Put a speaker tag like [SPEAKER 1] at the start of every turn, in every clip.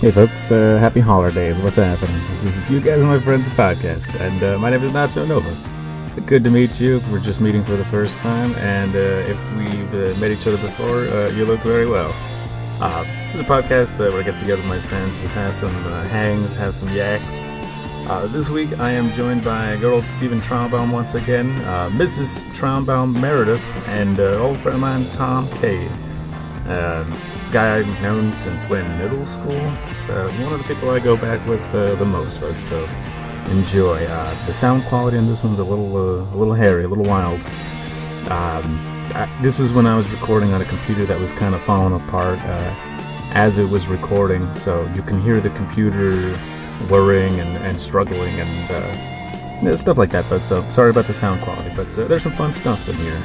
[SPEAKER 1] Hey folks, uh, happy holidays. What's happening? This is You Guys Are My Friends podcast, and uh, my name is Nacho Nova. Good to meet you. We're just meeting for the first time, and uh, if we've uh, met each other before, uh, you look very well. Uh, this is a podcast uh, where I get together with my friends, just have some uh, hangs, have some yaks. Uh, this week I am joined by good old Stephen Traumbaum once again, uh, Mrs. Traumbaum Meredith, and uh, old friend of mine, Tom Kay um, guy I've known since when middle school. Uh, one of the people I go back with uh, the most, folks. So enjoy. Uh, the sound quality in this one's a little, uh, a little hairy, a little wild. Um, I, this is when I was recording on a computer that was kind of falling apart uh, as it was recording, so you can hear the computer whirring and, and struggling and uh, yeah, stuff like that, folks. So sorry about the sound quality, but uh, there's some fun stuff in here.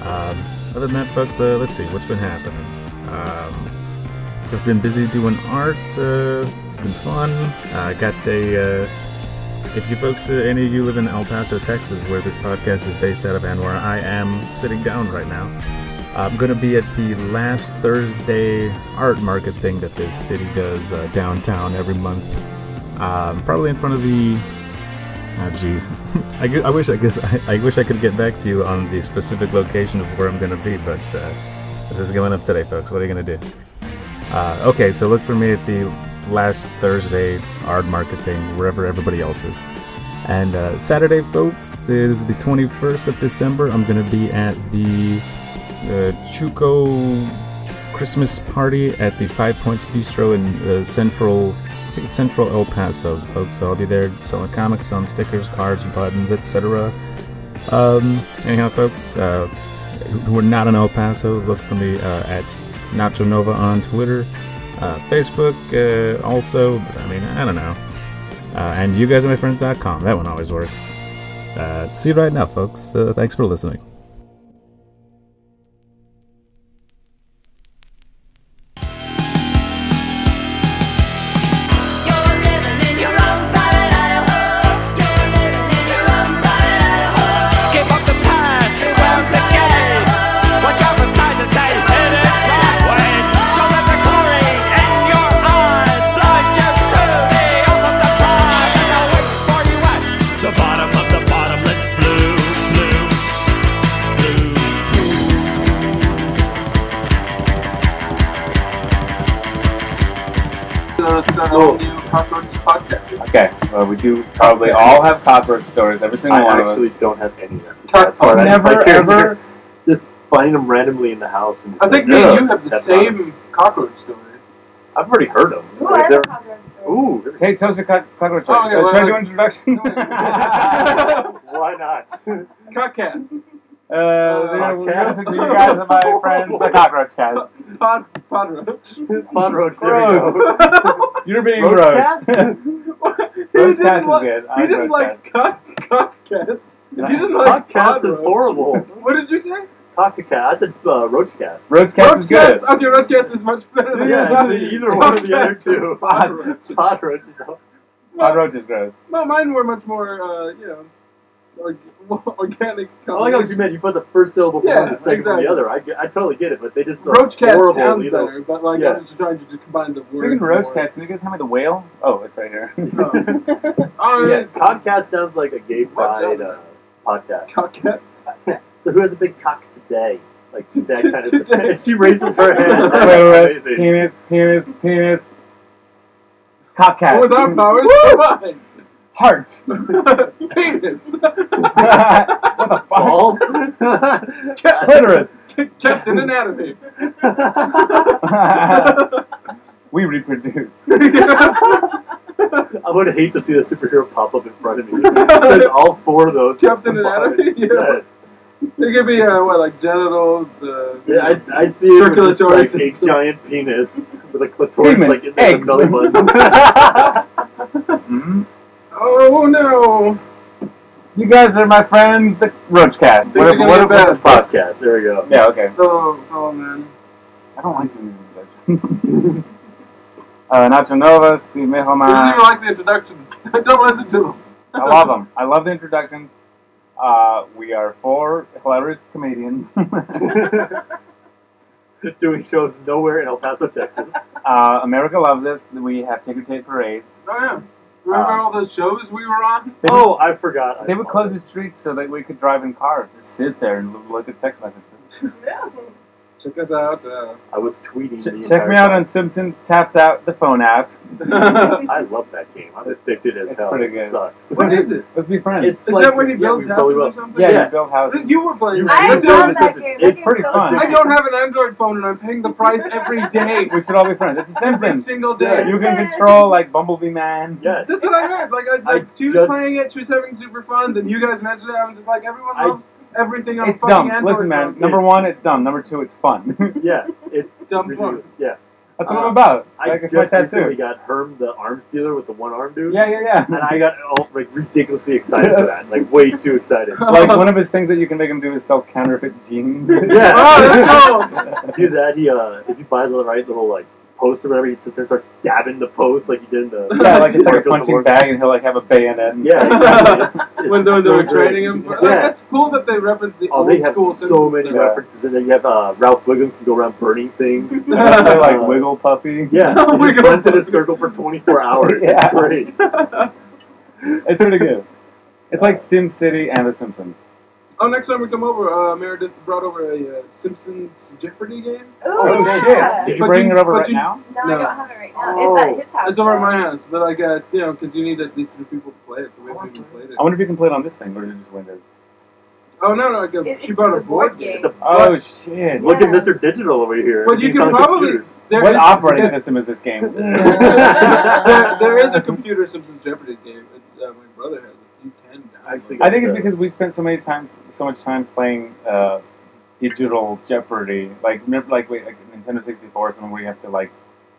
[SPEAKER 1] Um, other than that, folks, uh, let's see what's been happening. Um, I've been busy doing art. Uh, it's been fun. I got a. Uh, if you folks, uh, any of you live in El Paso, Texas, where this podcast is based out of, and where I am sitting down right now, I'm going to be at the last Thursday art market thing that this city does uh, downtown every month. Um, probably in front of the Oh jeez, I, gu- I wish I guess I, I wish I could get back to you on the specific location of where I'm gonna be, but uh, this is going up today, folks. What are you gonna do? Uh, okay, so look for me at the last Thursday art market thing, wherever everybody else is. And uh, Saturday, folks, is the 21st of December. I'm gonna be at the uh, Chuco Christmas party at the Five Points Bistro in uh, Central I think it's Central El Paso, folks. So I'll be there selling comics, selling stickers, cards, buttons, etc. Um, anyhow, folks, uh, who are not in El Paso, look for me uh, at Nacho Nova on Twitter, uh, Facebook, uh, also. But, I mean, I don't know. Uh, and you guys are my friends.com. That one always works. Uh, see you right now, folks. Uh, thanks for listening.
[SPEAKER 2] You're living in your own private Idaho. You're living in your own private Idaho.
[SPEAKER 3] Keep up the path, round the gate. Watch out for signs that say hidden pathways. So let the glory in your eyes blind you to the oath of the pride. And I'll wait for you at the bottom of the bottomless blue, blue, blue.
[SPEAKER 4] the
[SPEAKER 5] Cool.
[SPEAKER 4] new cockroach podcast.
[SPEAKER 5] Okay, well, we do probably all have cockroach stories, every single
[SPEAKER 6] I
[SPEAKER 5] one
[SPEAKER 6] actually
[SPEAKER 5] of us.
[SPEAKER 6] don't have any. That's
[SPEAKER 4] Tuck,
[SPEAKER 6] what I-
[SPEAKER 4] never,
[SPEAKER 6] I can't
[SPEAKER 4] ever-
[SPEAKER 6] Just find them randomly in the house. And just
[SPEAKER 4] I think
[SPEAKER 6] like,
[SPEAKER 4] me and
[SPEAKER 6] "Ugh,
[SPEAKER 4] you have the
[SPEAKER 6] that's not
[SPEAKER 4] same cockroach story.
[SPEAKER 6] a-" I've already heard them.
[SPEAKER 2] Ooh, I have a cockroach story.
[SPEAKER 6] Ooh, really?
[SPEAKER 5] Hey, tell us your cock- cockroach story.
[SPEAKER 4] Oh, okay,
[SPEAKER 5] Uh,
[SPEAKER 4] well,
[SPEAKER 5] should I do
[SPEAKER 4] like-
[SPEAKER 5] introduction?
[SPEAKER 6] why not?
[SPEAKER 4] Cockcast.
[SPEAKER 5] Uh, then we
[SPEAKER 6] Podcast.
[SPEAKER 5] listen to you guys and my friends, the Cockroach Cast.
[SPEAKER 4] Pod, podroach.
[SPEAKER 6] Podroach, there we go.
[SPEAKER 5] You're being
[SPEAKER 6] Roach
[SPEAKER 5] gross.
[SPEAKER 6] Cast?
[SPEAKER 4] he
[SPEAKER 5] Roach
[SPEAKER 4] didn't
[SPEAKER 5] Cast is
[SPEAKER 4] like,
[SPEAKER 5] good.
[SPEAKER 4] He
[SPEAKER 5] I
[SPEAKER 4] didn't
[SPEAKER 5] didn't
[SPEAKER 4] like cock, cockcast. He didn't like
[SPEAKER 6] Podcast is
[SPEAKER 4] podroach.
[SPEAKER 6] horrible.
[SPEAKER 4] What did you say?
[SPEAKER 6] Podcast, I said uh, Roachcast.
[SPEAKER 5] Roach Cast is good.
[SPEAKER 4] Roachcast? Okay, roachcast is much better than
[SPEAKER 5] Yeah,
[SPEAKER 4] that.
[SPEAKER 6] either- either one or the other
[SPEAKER 4] Podcast
[SPEAKER 6] two.
[SPEAKER 4] and podroach.
[SPEAKER 6] Podroach is a-
[SPEAKER 4] Well,
[SPEAKER 5] Cockroach is gross.
[SPEAKER 4] well, mine were much more, uh, you know, like, organic.
[SPEAKER 6] I like how you meant you put the first syllable
[SPEAKER 4] Yeah,
[SPEAKER 6] before the second from
[SPEAKER 4] exactly.
[SPEAKER 6] the other. I, get- I totally get it, but they just are
[SPEAKER 4] Roachcast
[SPEAKER 6] horrible.
[SPEAKER 4] sounds
[SPEAKER 6] you know.
[SPEAKER 4] better, but like
[SPEAKER 6] Yeah.
[SPEAKER 4] I'm just trying to just combine the words.
[SPEAKER 5] Speaking of
[SPEAKER 4] more.
[SPEAKER 5] Roach Cast, can you guys tell me the whale? Oh, it's right here.
[SPEAKER 4] Oh. All
[SPEAKER 6] Yeah,
[SPEAKER 4] right.
[SPEAKER 6] Podcast sounds like a gay
[SPEAKER 4] Watch out.
[SPEAKER 6] pride uh, podcast.
[SPEAKER 4] Cockcast.
[SPEAKER 6] So who has a big cock today? Like that kind of.
[SPEAKER 4] Today.
[SPEAKER 6] And she raises her
[SPEAKER 5] Penis,
[SPEAKER 6] hand. That's amazing.
[SPEAKER 5] penis, penis, penis. Cock Cast.
[SPEAKER 4] With our powers
[SPEAKER 5] Heart.
[SPEAKER 4] combined. Penis.
[SPEAKER 5] what the fuck?
[SPEAKER 6] Balls.
[SPEAKER 5] Clitoris.
[SPEAKER 4] Captain Anatomy.
[SPEAKER 5] we reproduce.
[SPEAKER 6] I would hate to see the superhero pop up in front of me. There's all four of those.
[SPEAKER 4] Captain
[SPEAKER 6] combined.
[SPEAKER 4] Anatomy? Yeah.
[SPEAKER 6] Yes.
[SPEAKER 4] It could be uh, what like genitals. Uh,
[SPEAKER 6] Yeah, I, I see it with just,
[SPEAKER 4] Circulatory
[SPEAKER 6] like, a
[SPEAKER 4] system.
[SPEAKER 6] giant penis with a clitoris
[SPEAKER 5] Semen.
[SPEAKER 6] like in the
[SPEAKER 5] Eggs.
[SPEAKER 6] belly button.
[SPEAKER 5] Mhm.
[SPEAKER 4] oh no!
[SPEAKER 5] You guys are my friends, the Roach Cat.
[SPEAKER 4] Think you're gonna get better.
[SPEAKER 6] Podcast. There we go.
[SPEAKER 5] Yeah, okay.
[SPEAKER 4] Oh, oh man!
[SPEAKER 5] I don't like doing these introductions. uh, Nacho Nova, Steve
[SPEAKER 4] He doesn't even
[SPEAKER 5] Michelman.
[SPEAKER 4] like the introductions. Don't listen to them.
[SPEAKER 5] I love them. I love the introductions. Uh, we are four hilarious comedians.
[SPEAKER 6] doing shows nowhere in El Paso, Texas.
[SPEAKER 5] Uh, America loves us. We have ticker tape parades.
[SPEAKER 4] Oh yeah. Remember
[SPEAKER 5] Uh.
[SPEAKER 4] all those shows we were on?
[SPEAKER 5] They uh,
[SPEAKER 6] oh, I forgot. I
[SPEAKER 5] They would close the streets so that we could drive in cars, just sit there and l- look at text messages.
[SPEAKER 7] Yeah.
[SPEAKER 4] Check us out. Uh,
[SPEAKER 6] I was tweeting. the
[SPEAKER 5] Ch- check
[SPEAKER 6] entire
[SPEAKER 5] me out
[SPEAKER 6] time.
[SPEAKER 5] on Simpsons Tapped Out the phone app. uh.
[SPEAKER 6] I love that game. I'm addicted as
[SPEAKER 5] It's
[SPEAKER 6] hell.
[SPEAKER 5] pretty
[SPEAKER 6] It
[SPEAKER 5] good.
[SPEAKER 6] sucks.
[SPEAKER 4] what is it?
[SPEAKER 5] Let's be friends.
[SPEAKER 6] It's
[SPEAKER 4] Is
[SPEAKER 6] like,
[SPEAKER 4] that when he
[SPEAKER 6] yeah,
[SPEAKER 4] builds
[SPEAKER 6] we
[SPEAKER 4] houses
[SPEAKER 6] probably
[SPEAKER 4] or
[SPEAKER 6] will.
[SPEAKER 4] something?
[SPEAKER 5] yeah,
[SPEAKER 6] yeah.
[SPEAKER 5] you build houses.
[SPEAKER 4] You were playing.
[SPEAKER 7] I
[SPEAKER 4] with
[SPEAKER 6] It's
[SPEAKER 4] those.
[SPEAKER 7] love that
[SPEAKER 6] it's-
[SPEAKER 7] game.
[SPEAKER 6] it's
[SPEAKER 7] That
[SPEAKER 5] pretty
[SPEAKER 7] game's so
[SPEAKER 5] fun.
[SPEAKER 7] good.
[SPEAKER 4] I don't have an Android phone and I'm paying the price every day.
[SPEAKER 5] We should all be friends. It's the
[SPEAKER 4] Every
[SPEAKER 5] Simpsons.
[SPEAKER 4] single day.
[SPEAKER 5] You can control like Bumblebee Man.
[SPEAKER 6] Yes.
[SPEAKER 4] That's what I heard. Like, I,
[SPEAKER 6] I
[SPEAKER 4] like she was
[SPEAKER 6] just-
[SPEAKER 4] playing it, she was having super fun. Then you guys mentioned it. I'm just like, everyone
[SPEAKER 6] I-
[SPEAKER 4] loves everything on
[SPEAKER 5] It's
[SPEAKER 4] fucking
[SPEAKER 5] dumb.
[SPEAKER 4] Android.
[SPEAKER 5] Listen, man.
[SPEAKER 4] phone.
[SPEAKER 5] Number one, it's dumb. Number two, it's fun. That's
[SPEAKER 6] Yeah. It's
[SPEAKER 4] Dumb
[SPEAKER 6] ridiculous.
[SPEAKER 4] fuck.
[SPEAKER 6] Yeah.
[SPEAKER 5] what
[SPEAKER 4] Uh,
[SPEAKER 5] I'm about.
[SPEAKER 6] I
[SPEAKER 5] Like, it's
[SPEAKER 6] just
[SPEAKER 5] my
[SPEAKER 6] recently
[SPEAKER 5] tattoo.
[SPEAKER 6] got Herm, the arms dealer with the one arm dude.
[SPEAKER 5] Yeah, yeah,
[SPEAKER 6] And
[SPEAKER 5] yeah.
[SPEAKER 6] I got all like ridiculously excited for that. Like way too excited.
[SPEAKER 5] like one of his things that you can make him do is sell counterfeit jeans.
[SPEAKER 6] Yeah.
[SPEAKER 4] Oh, that's cool.
[SPEAKER 6] If you do that, he uh, if you buy the right little like post or whatever, he sits there and starts stabbing the post like he did in the
[SPEAKER 5] Yeah, like it's like a
[SPEAKER 6] Oracles of
[SPEAKER 5] punching
[SPEAKER 6] War.
[SPEAKER 5] bag, and he'll like have a bayonet. And
[SPEAKER 6] Yeah,
[SPEAKER 5] stuff.
[SPEAKER 6] exactly. It's- it's
[SPEAKER 4] when those
[SPEAKER 6] so
[SPEAKER 4] are
[SPEAKER 6] great.
[SPEAKER 4] training him. Like,
[SPEAKER 6] Yeah.
[SPEAKER 4] That's cool that they reference the
[SPEAKER 6] Oh,
[SPEAKER 4] old
[SPEAKER 6] they have
[SPEAKER 4] school
[SPEAKER 6] so many
[SPEAKER 5] stuff.
[SPEAKER 6] references in there. You have uh, Ralph Wiggum can go around burning things. uh,
[SPEAKER 5] And he'll play, like Wiggle Puffy.
[SPEAKER 6] Yeah,
[SPEAKER 4] Oh my
[SPEAKER 6] he just
[SPEAKER 4] God.
[SPEAKER 6] runs in a circle for 24 hours.
[SPEAKER 5] Yeah.
[SPEAKER 6] It's great.
[SPEAKER 5] It's pretty good. It's like Sim City and The Simpsons.
[SPEAKER 4] Oh, next time we come over, uh, Meredith brought over a uh, Simpsons Jeopardy game.
[SPEAKER 7] Ooh,
[SPEAKER 5] Oh
[SPEAKER 7] yeah.
[SPEAKER 5] shit! Did you
[SPEAKER 4] But
[SPEAKER 5] bring
[SPEAKER 4] you-
[SPEAKER 5] it over
[SPEAKER 4] but
[SPEAKER 5] right
[SPEAKER 4] you-
[SPEAKER 5] now?
[SPEAKER 7] No,
[SPEAKER 4] No.
[SPEAKER 7] I don't have it right now.
[SPEAKER 4] Oh,
[SPEAKER 7] it's at his house.
[SPEAKER 4] It's over at
[SPEAKER 7] though.
[SPEAKER 4] my house, but like, uh, you know, because you need at least three people to play it, so we haven't even played it.
[SPEAKER 5] I
[SPEAKER 7] Oh.
[SPEAKER 5] wonder if you can play it on this thing or is it just Windows?
[SPEAKER 4] Oh no, no, like a,
[SPEAKER 7] It-
[SPEAKER 4] she
[SPEAKER 7] it's
[SPEAKER 4] brought
[SPEAKER 7] a
[SPEAKER 4] a board
[SPEAKER 7] board
[SPEAKER 4] game.
[SPEAKER 6] It's a
[SPEAKER 5] Oh shit!
[SPEAKER 6] Look at
[SPEAKER 7] Yeah.
[SPEAKER 6] Mr. Digital over here.
[SPEAKER 4] But you
[SPEAKER 6] He's
[SPEAKER 4] can
[SPEAKER 6] on
[SPEAKER 4] probably-
[SPEAKER 6] computers.
[SPEAKER 4] There
[SPEAKER 5] what
[SPEAKER 4] is-
[SPEAKER 5] operating
[SPEAKER 4] there-
[SPEAKER 5] system is this game?
[SPEAKER 4] there- there is a computer Simpsons Jeopardy game. It, uh, my brother has it. You can
[SPEAKER 6] I
[SPEAKER 4] download.
[SPEAKER 6] think
[SPEAKER 5] I think it's because we spent so many time, so much time playing uh, digital Jeopardy. Like remember, like, wait, like Nintendo sixty four, something where you have to like,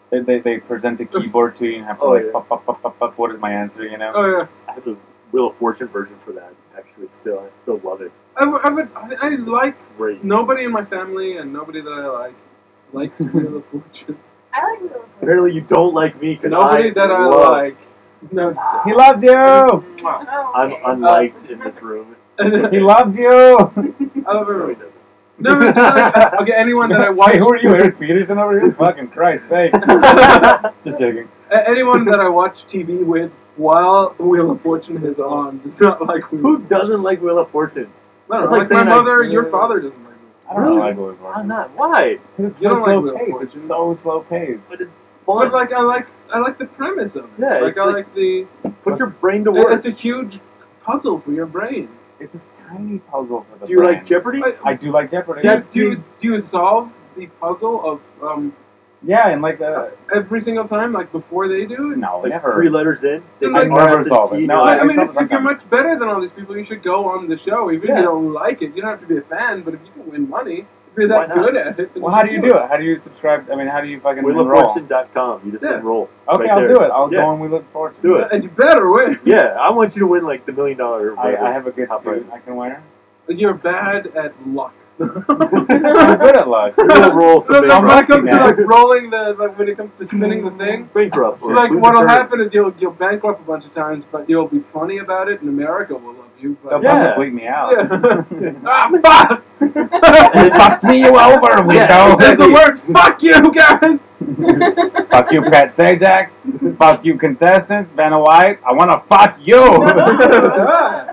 [SPEAKER 5] they, they, they present a keyboard to you and you have to
[SPEAKER 6] Oh,
[SPEAKER 5] like,
[SPEAKER 6] yeah.
[SPEAKER 5] pop, pop, pop, pop, pop, what is my answer? You know.
[SPEAKER 4] Oh yeah,
[SPEAKER 6] I have the Wheel of Fortune version for that. Actually, still, I still love it.
[SPEAKER 4] I, would- I would. I, I like
[SPEAKER 6] Great.
[SPEAKER 4] nobody in my family and nobody that I like likes Wheel of Fortune.
[SPEAKER 7] I like Wheel of Fortune.
[SPEAKER 6] Apparently, you don't like me because
[SPEAKER 4] Nobody
[SPEAKER 6] I
[SPEAKER 4] that I
[SPEAKER 6] love-
[SPEAKER 4] like. No.
[SPEAKER 5] He loves you.
[SPEAKER 4] Mwah.
[SPEAKER 7] Oh,
[SPEAKER 6] I'm
[SPEAKER 7] okay.
[SPEAKER 6] unliked in this room.
[SPEAKER 5] He
[SPEAKER 4] I
[SPEAKER 5] loves you.
[SPEAKER 4] love
[SPEAKER 6] No, he
[SPEAKER 4] everyone. No,
[SPEAKER 6] doesn't.
[SPEAKER 4] it's like, okay, anyone that I watch,
[SPEAKER 5] Hey, who are you, Eric Peterson over here? Fucking Christ's sake! Just joking.
[SPEAKER 4] a- anyone that I watch TV with while Wheel of Fortune is on does not like Wheel.
[SPEAKER 6] Who doesn't like Wheel of Fortune?
[SPEAKER 4] I don't know,
[SPEAKER 6] That's like
[SPEAKER 4] like my
[SPEAKER 6] saying, like,
[SPEAKER 4] mother, and your
[SPEAKER 6] uh,
[SPEAKER 4] father doesn't like Wheel.
[SPEAKER 5] I don't
[SPEAKER 6] Really?
[SPEAKER 5] like Wheel of
[SPEAKER 6] I'm
[SPEAKER 5] Fortune.
[SPEAKER 6] not. Why?
[SPEAKER 5] It's so
[SPEAKER 4] You don't like
[SPEAKER 5] slow
[SPEAKER 4] Wheel of
[SPEAKER 5] paced.
[SPEAKER 4] Fortune.
[SPEAKER 5] It's so slow paced.
[SPEAKER 6] But it's
[SPEAKER 4] But
[SPEAKER 6] fun.
[SPEAKER 4] like I like I like the premise of it.
[SPEAKER 6] Yeah,
[SPEAKER 4] like
[SPEAKER 6] it's
[SPEAKER 4] I like,
[SPEAKER 6] like-
[SPEAKER 4] the
[SPEAKER 6] Put your brain to work.
[SPEAKER 4] it's a huge puzzle for your brain.
[SPEAKER 5] It's this tiny puzzle for the
[SPEAKER 6] Do you like
[SPEAKER 5] brain.
[SPEAKER 6] Jeopardy?
[SPEAKER 4] I-
[SPEAKER 5] I do like Jeopardy.
[SPEAKER 6] That's-
[SPEAKER 4] do you, do you solve the puzzle of um,
[SPEAKER 5] yeah, and like uh,
[SPEAKER 4] every single time like before they do? it?
[SPEAKER 5] no,
[SPEAKER 6] like
[SPEAKER 5] never.
[SPEAKER 6] three letters in. They
[SPEAKER 4] I've
[SPEAKER 6] say
[SPEAKER 4] never
[SPEAKER 6] R, S, and
[SPEAKER 5] solved it.
[SPEAKER 6] T.
[SPEAKER 5] No,
[SPEAKER 4] I, I
[SPEAKER 5] I
[SPEAKER 4] mean, if,
[SPEAKER 5] solve it
[SPEAKER 4] if you're
[SPEAKER 5] sometimes.
[SPEAKER 4] much better than all these people, you should go on the show. Even if
[SPEAKER 6] Yeah.
[SPEAKER 4] you don't like it, you don't have to be a fan. But if you can win money, if you're
[SPEAKER 6] Why
[SPEAKER 4] that
[SPEAKER 6] not?
[SPEAKER 4] good at it, then
[SPEAKER 5] Well, how do
[SPEAKER 4] should
[SPEAKER 5] you do it? How do you subscribe? I mean, how do you fucking enroll?
[SPEAKER 6] WheelofFortune.com. You just
[SPEAKER 4] Yeah.
[SPEAKER 6] enroll.
[SPEAKER 5] Okay,
[SPEAKER 6] right
[SPEAKER 5] I'll
[SPEAKER 6] there.
[SPEAKER 5] do it. I'll
[SPEAKER 6] Yeah.
[SPEAKER 5] go on Wheel of Fortune.
[SPEAKER 6] Do it.
[SPEAKER 4] And you better win.
[SPEAKER 6] Yeah, I want you to win like the million dollar. or
[SPEAKER 5] I,
[SPEAKER 6] whatever.
[SPEAKER 5] I have a good
[SPEAKER 6] Top
[SPEAKER 5] suit
[SPEAKER 6] right.
[SPEAKER 5] I can wear.
[SPEAKER 4] You're bad at luck.
[SPEAKER 5] I'm
[SPEAKER 4] no,
[SPEAKER 5] good at luck.
[SPEAKER 6] You're gonna
[SPEAKER 4] no,
[SPEAKER 6] roll some
[SPEAKER 4] no, when it
[SPEAKER 6] bankrupt.
[SPEAKER 4] comes to
[SPEAKER 5] now.
[SPEAKER 4] like rolling the like when it comes to spinning the thing,
[SPEAKER 6] bankrupt.
[SPEAKER 4] so,
[SPEAKER 6] or
[SPEAKER 4] like
[SPEAKER 6] lose
[SPEAKER 4] what'll
[SPEAKER 6] the tournament.
[SPEAKER 4] happen is you'll you'll bankrupt a bunch of times, but you'll be funny about it, and America will love you.
[SPEAKER 5] They'll
[SPEAKER 4] But
[SPEAKER 6] Yeah.
[SPEAKER 5] probably bleep me out.
[SPEAKER 4] ah, fuck!
[SPEAKER 5] You fucked me over,
[SPEAKER 6] Yeah,
[SPEAKER 4] There's the
[SPEAKER 5] weirdo.
[SPEAKER 4] word "fuck" you guys.
[SPEAKER 5] fuck you, Pat Sajak. fuck you, contestants. Vanna White. I want to fuck you.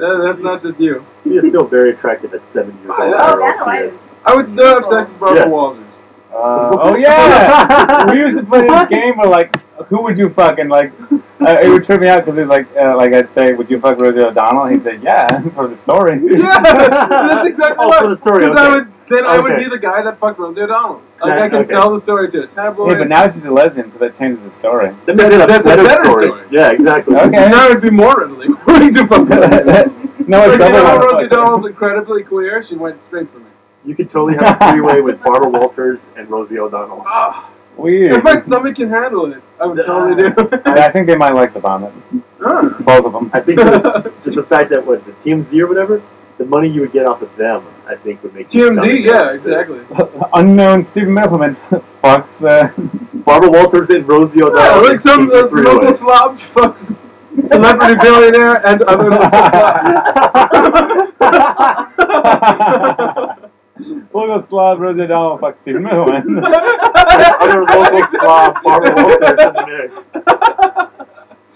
[SPEAKER 4] Ah. Yeah, that's not just you.
[SPEAKER 6] She is still very attractive at seven years old.
[SPEAKER 7] Oh,
[SPEAKER 6] How old
[SPEAKER 7] that's why I
[SPEAKER 6] she is.
[SPEAKER 7] was-
[SPEAKER 4] I would still have sex with Barbara
[SPEAKER 6] Yes.
[SPEAKER 4] Walters.
[SPEAKER 5] Uh, oh yeah, we used to play this game where like, who would you fuck? And like, uh, it would trip me out because it's like, uh, like I'd say, would you fuck Rosie O'Donnell? And he'd say, yeah, for the story.
[SPEAKER 4] Yeah, that's exactly
[SPEAKER 6] Oh,
[SPEAKER 4] what.
[SPEAKER 6] for the story,
[SPEAKER 4] Because I
[SPEAKER 6] okay.
[SPEAKER 4] would then I would
[SPEAKER 6] Okay.
[SPEAKER 4] be the guy that fucked Rosie O'Donnell. Like
[SPEAKER 6] That-
[SPEAKER 4] I can
[SPEAKER 6] okay.
[SPEAKER 4] sell the story to a tabloid.
[SPEAKER 5] Yeah, but now she's a lesbian, so that changes the story.
[SPEAKER 6] That makes it
[SPEAKER 4] That's a better story.
[SPEAKER 6] Yeah, exactly.
[SPEAKER 5] Okay.
[SPEAKER 4] And I would be more readily willing to fuck her.
[SPEAKER 5] no,
[SPEAKER 4] Like,
[SPEAKER 5] it's
[SPEAKER 4] you know, Rosie
[SPEAKER 5] double.
[SPEAKER 4] O'Donnell's incredibly queer. She went straight for me.
[SPEAKER 6] You could totally have a three-way with Barbara Walters and Rosie O'Donnell.
[SPEAKER 4] Ah,
[SPEAKER 5] Weird.
[SPEAKER 4] if my stomach can handle it, I would totally do. it.
[SPEAKER 5] Yeah, I think they might like the vomit.
[SPEAKER 4] Ah.
[SPEAKER 5] Both of them.
[SPEAKER 6] I think the, just the fact that what the TMZ or whatever, the money you would get off of them, I think would make you
[SPEAKER 4] TMZ,
[SPEAKER 6] stomach
[SPEAKER 4] yeah,
[SPEAKER 6] it.
[SPEAKER 4] exactly.
[SPEAKER 5] Unknown Stephen Middleman fucks. Uh,
[SPEAKER 6] Barbara Walters and Rosie
[SPEAKER 4] Yeah,
[SPEAKER 6] O'Donnell.
[SPEAKER 4] like some uh,
[SPEAKER 6] three-way.
[SPEAKER 4] local slob fucks celebrity billionaire and other local slob.
[SPEAKER 5] Local slob Rosie O'Donnell fucks Stephen Middleman.
[SPEAKER 6] Other local slob, Barbara Walters in the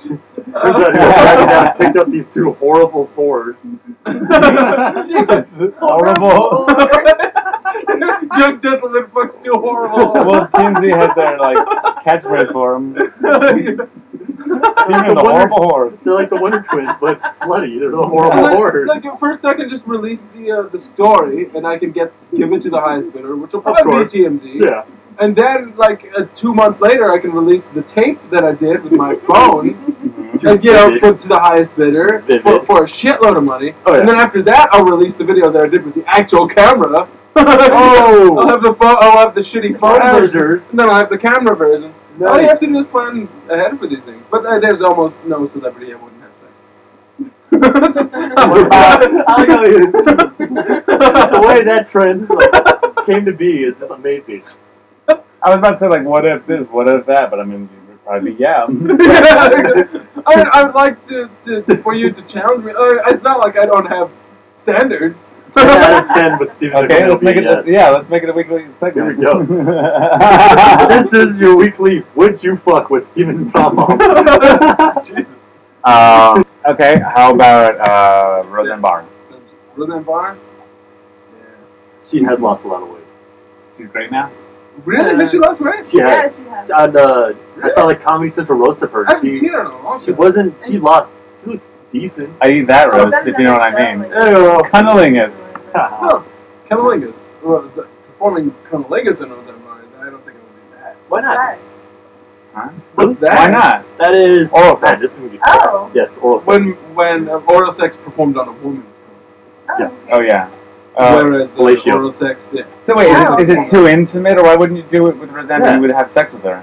[SPEAKER 6] mix. Turns out he was driving down and picked up these two horrible spores.
[SPEAKER 5] Jesus, horrible.
[SPEAKER 4] Young gentleman fucks too horrible.
[SPEAKER 5] well, TMZ has their like catchphrase for him. Stephen and the
[SPEAKER 6] The wonder-
[SPEAKER 5] horrible horse.
[SPEAKER 6] They're like the Wonder Twins, but slutty. They're the horrible horrors.
[SPEAKER 4] Like at first, I can just release the uh, the story, and I can get give it to the highest bidder, which will probably
[SPEAKER 6] course.
[SPEAKER 4] be TMZ.
[SPEAKER 6] Yeah.
[SPEAKER 4] And then, like uh, two months later, I can release the tape that I did with my phone
[SPEAKER 5] Mhm.
[SPEAKER 4] and get out put to the highest bidder for,
[SPEAKER 6] Vivid.
[SPEAKER 4] for a shitload of money.
[SPEAKER 6] Oh, yeah.
[SPEAKER 4] And then after that, I'll release the video that I did with the actual camera.
[SPEAKER 6] Oh.
[SPEAKER 4] I'll have the phone. I'll have the shitty phone version,
[SPEAKER 6] Browsers.
[SPEAKER 4] and then I'll have the camera version. All you
[SPEAKER 6] Nice.
[SPEAKER 4] have to do is plan ahead for these things. But uh, there's almost no celebrity I wouldn't have sex.
[SPEAKER 6] Wow. I like how you- the way that trend like, came to be is just amazing.
[SPEAKER 5] I was about to say like, what if this, what if that, but I mean, it would probably be yeah.
[SPEAKER 4] I, would, I would like to, to, to- for you to challenge me. Uh, it's not like I don't have standards.
[SPEAKER 6] 10 out of 10 with Steven
[SPEAKER 5] Okay, let's
[SPEAKER 6] Jacoby,
[SPEAKER 5] make it.
[SPEAKER 6] yes.
[SPEAKER 5] Yeah, let's make it a weekly segment.
[SPEAKER 6] Here we this is your weekly Would You Fuck with Steven Bromov.
[SPEAKER 4] Jesus.
[SPEAKER 5] um, okay, how about uh, Roseanne Barnes?
[SPEAKER 4] Roseanne Barr?
[SPEAKER 6] she has lost a lot of weight.
[SPEAKER 5] She's great now.
[SPEAKER 4] Really? Has she lost weight?
[SPEAKER 6] She
[SPEAKER 7] Yeah,
[SPEAKER 6] has.
[SPEAKER 7] she has.
[SPEAKER 6] On, uh, I saw the Comedy Central roast of her.
[SPEAKER 4] I haven't
[SPEAKER 6] She,
[SPEAKER 4] seen her in a long
[SPEAKER 6] she
[SPEAKER 4] time.
[SPEAKER 6] wasn't, she lost, she looks decent.
[SPEAKER 5] I eat that
[SPEAKER 7] Oh,
[SPEAKER 5] roast
[SPEAKER 7] that's
[SPEAKER 5] if you know what I
[SPEAKER 7] another
[SPEAKER 5] mean.
[SPEAKER 7] show,
[SPEAKER 5] Cunnilingus.
[SPEAKER 4] Huh. Cunnilingus. Well, the, performing Cunnilingus in Roseanne Barr, I don't think it would be that.
[SPEAKER 6] Why not?
[SPEAKER 4] What's that?
[SPEAKER 5] Why not?
[SPEAKER 6] That is
[SPEAKER 5] Oral sex.
[SPEAKER 6] Man, this is gonna be
[SPEAKER 7] Oh.
[SPEAKER 6] Yes, oral sex.
[SPEAKER 4] When when uh, oral sex performed on a woman's penis.
[SPEAKER 7] Oh,
[SPEAKER 5] Oh
[SPEAKER 6] Yes.
[SPEAKER 5] yeah. Uh,
[SPEAKER 4] whereas uh,
[SPEAKER 6] fellatio.
[SPEAKER 4] oral sex, yeah.
[SPEAKER 5] so wait,
[SPEAKER 7] Wow,
[SPEAKER 5] is, is
[SPEAKER 7] okay.
[SPEAKER 5] it too intimate, or why wouldn't you do it with Roseanne
[SPEAKER 6] Yeah.
[SPEAKER 5] and you would have sex with her?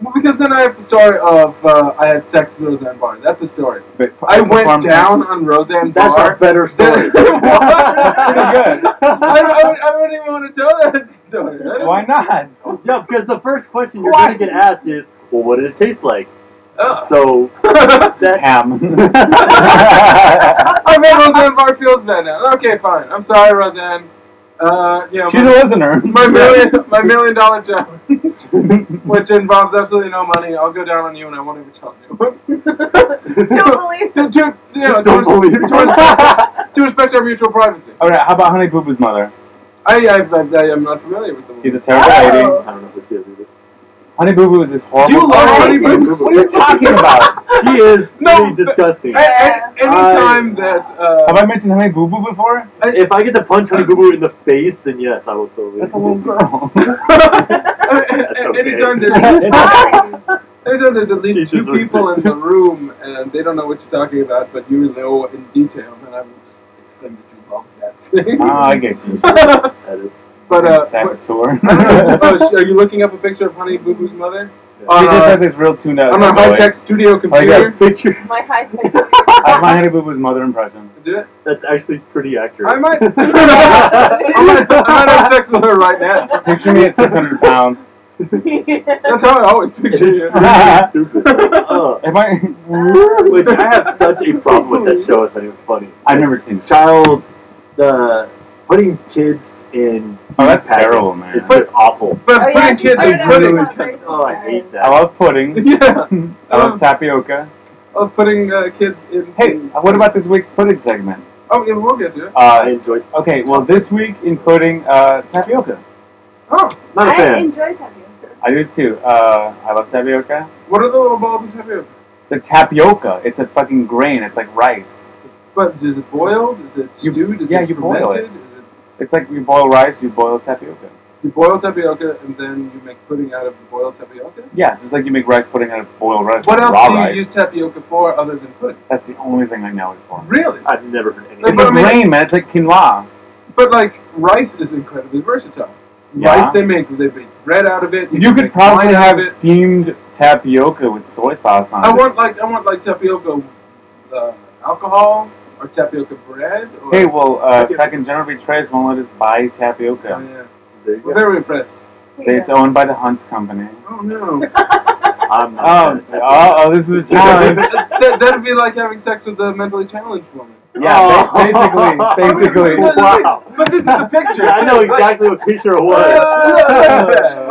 [SPEAKER 4] Well, because then I have the story of uh, I had sex with Roseanne Barr. That's a story.
[SPEAKER 5] But
[SPEAKER 4] I went
[SPEAKER 5] perform-
[SPEAKER 4] down on Roseanne
[SPEAKER 6] That's
[SPEAKER 4] Barr.
[SPEAKER 6] a better story.
[SPEAKER 5] That's pretty
[SPEAKER 4] I, I, would, I wouldn't even want to tell that story. I don't-
[SPEAKER 5] Why not?
[SPEAKER 6] Yeah, because the first question you're
[SPEAKER 5] Why?
[SPEAKER 6] going to get asked is, well, what did it taste like?
[SPEAKER 4] Ugh.
[SPEAKER 6] So that
[SPEAKER 5] Ham.
[SPEAKER 4] I made Roseanne Barr feels bad now. Okay, fine. I'm sorry, Roseanne. Uh, you know,
[SPEAKER 5] She's a
[SPEAKER 4] my,
[SPEAKER 5] listener.
[SPEAKER 4] my million my million dollar challenge, which involves absolutely no money. I'll go down on you and I won't even tell you.
[SPEAKER 7] Don't believe
[SPEAKER 4] to, to, you know, to,
[SPEAKER 6] don't
[SPEAKER 4] res-
[SPEAKER 6] believe
[SPEAKER 4] to respect, to respect our mutual privacy.
[SPEAKER 5] All right, how about Honey Boo Boo's mother?
[SPEAKER 4] I, I, I, I am not familiar with the
[SPEAKER 5] She's
[SPEAKER 4] movie.
[SPEAKER 5] a terrible
[SPEAKER 7] Oh.
[SPEAKER 5] lady.
[SPEAKER 6] I don't know who she is either.
[SPEAKER 5] Honey Boo Boo is this horrible.
[SPEAKER 4] You love
[SPEAKER 5] Oh,
[SPEAKER 4] Honey Boo Boo.
[SPEAKER 5] What are you talking about?
[SPEAKER 6] She is
[SPEAKER 4] No,
[SPEAKER 6] really
[SPEAKER 4] but-
[SPEAKER 6] disgusting.
[SPEAKER 4] A- a- anytime
[SPEAKER 6] I-
[SPEAKER 4] that uh,
[SPEAKER 5] Have I mentioned Honey Boo Boo before?
[SPEAKER 6] if I get to punch Honey Boo Boo in the face, then yes, I will totally.
[SPEAKER 5] That's a little girl.
[SPEAKER 6] okay.
[SPEAKER 4] anytime there's
[SPEAKER 6] Ah,
[SPEAKER 7] it.
[SPEAKER 4] anytime there's at least
[SPEAKER 6] She's
[SPEAKER 4] two
[SPEAKER 6] just like
[SPEAKER 4] people
[SPEAKER 6] this.
[SPEAKER 4] in the room and they don't know what you're talking about, but you know in detail, then I will just exclaim that you love that thing.
[SPEAKER 5] Ah, I get you.
[SPEAKER 6] That is.
[SPEAKER 4] but uh, but-
[SPEAKER 5] Saboteur.
[SPEAKER 4] I don't know, oh, sh- are you looking up a picture of Honey Boo Boo's mother
[SPEAKER 5] She
[SPEAKER 4] on
[SPEAKER 5] just
[SPEAKER 4] a,
[SPEAKER 5] had this real tune-up.
[SPEAKER 4] on a uh, high tech studio
[SPEAKER 6] Oh,
[SPEAKER 4] computer?
[SPEAKER 6] Picture.
[SPEAKER 7] My high tech.
[SPEAKER 5] That's my Honey Boo Boo's mother impression.
[SPEAKER 4] Do it.
[SPEAKER 6] That's actually pretty accurate.
[SPEAKER 4] I might. I might I might have sex with her right now.
[SPEAKER 5] Picture me at 600 pounds.
[SPEAKER 4] That's how I always
[SPEAKER 6] It
[SPEAKER 4] picture
[SPEAKER 6] is
[SPEAKER 4] you.
[SPEAKER 7] Oh,
[SPEAKER 6] really stupid. Uh,
[SPEAKER 5] Am I?
[SPEAKER 6] which I have such a problem with that show. It's not even funny.
[SPEAKER 5] I've never seen it.
[SPEAKER 6] child uh, putting kids in
[SPEAKER 5] Oh, that's
[SPEAKER 6] packets.
[SPEAKER 5] terrible, man.
[SPEAKER 6] It's just awful.
[SPEAKER 4] But
[SPEAKER 7] Oh,
[SPEAKER 4] putting
[SPEAKER 7] yeah, she
[SPEAKER 4] kids in
[SPEAKER 7] started out
[SPEAKER 4] pudding
[SPEAKER 7] as
[SPEAKER 4] is
[SPEAKER 7] a
[SPEAKER 4] kind
[SPEAKER 7] very
[SPEAKER 6] Oh, I hate
[SPEAKER 5] I
[SPEAKER 6] that.
[SPEAKER 5] love pudding.
[SPEAKER 4] yeah.
[SPEAKER 5] I love tapioca.
[SPEAKER 4] Of putting uh, kids in.
[SPEAKER 5] Hey, what about this week's pudding segment?
[SPEAKER 4] Oh, yeah, we'll get to it.
[SPEAKER 6] I
[SPEAKER 5] Uh,
[SPEAKER 6] enjoyed.
[SPEAKER 5] okay, well, this week in pudding, uh, tapioca.
[SPEAKER 4] Oh,
[SPEAKER 6] Not a
[SPEAKER 7] I
[SPEAKER 6] fan.
[SPEAKER 7] enjoy tapioca.
[SPEAKER 5] I do too. Uh, I love tapioca.
[SPEAKER 4] what are the little balls in tapioca?
[SPEAKER 5] The tapioca, it's a fucking grain. It's like rice.
[SPEAKER 4] But is it boiled? Is it
[SPEAKER 5] You-
[SPEAKER 4] stewed? is
[SPEAKER 5] yeah,
[SPEAKER 4] it
[SPEAKER 5] you boil
[SPEAKER 4] fermented? Is it
[SPEAKER 5] It's like you boil rice, you boil tapioca.
[SPEAKER 4] you boil tapioca and then you make pudding out of the boiled tapioca?
[SPEAKER 5] Yeah, just like you make rice pudding out of boiled rice.
[SPEAKER 4] What
[SPEAKER 5] with
[SPEAKER 4] else
[SPEAKER 5] raw
[SPEAKER 4] do you
[SPEAKER 5] rice.
[SPEAKER 4] use tapioca for other than pudding?
[SPEAKER 5] That's the only thing I know it for.
[SPEAKER 4] Really?
[SPEAKER 6] I've never heard anything.
[SPEAKER 5] It's
[SPEAKER 4] But
[SPEAKER 5] a
[SPEAKER 4] I mean-
[SPEAKER 5] grain, man. It's like quinoa.
[SPEAKER 4] But like rice is incredibly versatile.
[SPEAKER 5] Yeah.
[SPEAKER 4] Rice they make they make bread out of it.
[SPEAKER 5] You,
[SPEAKER 4] can
[SPEAKER 5] could
[SPEAKER 4] make
[SPEAKER 5] probably
[SPEAKER 4] wine out
[SPEAKER 5] have
[SPEAKER 4] of it.
[SPEAKER 5] steamed tapioca with soy sauce on
[SPEAKER 4] I
[SPEAKER 5] it.
[SPEAKER 4] want like I want like tapioca uh, alcohol or tapioca bread. Or,
[SPEAKER 5] Hey, well, uh, fucking General Trace won't let us buy
[SPEAKER 4] oh,
[SPEAKER 5] tapioca.
[SPEAKER 4] yeah.
[SPEAKER 6] There you
[SPEAKER 4] We're
[SPEAKER 6] go.
[SPEAKER 4] very impressed.
[SPEAKER 5] It's owned by the Hunts Company.
[SPEAKER 4] Oh no.
[SPEAKER 6] I'm not
[SPEAKER 5] Oh,
[SPEAKER 6] a fan.
[SPEAKER 5] oh, this is a challenge.
[SPEAKER 4] that, that'd be like having sex with a mentally challenged woman.
[SPEAKER 5] Yeah, ba-
[SPEAKER 6] Oh.
[SPEAKER 5] basically, basically.
[SPEAKER 6] Wow.
[SPEAKER 4] But this is the picture.
[SPEAKER 6] I know
[SPEAKER 4] too. Like,
[SPEAKER 6] exactly what picture it
[SPEAKER 4] Uh, look at that.
[SPEAKER 6] was.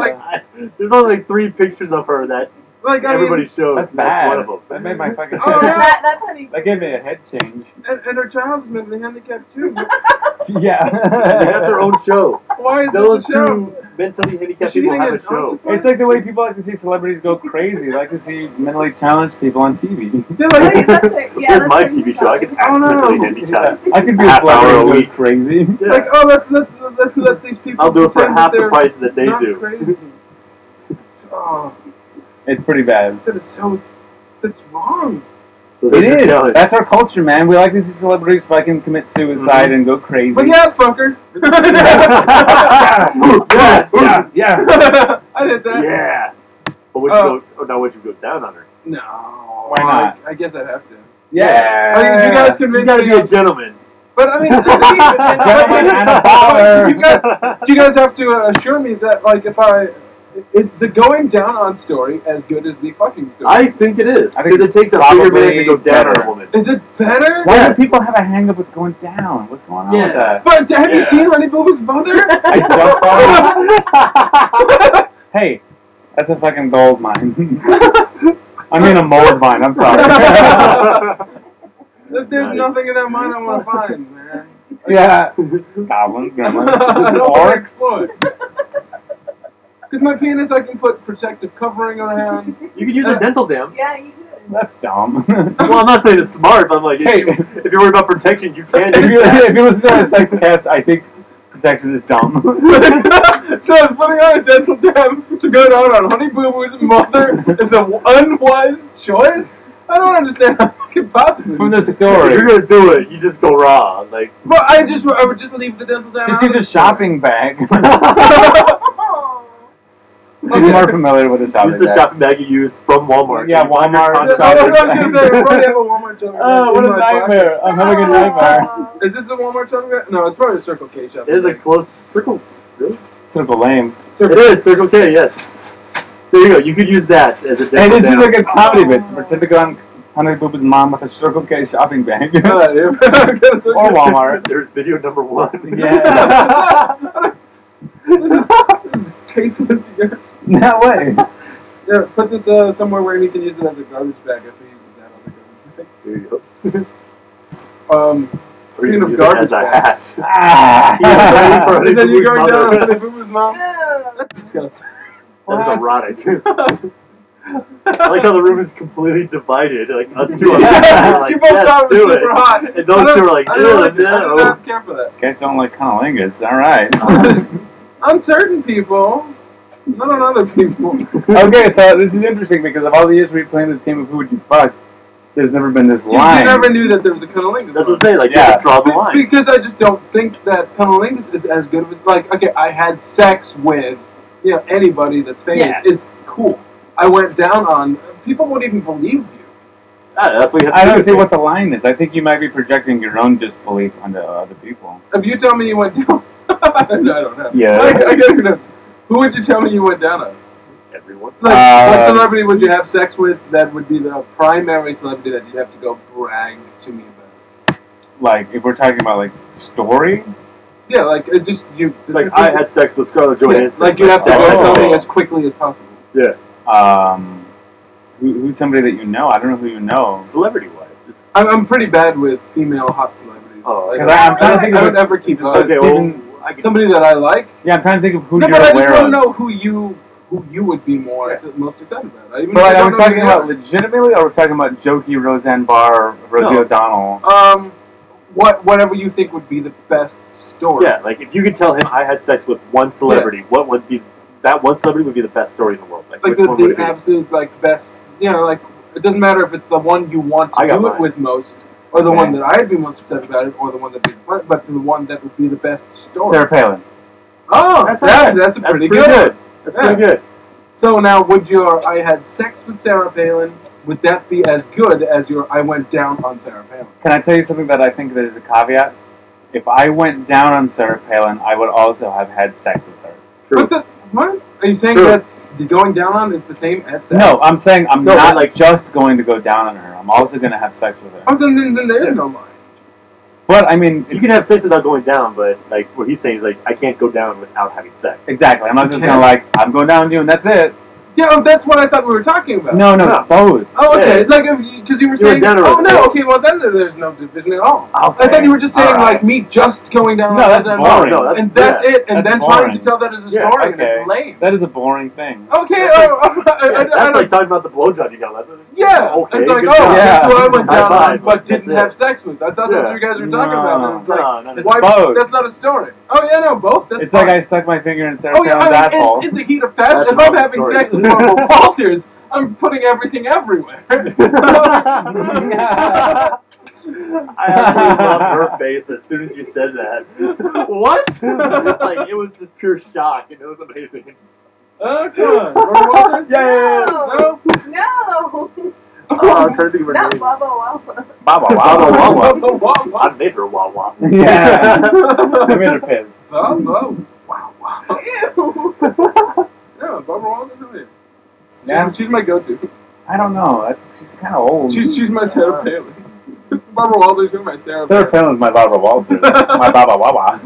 [SPEAKER 4] Like-
[SPEAKER 6] There's only like three pictures of her that
[SPEAKER 4] Like, I
[SPEAKER 6] everybody
[SPEAKER 4] mean,
[SPEAKER 6] shows.
[SPEAKER 5] That's
[SPEAKER 6] That's,
[SPEAKER 5] bad.
[SPEAKER 6] one of them.
[SPEAKER 5] That made my fucking.
[SPEAKER 4] Oh, yeah.
[SPEAKER 7] that, that's how you
[SPEAKER 5] That gave me a head change.
[SPEAKER 4] and, and her child's mentally handicapped too.
[SPEAKER 5] Yeah.
[SPEAKER 6] they got their own show.
[SPEAKER 4] Why is
[SPEAKER 6] Those
[SPEAKER 4] this a show?
[SPEAKER 6] two mentally handicapped
[SPEAKER 4] She
[SPEAKER 6] people
[SPEAKER 4] didn't
[SPEAKER 6] have a
[SPEAKER 4] get
[SPEAKER 6] show.
[SPEAKER 4] octopus?
[SPEAKER 5] It's like the way people like to see celebrities go crazy. They like to see mentally challenged people on TV.
[SPEAKER 4] They're
[SPEAKER 7] I
[SPEAKER 4] like,
[SPEAKER 7] think that's it. Yeah,
[SPEAKER 6] Here's
[SPEAKER 7] that's
[SPEAKER 6] my
[SPEAKER 7] what you
[SPEAKER 6] TV show. I
[SPEAKER 7] thought.
[SPEAKER 6] can act
[SPEAKER 4] Oh, no.
[SPEAKER 6] mentally handicapped.
[SPEAKER 5] I could be a
[SPEAKER 6] Half hour
[SPEAKER 5] celebrity
[SPEAKER 6] a
[SPEAKER 5] who goes
[SPEAKER 6] week.
[SPEAKER 5] crazy.
[SPEAKER 6] Yeah.
[SPEAKER 4] like, oh, let's let let's let these people.
[SPEAKER 6] I'll do it for
[SPEAKER 4] pretend that
[SPEAKER 6] half the
[SPEAKER 4] they're
[SPEAKER 6] price that they
[SPEAKER 4] not
[SPEAKER 6] do.
[SPEAKER 4] Crazy. Oh,
[SPEAKER 5] It's pretty bad.
[SPEAKER 4] that is so. That's wrong.
[SPEAKER 6] So
[SPEAKER 5] It
[SPEAKER 6] they can
[SPEAKER 5] is.
[SPEAKER 6] tell it.
[SPEAKER 5] That's our culture, man. We like to see celebrities fucking commit suicide
[SPEAKER 6] Mm-hmm.
[SPEAKER 5] and go crazy.
[SPEAKER 4] But yeah, fucker.
[SPEAKER 6] yes. Yeah.
[SPEAKER 5] yeah.
[SPEAKER 4] I did that.
[SPEAKER 6] Yeah. But would you
[SPEAKER 4] Oh.
[SPEAKER 6] go? Oh, now would you go down on her?
[SPEAKER 4] No.
[SPEAKER 5] Why not?
[SPEAKER 4] I, I guess I'd have to.
[SPEAKER 5] Yeah.
[SPEAKER 4] I mean, you guys
[SPEAKER 6] You
[SPEAKER 4] convinced
[SPEAKER 6] gotta
[SPEAKER 4] me.
[SPEAKER 6] be a gentleman.
[SPEAKER 4] But I mean, I think it's-
[SPEAKER 5] Gentleman and a
[SPEAKER 4] but
[SPEAKER 5] baller.
[SPEAKER 4] you guys, you guys have to uh, assure me that, like, if I is the going down on story as good as the fucking story?
[SPEAKER 6] I think it is.
[SPEAKER 5] I think
[SPEAKER 6] Because it takes a bigger man to go
[SPEAKER 5] probably
[SPEAKER 6] down on
[SPEAKER 5] better.
[SPEAKER 6] a woman.
[SPEAKER 4] is it better?
[SPEAKER 5] Why
[SPEAKER 6] Yes.
[SPEAKER 5] do people have a hang up with going down? What's going on with
[SPEAKER 6] Yeah.
[SPEAKER 5] that?
[SPEAKER 4] But have you
[SPEAKER 6] Yeah.
[SPEAKER 4] seen Honey Boo Boo's mother?
[SPEAKER 5] I just saw Hey, that's a fucking gold mine. I mean a mold mine, I'm sorry.
[SPEAKER 4] If There's
[SPEAKER 6] Nice.
[SPEAKER 4] nothing in that mine I want to find, man.
[SPEAKER 5] yeah. Goblins, gremlins,
[SPEAKER 4] I don't want to
[SPEAKER 5] orcs.
[SPEAKER 4] explore. Because my penis, I can put protective covering around.
[SPEAKER 6] You could use a dental dam.
[SPEAKER 7] Yeah, you did.
[SPEAKER 5] That's dumb.
[SPEAKER 6] Well, I'm not saying it's smart, but I'm like, if,
[SPEAKER 5] Hey.
[SPEAKER 6] you, if you're worried about protection, you can.
[SPEAKER 5] if,
[SPEAKER 6] use
[SPEAKER 5] you,
[SPEAKER 6] that.
[SPEAKER 5] if you listen to our sex cast, I think protection is dumb.
[SPEAKER 4] no, putting on a dental dam to go down on Honey Boo Boo's mother is an unwise choice. I don't understand how you could possibly.
[SPEAKER 5] From the
[SPEAKER 6] If
[SPEAKER 5] story.
[SPEAKER 6] you're gonna do it, you just go raw. Like,
[SPEAKER 4] But I just, I would just leave the dental dam.
[SPEAKER 5] Just
[SPEAKER 4] out
[SPEAKER 5] use
[SPEAKER 4] of
[SPEAKER 5] a
[SPEAKER 4] the story.
[SPEAKER 5] shopping bag.
[SPEAKER 7] Oh.
[SPEAKER 5] She's more familiar with a
[SPEAKER 6] use
[SPEAKER 5] shopping
[SPEAKER 6] the
[SPEAKER 5] bag.
[SPEAKER 6] shopping bag you used from Walmart.
[SPEAKER 5] Yeah, Walmart.
[SPEAKER 4] Yeah, I was gonna say, I probably have a Walmart shopping.
[SPEAKER 5] Oh,
[SPEAKER 4] bag
[SPEAKER 5] what
[SPEAKER 4] in
[SPEAKER 5] a
[SPEAKER 4] my pocket.
[SPEAKER 5] nightmare. I'm having a nightmare.
[SPEAKER 7] Aw.
[SPEAKER 4] Is this a Walmart shopping bag? No, it's probably a Circle K shopping.
[SPEAKER 6] There's a
[SPEAKER 4] bag.
[SPEAKER 6] close circle. Really?
[SPEAKER 5] Sort of a lame.
[SPEAKER 6] It is Circle K. Yes. There you go. You could use that as a.
[SPEAKER 5] Hey,
[SPEAKER 6] dental
[SPEAKER 5] this
[SPEAKER 6] dam.
[SPEAKER 5] is like a comedy bit. Pretend to go on Honey Booba's mom with a Circle K shopping bag.
[SPEAKER 4] Yeah, yeah.
[SPEAKER 5] or Walmart.
[SPEAKER 6] There's video number one.
[SPEAKER 5] Yeah.
[SPEAKER 4] this, is, this is tasteless. You guys.
[SPEAKER 5] No way.
[SPEAKER 4] Yeah, put this uh, somewhere where he can use it as a garbage bag if he uses that on the garbage bag.
[SPEAKER 6] There you go.
[SPEAKER 4] Um,
[SPEAKER 6] Or you
[SPEAKER 4] Speaking
[SPEAKER 6] can
[SPEAKER 4] of
[SPEAKER 6] use it
[SPEAKER 4] garbage
[SPEAKER 6] as a
[SPEAKER 4] bags.
[SPEAKER 6] hat.
[SPEAKER 5] Ah.
[SPEAKER 6] Yeah, right.
[SPEAKER 4] and then you're going
[SPEAKER 6] Mother.
[SPEAKER 4] down to the Boo's mom.
[SPEAKER 7] Ew.
[SPEAKER 4] That's disgusting.
[SPEAKER 5] What?
[SPEAKER 6] That's erotic. I like how the room is completely divided. Like us two are
[SPEAKER 5] Yeah.
[SPEAKER 6] we're like,
[SPEAKER 4] you both
[SPEAKER 6] yes,
[SPEAKER 4] thought it was
[SPEAKER 6] do
[SPEAKER 4] super
[SPEAKER 6] it.
[SPEAKER 4] hot.
[SPEAKER 6] And those
[SPEAKER 4] I
[SPEAKER 6] two
[SPEAKER 4] don't-
[SPEAKER 6] are like,
[SPEAKER 4] I don't,
[SPEAKER 6] ew,
[SPEAKER 4] I do
[SPEAKER 6] no.
[SPEAKER 4] not care for that.
[SPEAKER 5] Guys don't like conolingus. All right.
[SPEAKER 4] On certain people, not on other people.
[SPEAKER 5] okay, so this is interesting because of all the years we've played this game of Who Would You Fuck, there's never been this
[SPEAKER 4] You, you
[SPEAKER 5] line.
[SPEAKER 4] never knew that there was a cunnilingus.
[SPEAKER 6] That's what I'm saying. Like,
[SPEAKER 5] Yeah.
[SPEAKER 6] you have to draw the
[SPEAKER 4] Be-
[SPEAKER 6] line.
[SPEAKER 4] Because I just don't think that cunnilingus is as good of a- like okay, I had sex with you know anybody that's famous
[SPEAKER 5] Yeah.
[SPEAKER 4] is cool. I went down on people wouldn't even believe you.
[SPEAKER 6] Ah, that's what you have to
[SPEAKER 5] I
[SPEAKER 6] do.
[SPEAKER 5] don't see what the line is. I think you might be projecting your own disbelief onto other people.
[SPEAKER 4] If you tell me you went down, I don't know.
[SPEAKER 5] Yeah.
[SPEAKER 4] I, I don't know. Who would you tell me you went down on?
[SPEAKER 6] Everyone.
[SPEAKER 4] Like, what
[SPEAKER 5] Uh,
[SPEAKER 4] celebrity would you have sex with that would be the primary celebrity that you'd have to go brag to me about?
[SPEAKER 5] Like, if we're talking about, like, story?
[SPEAKER 4] Yeah, like it just you. This
[SPEAKER 6] Like,
[SPEAKER 4] is-
[SPEAKER 6] I had sex with Scarlett
[SPEAKER 4] Yeah,
[SPEAKER 6] Johansson.
[SPEAKER 4] like you have to
[SPEAKER 5] Oh.
[SPEAKER 4] go
[SPEAKER 6] I-
[SPEAKER 4] tell me as quickly as possible.
[SPEAKER 5] Um, who, who's somebody that you know? I don't know who you know.
[SPEAKER 6] Celebrity wise.
[SPEAKER 4] I'm, I'm pretty bad with female hot celebrities.
[SPEAKER 6] Oh,
[SPEAKER 4] Like,
[SPEAKER 5] Because I, I'm trying to think
[SPEAKER 4] I
[SPEAKER 5] of
[SPEAKER 4] would never keep up.
[SPEAKER 6] Okay, well,
[SPEAKER 5] Steven-
[SPEAKER 6] I can.
[SPEAKER 4] somebody that I like.
[SPEAKER 5] yeah, I'm trying to think of who
[SPEAKER 4] no,
[SPEAKER 5] you're
[SPEAKER 4] but I just
[SPEAKER 5] aware
[SPEAKER 4] want
[SPEAKER 5] of.
[SPEAKER 4] to know who you who you would be more most excited about. I even
[SPEAKER 5] But like,
[SPEAKER 4] I
[SPEAKER 5] are we
[SPEAKER 4] don't know
[SPEAKER 5] talking
[SPEAKER 4] who
[SPEAKER 5] about
[SPEAKER 4] you
[SPEAKER 5] legitimately, or are we talking about jokey Roseanne Barr, Rosie
[SPEAKER 6] No.
[SPEAKER 5] O'Donnell?
[SPEAKER 4] are. um what whatever you think would be the best story.
[SPEAKER 6] Yeah, like if you could tell him I had sex with one celebrity, what would be that one celebrity would be the best story in the world? Like,
[SPEAKER 4] like
[SPEAKER 6] which
[SPEAKER 4] the,
[SPEAKER 6] one would
[SPEAKER 4] the
[SPEAKER 6] it be?
[SPEAKER 4] absolute like best. You know, like it doesn't matter if it's the one you want to
[SPEAKER 6] I got
[SPEAKER 4] do it
[SPEAKER 6] mine.
[SPEAKER 4] with most, or the
[SPEAKER 5] Okay.
[SPEAKER 4] one that I'd be most excited about, it, or the one that would be but the one that would be the best story.
[SPEAKER 5] Sarah Palin.
[SPEAKER 4] Oh, that's
[SPEAKER 6] That's
[SPEAKER 4] that's,
[SPEAKER 6] not-
[SPEAKER 4] a
[SPEAKER 6] That's
[SPEAKER 4] pretty,
[SPEAKER 6] pretty,
[SPEAKER 4] good.
[SPEAKER 6] good. That's pretty
[SPEAKER 4] Yeah.
[SPEAKER 6] good.
[SPEAKER 4] So now, would your I had sex with Sarah Palin? Would that be as good as your I went down on Sarah Palin?
[SPEAKER 5] Can I tell you something that I think there's a caveat? If I went down on Sarah Palin, I would also have had sex with her.
[SPEAKER 6] True.
[SPEAKER 4] What the what? Are you saying
[SPEAKER 6] True.
[SPEAKER 4] that's that going down on is the same as sex?
[SPEAKER 5] No, I'm saying I'm
[SPEAKER 6] No,
[SPEAKER 5] not
[SPEAKER 6] but, like-
[SPEAKER 5] just going to go down on her. I'm also going to have sex with her.
[SPEAKER 4] Oh, then, then, then there is no line.
[SPEAKER 5] But I mean,
[SPEAKER 6] You can have sex without going down, but like what he's saying is like I can't go down without having sex.
[SPEAKER 5] exactly. I'm not just gonna like I'm going down to you and that's it.
[SPEAKER 4] Yeah, oh, that's what I thought we were talking about.
[SPEAKER 5] No, no,
[SPEAKER 6] No.
[SPEAKER 5] both.
[SPEAKER 4] Oh, okay.
[SPEAKER 6] Yeah.
[SPEAKER 4] Like, because you were
[SPEAKER 6] You were
[SPEAKER 4] saying,
[SPEAKER 6] down to
[SPEAKER 4] oh
[SPEAKER 6] it.
[SPEAKER 4] no, okay, well then there's no division at all.
[SPEAKER 5] Okay.
[SPEAKER 4] I thought you were just saying
[SPEAKER 5] All right.
[SPEAKER 4] like me just going down.
[SPEAKER 5] No, that's
[SPEAKER 4] and
[SPEAKER 5] boring.
[SPEAKER 6] No, that's-
[SPEAKER 4] and that's
[SPEAKER 6] yeah,
[SPEAKER 4] it, and
[SPEAKER 5] that's
[SPEAKER 4] then
[SPEAKER 5] boring.
[SPEAKER 4] trying to tell that as a
[SPEAKER 6] Yeah,
[SPEAKER 4] story, and
[SPEAKER 5] okay.
[SPEAKER 4] it's lame.
[SPEAKER 5] That is a boring thing.
[SPEAKER 4] Okay,
[SPEAKER 6] That's
[SPEAKER 4] oh, I, I,
[SPEAKER 6] Yeah,
[SPEAKER 4] I,
[SPEAKER 6] that's
[SPEAKER 4] I don't-
[SPEAKER 6] like talking about the blowjob you got last night.
[SPEAKER 4] yeah,
[SPEAKER 6] Okay,
[SPEAKER 4] it's like,
[SPEAKER 6] good
[SPEAKER 4] oh,
[SPEAKER 6] job.
[SPEAKER 4] that's who I went
[SPEAKER 6] High
[SPEAKER 4] down
[SPEAKER 6] five.
[SPEAKER 4] on, but
[SPEAKER 6] That's
[SPEAKER 4] didn't
[SPEAKER 6] it.
[SPEAKER 4] have sex with. I thought that's what you guys were talking
[SPEAKER 5] No.
[SPEAKER 4] about. And it's like,
[SPEAKER 6] No, no, no.
[SPEAKER 5] It's
[SPEAKER 4] why?
[SPEAKER 5] both.
[SPEAKER 4] That's not a story. Oh yeah, no, both. That's
[SPEAKER 5] it's like
[SPEAKER 4] fine.
[SPEAKER 5] I stuck my finger in Sarah
[SPEAKER 4] Oh yeah,
[SPEAKER 5] Palin's
[SPEAKER 4] I
[SPEAKER 5] asshole.
[SPEAKER 4] mean, in, in the heat of passion,
[SPEAKER 6] That's
[SPEAKER 4] if I'm
[SPEAKER 6] not a
[SPEAKER 4] having
[SPEAKER 6] story.
[SPEAKER 4] sex with Barbara Walters, I'm putting everything everywhere.
[SPEAKER 5] Yeah.
[SPEAKER 6] I absolutely love her face as soon as you said that. what? like it was just pure shock, and it was amazing.
[SPEAKER 4] oh come on, Barbara Walters.
[SPEAKER 7] No.
[SPEAKER 4] No.
[SPEAKER 7] No.
[SPEAKER 6] Oh, I'm trying to think of her
[SPEAKER 7] Not
[SPEAKER 6] name.
[SPEAKER 7] Baba Wawa.
[SPEAKER 5] Baba
[SPEAKER 6] Baba Wawa.
[SPEAKER 4] Baba Wawa.
[SPEAKER 6] I made her wah wah.
[SPEAKER 5] Yeah. I made her piss.
[SPEAKER 4] Baba. Wow, wow.
[SPEAKER 7] Ew.
[SPEAKER 4] Yeah, Barbara Walters is it. She's,
[SPEAKER 5] Yeah.
[SPEAKER 4] she's my go-to.
[SPEAKER 5] I don't know. That's, she's kind of old. Uh,
[SPEAKER 4] She's she's my
[SPEAKER 6] Uh,
[SPEAKER 4] Sarah Palin. Barbara Walters is my Sarah.
[SPEAKER 5] Sarah Palin's my Baba Walters. my Baba Wawa.
[SPEAKER 6] I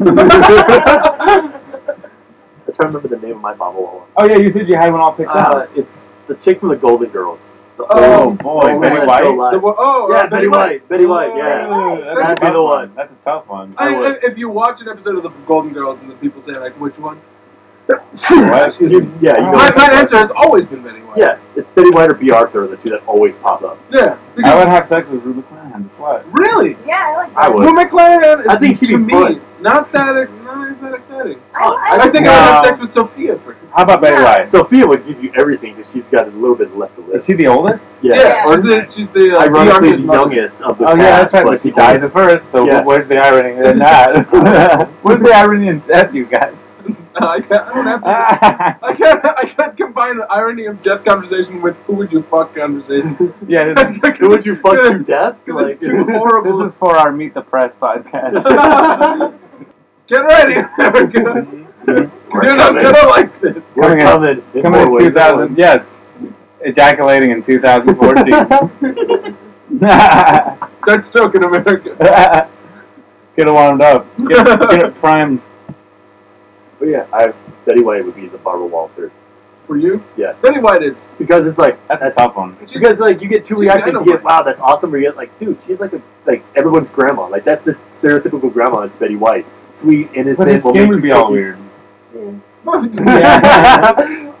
[SPEAKER 6] trying to remember the name of my Baba Wawa.
[SPEAKER 5] oh yeah, you said you had one all picked
[SPEAKER 6] Uh,
[SPEAKER 5] out.
[SPEAKER 6] it's the chick from the Golden Girls. The
[SPEAKER 4] Oh,
[SPEAKER 6] old-
[SPEAKER 5] boy,
[SPEAKER 6] old
[SPEAKER 5] Betty
[SPEAKER 6] woman
[SPEAKER 5] White?
[SPEAKER 6] still
[SPEAKER 4] Palin.
[SPEAKER 6] alive.
[SPEAKER 4] The, one- oh, uh, Oh,
[SPEAKER 6] yeah, Betty White. Betty White. Yeah.
[SPEAKER 5] Ooh, that's a
[SPEAKER 6] That'd be
[SPEAKER 5] tough
[SPEAKER 6] the
[SPEAKER 5] one.
[SPEAKER 6] one.
[SPEAKER 5] That's a tough one.
[SPEAKER 4] I mean,
[SPEAKER 6] I would.
[SPEAKER 4] if you watch an episode of the Golden Girls and the people say like, which one?
[SPEAKER 5] What?
[SPEAKER 6] You- yeah. You
[SPEAKER 5] Oh.
[SPEAKER 6] go
[SPEAKER 4] My,
[SPEAKER 6] with
[SPEAKER 4] my
[SPEAKER 6] that.
[SPEAKER 4] answer has always been Betty White.
[SPEAKER 6] Yeah, it's Betty White or B. Arthur, the two that always pop up.
[SPEAKER 4] Yeah.
[SPEAKER 5] I
[SPEAKER 4] Because,
[SPEAKER 5] would have sex with Rue McClanahan, the slut.
[SPEAKER 4] really?
[SPEAKER 7] Yeah, I like that.
[SPEAKER 6] I would.
[SPEAKER 4] Well, McLaren is
[SPEAKER 6] I think she'd
[SPEAKER 4] to
[SPEAKER 6] be
[SPEAKER 4] me
[SPEAKER 6] fun.
[SPEAKER 4] not that ex- not that exciting.
[SPEAKER 7] I,
[SPEAKER 4] I,
[SPEAKER 7] like
[SPEAKER 4] think
[SPEAKER 5] No.
[SPEAKER 4] I would have sex with Sophia first.
[SPEAKER 5] How about Betty
[SPEAKER 7] Yeah.
[SPEAKER 5] White?
[SPEAKER 6] Sophia would give you everything because she's got a little bit left to live.
[SPEAKER 5] Is she the oldest?
[SPEAKER 6] yeah.
[SPEAKER 4] or is it- she's the uh,
[SPEAKER 6] Ironically,
[SPEAKER 4] DR's
[SPEAKER 6] the
[SPEAKER 4] mother.
[SPEAKER 6] youngest of the
[SPEAKER 5] Oh yeah, that's
[SPEAKER 6] cast,
[SPEAKER 5] right.
[SPEAKER 6] but
[SPEAKER 5] But she
[SPEAKER 6] the
[SPEAKER 5] died
[SPEAKER 6] oldest.
[SPEAKER 5] the first, so
[SPEAKER 6] Yeah.
[SPEAKER 5] where's the irony in that? where's the irony in death, you guys?
[SPEAKER 4] I, can't, I don't have to.
[SPEAKER 5] yeah,
[SPEAKER 4] I can't. I can't combine the irony of death conversation with who would you fuck conversation.
[SPEAKER 5] this is,
[SPEAKER 6] Who would you fuck to death?
[SPEAKER 4] Because
[SPEAKER 6] Like,
[SPEAKER 4] it's too horrible.
[SPEAKER 5] this is for our Meet the Press podcast.
[SPEAKER 4] Get ready, America.
[SPEAKER 6] We're
[SPEAKER 4] Because you're not
[SPEAKER 6] coming.
[SPEAKER 4] gonna like this.
[SPEAKER 6] We're
[SPEAKER 5] Coming in-
[SPEAKER 6] coming. in
[SPEAKER 5] Coming
[SPEAKER 6] more
[SPEAKER 5] in
[SPEAKER 6] ways than
[SPEAKER 5] 2000,
[SPEAKER 6] one.
[SPEAKER 5] yes, ejaculating in 2014.
[SPEAKER 4] Start stroking America.
[SPEAKER 5] get it warmed up. Get, get it primed.
[SPEAKER 6] But yeah, I, Betty White would be the Barbara Walters.
[SPEAKER 4] For you,
[SPEAKER 6] Yes,
[SPEAKER 4] Betty White is.
[SPEAKER 6] because it's like
[SPEAKER 5] That's a tough one.
[SPEAKER 4] she's-
[SPEAKER 6] because like you get two
[SPEAKER 4] She's
[SPEAKER 6] reactions. You
[SPEAKER 4] dynamite.
[SPEAKER 6] get wow, that's awesome, or you get like, dude, she's like a like everyone's grandma. Like that's the stereotypical grandma is Betty White, sweet,
[SPEAKER 5] But
[SPEAKER 6] innocent.
[SPEAKER 5] this
[SPEAKER 6] will
[SPEAKER 5] game
[SPEAKER 6] make
[SPEAKER 5] would
[SPEAKER 6] you
[SPEAKER 5] be all
[SPEAKER 6] cookies.
[SPEAKER 5] weird.
[SPEAKER 4] I mean,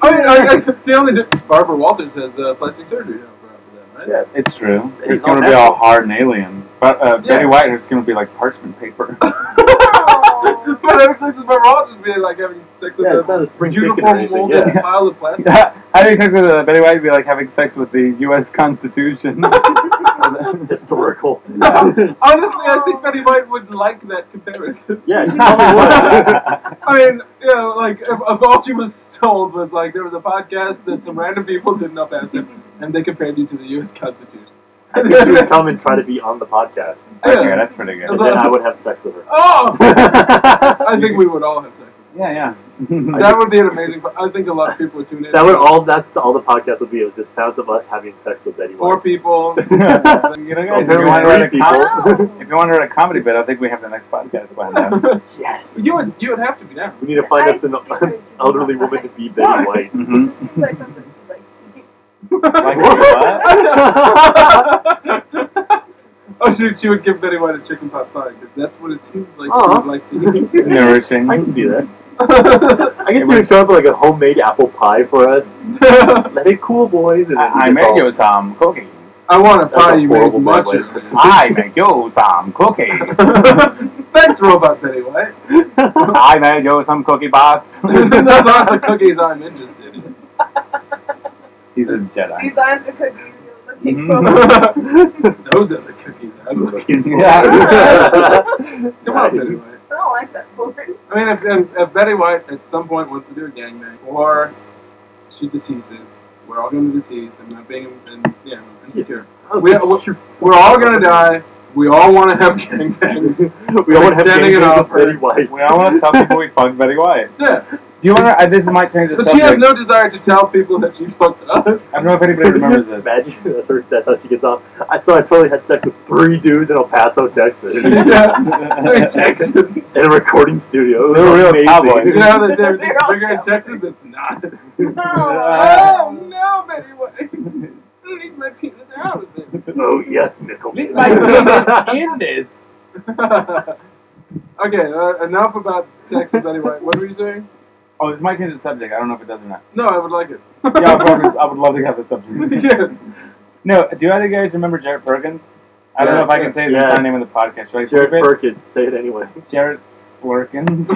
[SPEAKER 4] I, I, the only di- Barbara Walters has uh, plastic surgery now for after that, right?
[SPEAKER 6] Yeah,
[SPEAKER 5] It's true.
[SPEAKER 6] It's
[SPEAKER 5] It's going to
[SPEAKER 6] not
[SPEAKER 5] be
[SPEAKER 6] that
[SPEAKER 5] all hard and alien. But uh,
[SPEAKER 4] Yeah.
[SPEAKER 5] Betty White is going to be like parchment paper.
[SPEAKER 7] Oh.
[SPEAKER 4] but having sex with Barbara Walters being like having sex with
[SPEAKER 6] yeah, it's
[SPEAKER 4] a
[SPEAKER 6] not a spring chicken or
[SPEAKER 4] uniform
[SPEAKER 6] anything.
[SPEAKER 4] molded
[SPEAKER 6] Yeah.
[SPEAKER 4] pile of plastic.
[SPEAKER 5] having sex with uh, Betty White would be like having sex with the U.S. Constitution.
[SPEAKER 6] historical.
[SPEAKER 4] Honestly, I think Betty White would like that comparison.
[SPEAKER 6] yeah, she probably would.
[SPEAKER 4] I mean, you know, like if, if all she was told was like there was a podcast that some random people did not pass it, and they compared you to the U.S. Constitution.
[SPEAKER 6] I think she would come and try to be on the podcast,
[SPEAKER 5] That's good. That's pretty
[SPEAKER 6] and
[SPEAKER 5] good.
[SPEAKER 6] then I would have sex with her.
[SPEAKER 4] Oh,
[SPEAKER 6] that
[SPEAKER 4] I think we would all have sex.
[SPEAKER 5] Yeah, yeah.
[SPEAKER 4] That would be an amazing. po- I think a lot of people would tune in.
[SPEAKER 6] would all. That's all the podcast would be. It was just sounds of us having sex with Betty
[SPEAKER 4] four
[SPEAKER 6] White.
[SPEAKER 4] people.
[SPEAKER 5] you know, guys, if you want to write a comedy,
[SPEAKER 7] No.
[SPEAKER 5] if you want to write a comedy bit, I think we have the next podcast planned out.
[SPEAKER 6] Yes.
[SPEAKER 4] You would you would have to be there.
[SPEAKER 6] We need to find
[SPEAKER 7] I
[SPEAKER 6] us an
[SPEAKER 7] think I would
[SPEAKER 6] elderly
[SPEAKER 7] do
[SPEAKER 6] woman
[SPEAKER 7] that.
[SPEAKER 6] to be Betty White.
[SPEAKER 5] hmm
[SPEAKER 7] Seems like
[SPEAKER 8] Mm-hmm.
[SPEAKER 7] something she likes to do.
[SPEAKER 5] Like what?
[SPEAKER 4] oh, she, she would give Betty White a chicken pot pie because that's what it seems like
[SPEAKER 6] Aw.
[SPEAKER 4] she'd like to eat.
[SPEAKER 5] Nourishing.
[SPEAKER 6] I can see that.
[SPEAKER 4] I,
[SPEAKER 6] I can see her show up with, like a homemade apple pie for us. Let it cool, boys. And then we
[SPEAKER 5] I, I
[SPEAKER 6] just
[SPEAKER 5] made
[SPEAKER 6] all-
[SPEAKER 5] you some cookies.
[SPEAKER 4] want a
[SPEAKER 6] That's
[SPEAKER 4] pie
[SPEAKER 6] a
[SPEAKER 4] you made
[SPEAKER 6] horrible
[SPEAKER 4] much
[SPEAKER 6] Betty
[SPEAKER 4] of.
[SPEAKER 6] White
[SPEAKER 5] I make you some cookies.
[SPEAKER 4] Thanks, Robot Betty White.
[SPEAKER 5] I made you some cookie bots.
[SPEAKER 4] Those aren't the cookies I'm interested in.
[SPEAKER 5] He's a Jedi.
[SPEAKER 7] These aren't the cookies you're looking
[SPEAKER 5] Mhm.
[SPEAKER 7] for.
[SPEAKER 4] Those are the cookies I'm looking for.
[SPEAKER 5] Yeah.
[SPEAKER 4] Come on, Betty White.
[SPEAKER 7] I don't like that word.
[SPEAKER 4] I mean, if, if, if Betty White at some point wants to do a gangbang, or she deceases, we're all going to decease. I'm not being, and, yeah, I'm insecure. We, we- we're all going to die. We all want to have gangbangs.
[SPEAKER 6] we all
[SPEAKER 4] We're
[SPEAKER 6] want to have
[SPEAKER 4] standing it
[SPEAKER 6] gangbang
[SPEAKER 4] off
[SPEAKER 6] with Betty
[SPEAKER 4] for-
[SPEAKER 6] White.
[SPEAKER 5] We all want to tell people we fucked Betty White.
[SPEAKER 4] Yeah.
[SPEAKER 5] you remember? I, this might change the
[SPEAKER 4] But she
[SPEAKER 5] subject.
[SPEAKER 4] has no desire to tell people that she fucked up.
[SPEAKER 5] I don't know if anybody remembers this.
[SPEAKER 6] Imagine that's, her, that's how she gets off. I saw I totally had sex with three dudes in El Paso, Texas, in
[SPEAKER 4] yeah. Texans.
[SPEAKER 6] a recording studio. It was
[SPEAKER 5] They're real
[SPEAKER 6] amazing.
[SPEAKER 5] cowboys.
[SPEAKER 4] You know how they say
[SPEAKER 7] They're
[SPEAKER 4] everything's
[SPEAKER 7] all
[SPEAKER 4] bigger in
[SPEAKER 7] Texans.
[SPEAKER 4] Texas? It's not.
[SPEAKER 7] Oh, no, Betty White. Leave my penis out of it.
[SPEAKER 6] Oh yes, Nickel.
[SPEAKER 5] in this.
[SPEAKER 4] okay, uh, enough about sex with Betty White. What were you saying?
[SPEAKER 5] Oh, this might change the subject. I don't know if it does or not.
[SPEAKER 4] No, I would like it.
[SPEAKER 5] Yeah, I probably, I would love to have this subject.
[SPEAKER 4] yes.
[SPEAKER 5] No, do either of you guys remember Jared Perkins? I don't know if I can say his
[SPEAKER 6] Yes.
[SPEAKER 5] entire name in the podcast. Should I
[SPEAKER 6] Jared
[SPEAKER 5] keep it?
[SPEAKER 6] Perkins, say it anyway.
[SPEAKER 5] Jared Splurkins.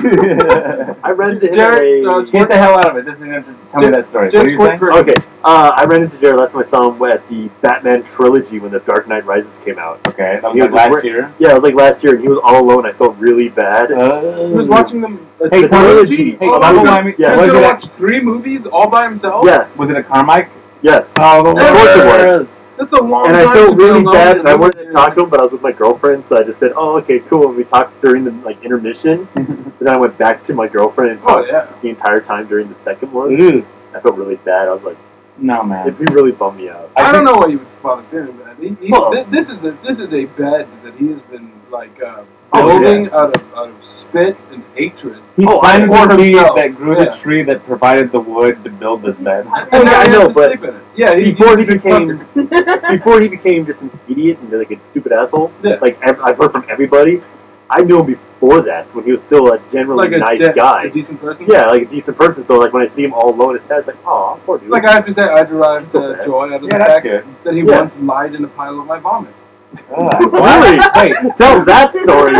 [SPEAKER 6] I ran into him
[SPEAKER 4] Jared,
[SPEAKER 6] at a-
[SPEAKER 4] uh,
[SPEAKER 5] Get the hell out of it. This is an inter- tell me that story.
[SPEAKER 4] Jared
[SPEAKER 5] what are you saying?
[SPEAKER 4] Squirt Perkins.
[SPEAKER 6] Okay, uh, I ran into Jared last time I saw him at the Batman trilogy when the Dark Knight Rises came out.
[SPEAKER 5] Okay, that was,
[SPEAKER 6] He
[SPEAKER 5] like
[SPEAKER 6] was
[SPEAKER 5] last
[SPEAKER 6] great.
[SPEAKER 5] year.
[SPEAKER 6] Yeah, it was like last year, and he was all alone. I felt really bad.
[SPEAKER 4] He was watching them. uh,
[SPEAKER 5] Hey,
[SPEAKER 4] the
[SPEAKER 5] Tom,
[SPEAKER 4] trilogy.
[SPEAKER 5] hey,
[SPEAKER 4] all by
[SPEAKER 5] Tom,
[SPEAKER 4] himself.
[SPEAKER 5] remind me-
[SPEAKER 4] He
[SPEAKER 6] yeah,
[SPEAKER 4] was
[SPEAKER 5] what is
[SPEAKER 4] gonna
[SPEAKER 5] it-
[SPEAKER 4] watch three movies all by himself.
[SPEAKER 6] yes,
[SPEAKER 5] Was it a Carmike?
[SPEAKER 6] yes.
[SPEAKER 5] Oh, the
[SPEAKER 6] Of course it was.
[SPEAKER 4] that's a long
[SPEAKER 6] and
[SPEAKER 4] time.
[SPEAKER 6] I felt
[SPEAKER 4] to be
[SPEAKER 6] really
[SPEAKER 4] alone
[SPEAKER 6] bad,
[SPEAKER 4] in
[SPEAKER 6] and I
[SPEAKER 4] a
[SPEAKER 6] wanted to
[SPEAKER 4] movie.
[SPEAKER 6] talk to him, but I was with my girlfriend, so I just said, "Oh, okay, cool." And we talked during the like intermission, and then I went back to my girlfriend and
[SPEAKER 4] Oh,
[SPEAKER 6] talked
[SPEAKER 4] yeah.
[SPEAKER 6] the entire time during the second one.
[SPEAKER 5] Ooh.
[SPEAKER 6] I felt really bad. I was like,
[SPEAKER 5] No, man.
[SPEAKER 6] "It he really bummed me out."
[SPEAKER 4] I, don't know why you would bother doing that. He, he,
[SPEAKER 6] Well-
[SPEAKER 4] thi- this is a this is a bed that he has been like uh,
[SPEAKER 6] Oh,
[SPEAKER 4] building out of out of spit and hatred.
[SPEAKER 5] He
[SPEAKER 6] Oh,
[SPEAKER 5] planted
[SPEAKER 6] I
[SPEAKER 4] for
[SPEAKER 5] the seed
[SPEAKER 4] himself.
[SPEAKER 5] that grew
[SPEAKER 4] Yeah.
[SPEAKER 5] the tree that provided the wood to build this bed.
[SPEAKER 6] Oh,
[SPEAKER 4] And
[SPEAKER 6] yeah,
[SPEAKER 4] now
[SPEAKER 6] I
[SPEAKER 4] he has
[SPEAKER 6] know,
[SPEAKER 4] to
[SPEAKER 6] but
[SPEAKER 4] sleep in it. yeah, he,
[SPEAKER 6] before he
[SPEAKER 4] he's a
[SPEAKER 6] became-
[SPEAKER 4] fucker.
[SPEAKER 6] Before he became just an idiot and like a stupid asshole,
[SPEAKER 4] Yeah.
[SPEAKER 6] like ev- I've heard from everybody, I knew him before that when he was still a generally
[SPEAKER 4] like a
[SPEAKER 6] nice
[SPEAKER 4] de-
[SPEAKER 6] guy.
[SPEAKER 4] a decent person.
[SPEAKER 6] yeah, like a decent person. So like when I see him all alone, it's sad. It's like, oh, poor dude.
[SPEAKER 4] Like I have to say, I derived
[SPEAKER 6] Not
[SPEAKER 4] uh,
[SPEAKER 6] bad.
[SPEAKER 4] joy out of
[SPEAKER 5] Yeah,
[SPEAKER 4] the
[SPEAKER 5] that's
[SPEAKER 4] fact
[SPEAKER 5] good.
[SPEAKER 4] that he
[SPEAKER 6] Yeah.
[SPEAKER 4] once lied in a pile of my vomit.
[SPEAKER 6] really?
[SPEAKER 5] Wait.
[SPEAKER 6] Tell that story.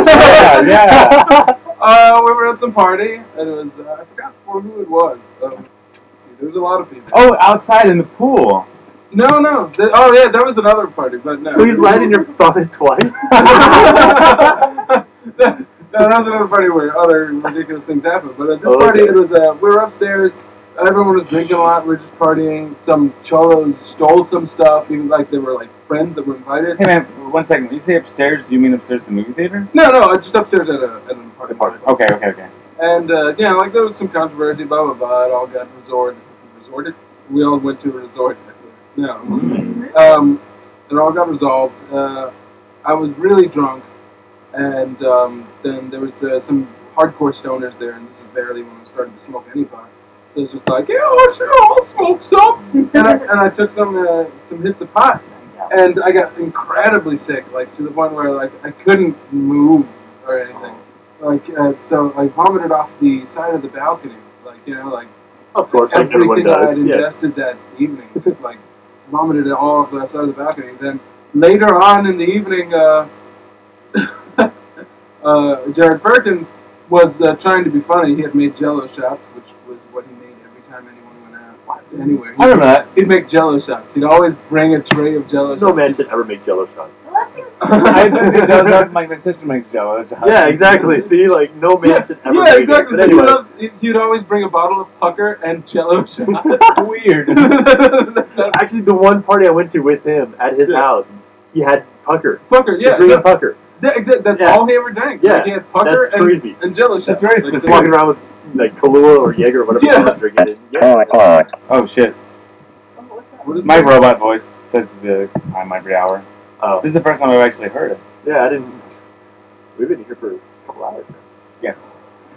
[SPEAKER 5] Yeah, yeah.
[SPEAKER 4] Uh, we were at some party, and it was uh, I forgot for who it was. Um, let's see, there was a lot of people.
[SPEAKER 5] Oh, outside in the pool.
[SPEAKER 4] no, no. th- oh yeah, that was another party, but no.
[SPEAKER 6] So he's lying in your vomit twice.
[SPEAKER 4] no, that was another party where other ridiculous things happen. But at this
[SPEAKER 6] Oh,
[SPEAKER 4] party,
[SPEAKER 6] okay.
[SPEAKER 4] it was uh, we were upstairs. Everyone was drinking a lot. We were just partying. Some cholos stole some stuff. Even like they were like friends that were invited.
[SPEAKER 5] Hey, man, one second. When you say upstairs, do you mean upstairs the movie theater?
[SPEAKER 4] No, no, uh, just upstairs at a at an apartment.
[SPEAKER 5] Okay, okay, okay.
[SPEAKER 4] And uh, yeah, like there was some controversy. Blah blah blah. It all got resorted. Resorted. We all went to a resort. Yeah, it was um, it all got resolved. Uh, I was really drunk, and um, then there was uh, some hardcore stoners there, and this is barely when I was starting to smoke any pot. So it's just like, yeah, oh, sure, I'll smoke some, and I, and I took some uh, some hits of pot, and I got incredibly sick, like to the point where like I couldn't move or anything, like uh, so I vomited off the side of the balcony, like you know, like
[SPEAKER 6] Of course, like everyone
[SPEAKER 4] everything I had
[SPEAKER 6] does. Yes.
[SPEAKER 4] ingested that evening. Just like vomited it all off the side of the balcony. Then later on in the evening, uh, uh, Jared Perkins was uh, trying to be funny. He had made Jello shots, which was what he made every time anyone went out anywhere.
[SPEAKER 5] I remember that.
[SPEAKER 4] He'd make Jello shots. He'd always bring a tray of Jello
[SPEAKER 6] No
[SPEAKER 4] shots.
[SPEAKER 6] man should ever make jello shots.
[SPEAKER 7] Well, that seems
[SPEAKER 5] I since it does not, like my sister makes jello. so-
[SPEAKER 6] Yeah, exactly. See, like no man
[SPEAKER 4] Yeah,
[SPEAKER 6] should ever
[SPEAKER 4] yeah,
[SPEAKER 6] make it.
[SPEAKER 4] exactly.
[SPEAKER 6] But anyway,
[SPEAKER 4] He loves, he- he'd always bring a bottle of pucker and Jello shots.
[SPEAKER 5] Weird.
[SPEAKER 4] That
[SPEAKER 6] actually, the one party I went to with him at his
[SPEAKER 4] Yeah.
[SPEAKER 6] house, he had pucker.
[SPEAKER 4] pucker,
[SPEAKER 6] He's
[SPEAKER 4] yeah.
[SPEAKER 6] drinking
[SPEAKER 4] that-
[SPEAKER 6] pucker.
[SPEAKER 4] That, exact, that's
[SPEAKER 6] Yeah.
[SPEAKER 4] all he ever drank.
[SPEAKER 6] Yeah,
[SPEAKER 4] Like, he had pucker
[SPEAKER 6] that's
[SPEAKER 4] and,
[SPEAKER 6] crazy.
[SPEAKER 4] and jello shots.
[SPEAKER 5] That's very
[SPEAKER 4] Like,
[SPEAKER 6] He's
[SPEAKER 5] specific.
[SPEAKER 6] walking around with like Kahlua or Jaeger or whatever
[SPEAKER 4] Yeah.
[SPEAKER 6] he was drinking. And, yeah.
[SPEAKER 5] Oh shit!
[SPEAKER 7] Oh, what's that?
[SPEAKER 4] what is
[SPEAKER 5] My
[SPEAKER 4] that?
[SPEAKER 5] robot voice says the time every hour.
[SPEAKER 6] Oh,
[SPEAKER 5] This is the first time I've actually heard it.
[SPEAKER 6] yeah. I didn't. We've been here for a couple hours. now.
[SPEAKER 5] Yes.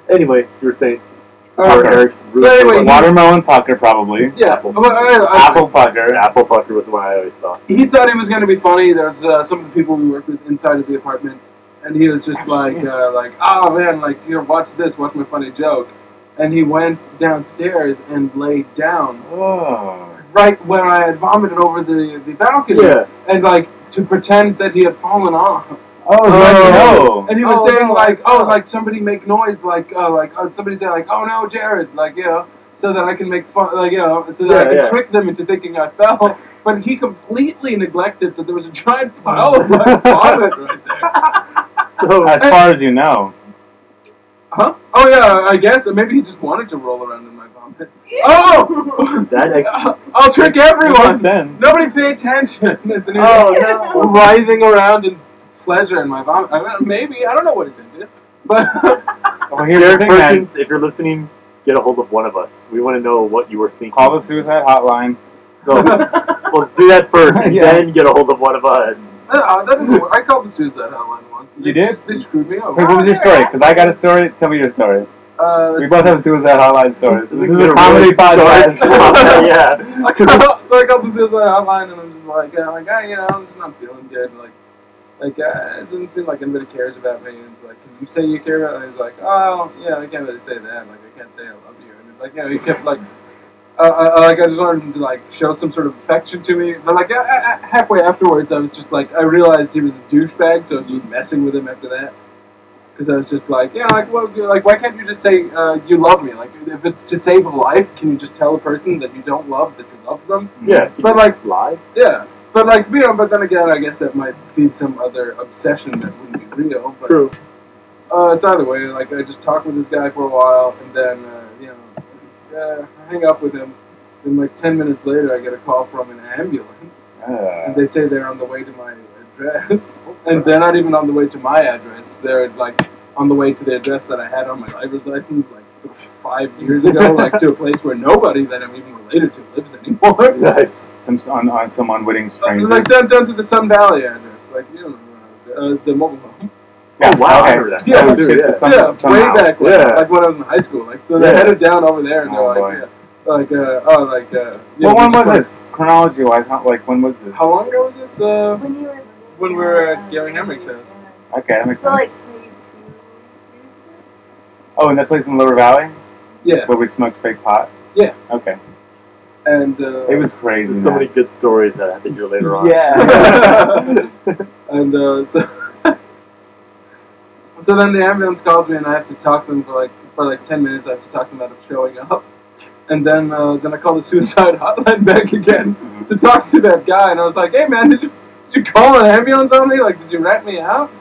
[SPEAKER 6] Anyway, you were saying
[SPEAKER 4] Uh,
[SPEAKER 6] Pucker, Eric's really
[SPEAKER 4] anyway,
[SPEAKER 6] good one.
[SPEAKER 5] Watermelon pucker, probably.
[SPEAKER 4] yeah.
[SPEAKER 6] Apple.
[SPEAKER 4] Well, I- I-
[SPEAKER 5] Apple pucker.
[SPEAKER 6] apple pucker was the one I always saw.
[SPEAKER 4] he thought he was going to be funny. There's uh, some of the people we worked with inside of the apartment, and he was just like, uh, like, oh man, like here, watch this, watch my funny joke. And he went downstairs and laid down
[SPEAKER 5] Oh.
[SPEAKER 4] right where I had vomited over the, the balcony,
[SPEAKER 6] Yeah.
[SPEAKER 4] and like to pretend that he had fallen off.
[SPEAKER 5] Oh,
[SPEAKER 6] Oh.
[SPEAKER 4] And he was
[SPEAKER 6] Oh,
[SPEAKER 4] saying
[SPEAKER 6] no.
[SPEAKER 4] like, oh, like somebody make noise, like, uh, like uh, somebody say like, oh no, Jared, like you know, so that I can make fun, like you know, so that I
[SPEAKER 6] Yeah,
[SPEAKER 4] can
[SPEAKER 6] yeah.
[SPEAKER 4] trick them into thinking I fell. But he completely neglected that there was a giant pile of like, vomit right there.
[SPEAKER 6] So
[SPEAKER 5] As far as you know.
[SPEAKER 4] Huh? Oh yeah, I guess. Or maybe he just wanted to roll around in my vomit. Oh,
[SPEAKER 6] that actually.
[SPEAKER 4] I'll trick
[SPEAKER 5] Makes
[SPEAKER 4] everyone.
[SPEAKER 5] sense.
[SPEAKER 4] Nobody pay attention. And then he was
[SPEAKER 6] Oh no.
[SPEAKER 4] writhing around in pleasure in my vomit. I mean, maybe I don't know what it's into, but.
[SPEAKER 5] Well, here's the
[SPEAKER 6] Jared
[SPEAKER 5] thing, man.
[SPEAKER 6] Perkins, if you're listening, get a hold of one of us. We want to know what you were thinking.
[SPEAKER 5] Call the suicide hotline.
[SPEAKER 6] So, well, do that first, and
[SPEAKER 5] Yeah.
[SPEAKER 6] then get a hold of one of us.
[SPEAKER 4] Uh, that doesn't work. I called the suicide hotline once. and
[SPEAKER 5] You
[SPEAKER 4] they-
[SPEAKER 5] did?
[SPEAKER 4] They screwed me
[SPEAKER 5] Hey,
[SPEAKER 4] over.
[SPEAKER 5] what was your story? Because I got a story. Tell me your story.
[SPEAKER 4] Uh,
[SPEAKER 5] We
[SPEAKER 4] let's
[SPEAKER 5] both have suicide hotline stories. This,
[SPEAKER 6] This
[SPEAKER 5] is
[SPEAKER 6] is
[SPEAKER 5] a
[SPEAKER 6] a
[SPEAKER 5] comedy
[SPEAKER 6] really
[SPEAKER 5] podcast.
[SPEAKER 4] dark-
[SPEAKER 6] yeah.
[SPEAKER 4] I call, so I called the suicide hotline and I'm just like, yeah, like, I, you know, I'm just not feeling good. Like, like uh, it doesn't seem like anybody cares about me. And it's like, can you say you care about me? And he's like, oh, yeah, I can't really say that. Like, I can't say I love you. And it's like, you know, he kept like, uh, uh, like I just wanted him to like show some sort of affection to me. But like uh, uh, halfway afterwards, I was just like, I realized he was a douchebag, so I was just messing with him after that. Because I was just like, yeah, like, well, you- like, why can't you just say uh, you love me? Like, if it's to save a life, can you just tell a person that you don't love that you love them?
[SPEAKER 6] Yeah.
[SPEAKER 4] But, like-
[SPEAKER 6] live.
[SPEAKER 4] Yeah, but like, you know, but then again, I guess that might feed some other obsession that wouldn't be real. But,
[SPEAKER 6] True.
[SPEAKER 4] Uh, it's either way. Like, I just talked with this guy for a while, and then uh, you know, uh, hang up with him. Then like ten minutes later, I get a call from an ambulance, and
[SPEAKER 5] Uh,
[SPEAKER 4] they say they're on the way to my address, and they're not even on the way to my address. They're like on the way to the address that I had on my driver's license like five years ago, like to a place where nobody that I'm even related to lives anymore.
[SPEAKER 6] Nice.
[SPEAKER 5] some on, on some unwitting strangers.
[SPEAKER 4] Like down, down to the Sun Valley address, like you know, uh, the mobile home.
[SPEAKER 5] Yeah,
[SPEAKER 6] Oh, wow. I
[SPEAKER 5] okay.
[SPEAKER 6] remember that.
[SPEAKER 4] Yeah,
[SPEAKER 5] Oh,
[SPEAKER 6] dude,
[SPEAKER 5] shit, so
[SPEAKER 6] yeah.
[SPEAKER 5] some-
[SPEAKER 4] yeah,
[SPEAKER 5] some-
[SPEAKER 4] way back when,
[SPEAKER 6] Yeah.
[SPEAKER 4] like when I was in high school. Like so, they
[SPEAKER 6] Yeah.
[SPEAKER 4] headed down over there, and
[SPEAKER 5] Oh,
[SPEAKER 4] they're
[SPEAKER 5] boy.
[SPEAKER 4] like, yeah, like uh, oh, like uh, yeah,
[SPEAKER 5] Well, when
[SPEAKER 4] which
[SPEAKER 5] was
[SPEAKER 4] place-
[SPEAKER 5] this? Chronology wise, how, like when was this?
[SPEAKER 4] How long ago was this? Uh,
[SPEAKER 8] When you were
[SPEAKER 4] When we were at Gary Hamrick's house.
[SPEAKER 5] Okay, that makes
[SPEAKER 8] So like
[SPEAKER 5] sense.
[SPEAKER 8] maybe two years ago.
[SPEAKER 5] Oh, and that place in Lower Valley
[SPEAKER 4] yeah,
[SPEAKER 5] where we smoked fake pot.
[SPEAKER 4] Yeah.
[SPEAKER 5] Okay,
[SPEAKER 4] and uh,
[SPEAKER 5] it was crazy.
[SPEAKER 6] There's so
[SPEAKER 5] man.
[SPEAKER 6] many good stories that I have to hear later on.
[SPEAKER 5] Yeah.
[SPEAKER 4] and uh, so so then the ambulance calls me, and I have to talk to them for like for like ten minutes. I have to talk to them out of showing up, and then uh, then I call the suicide hotline back again.
[SPEAKER 5] Mhm.
[SPEAKER 4] to talk to that guy, and I was like, "Hey, man, did you, did you call an ambulance on me? Like, did you rat me out?"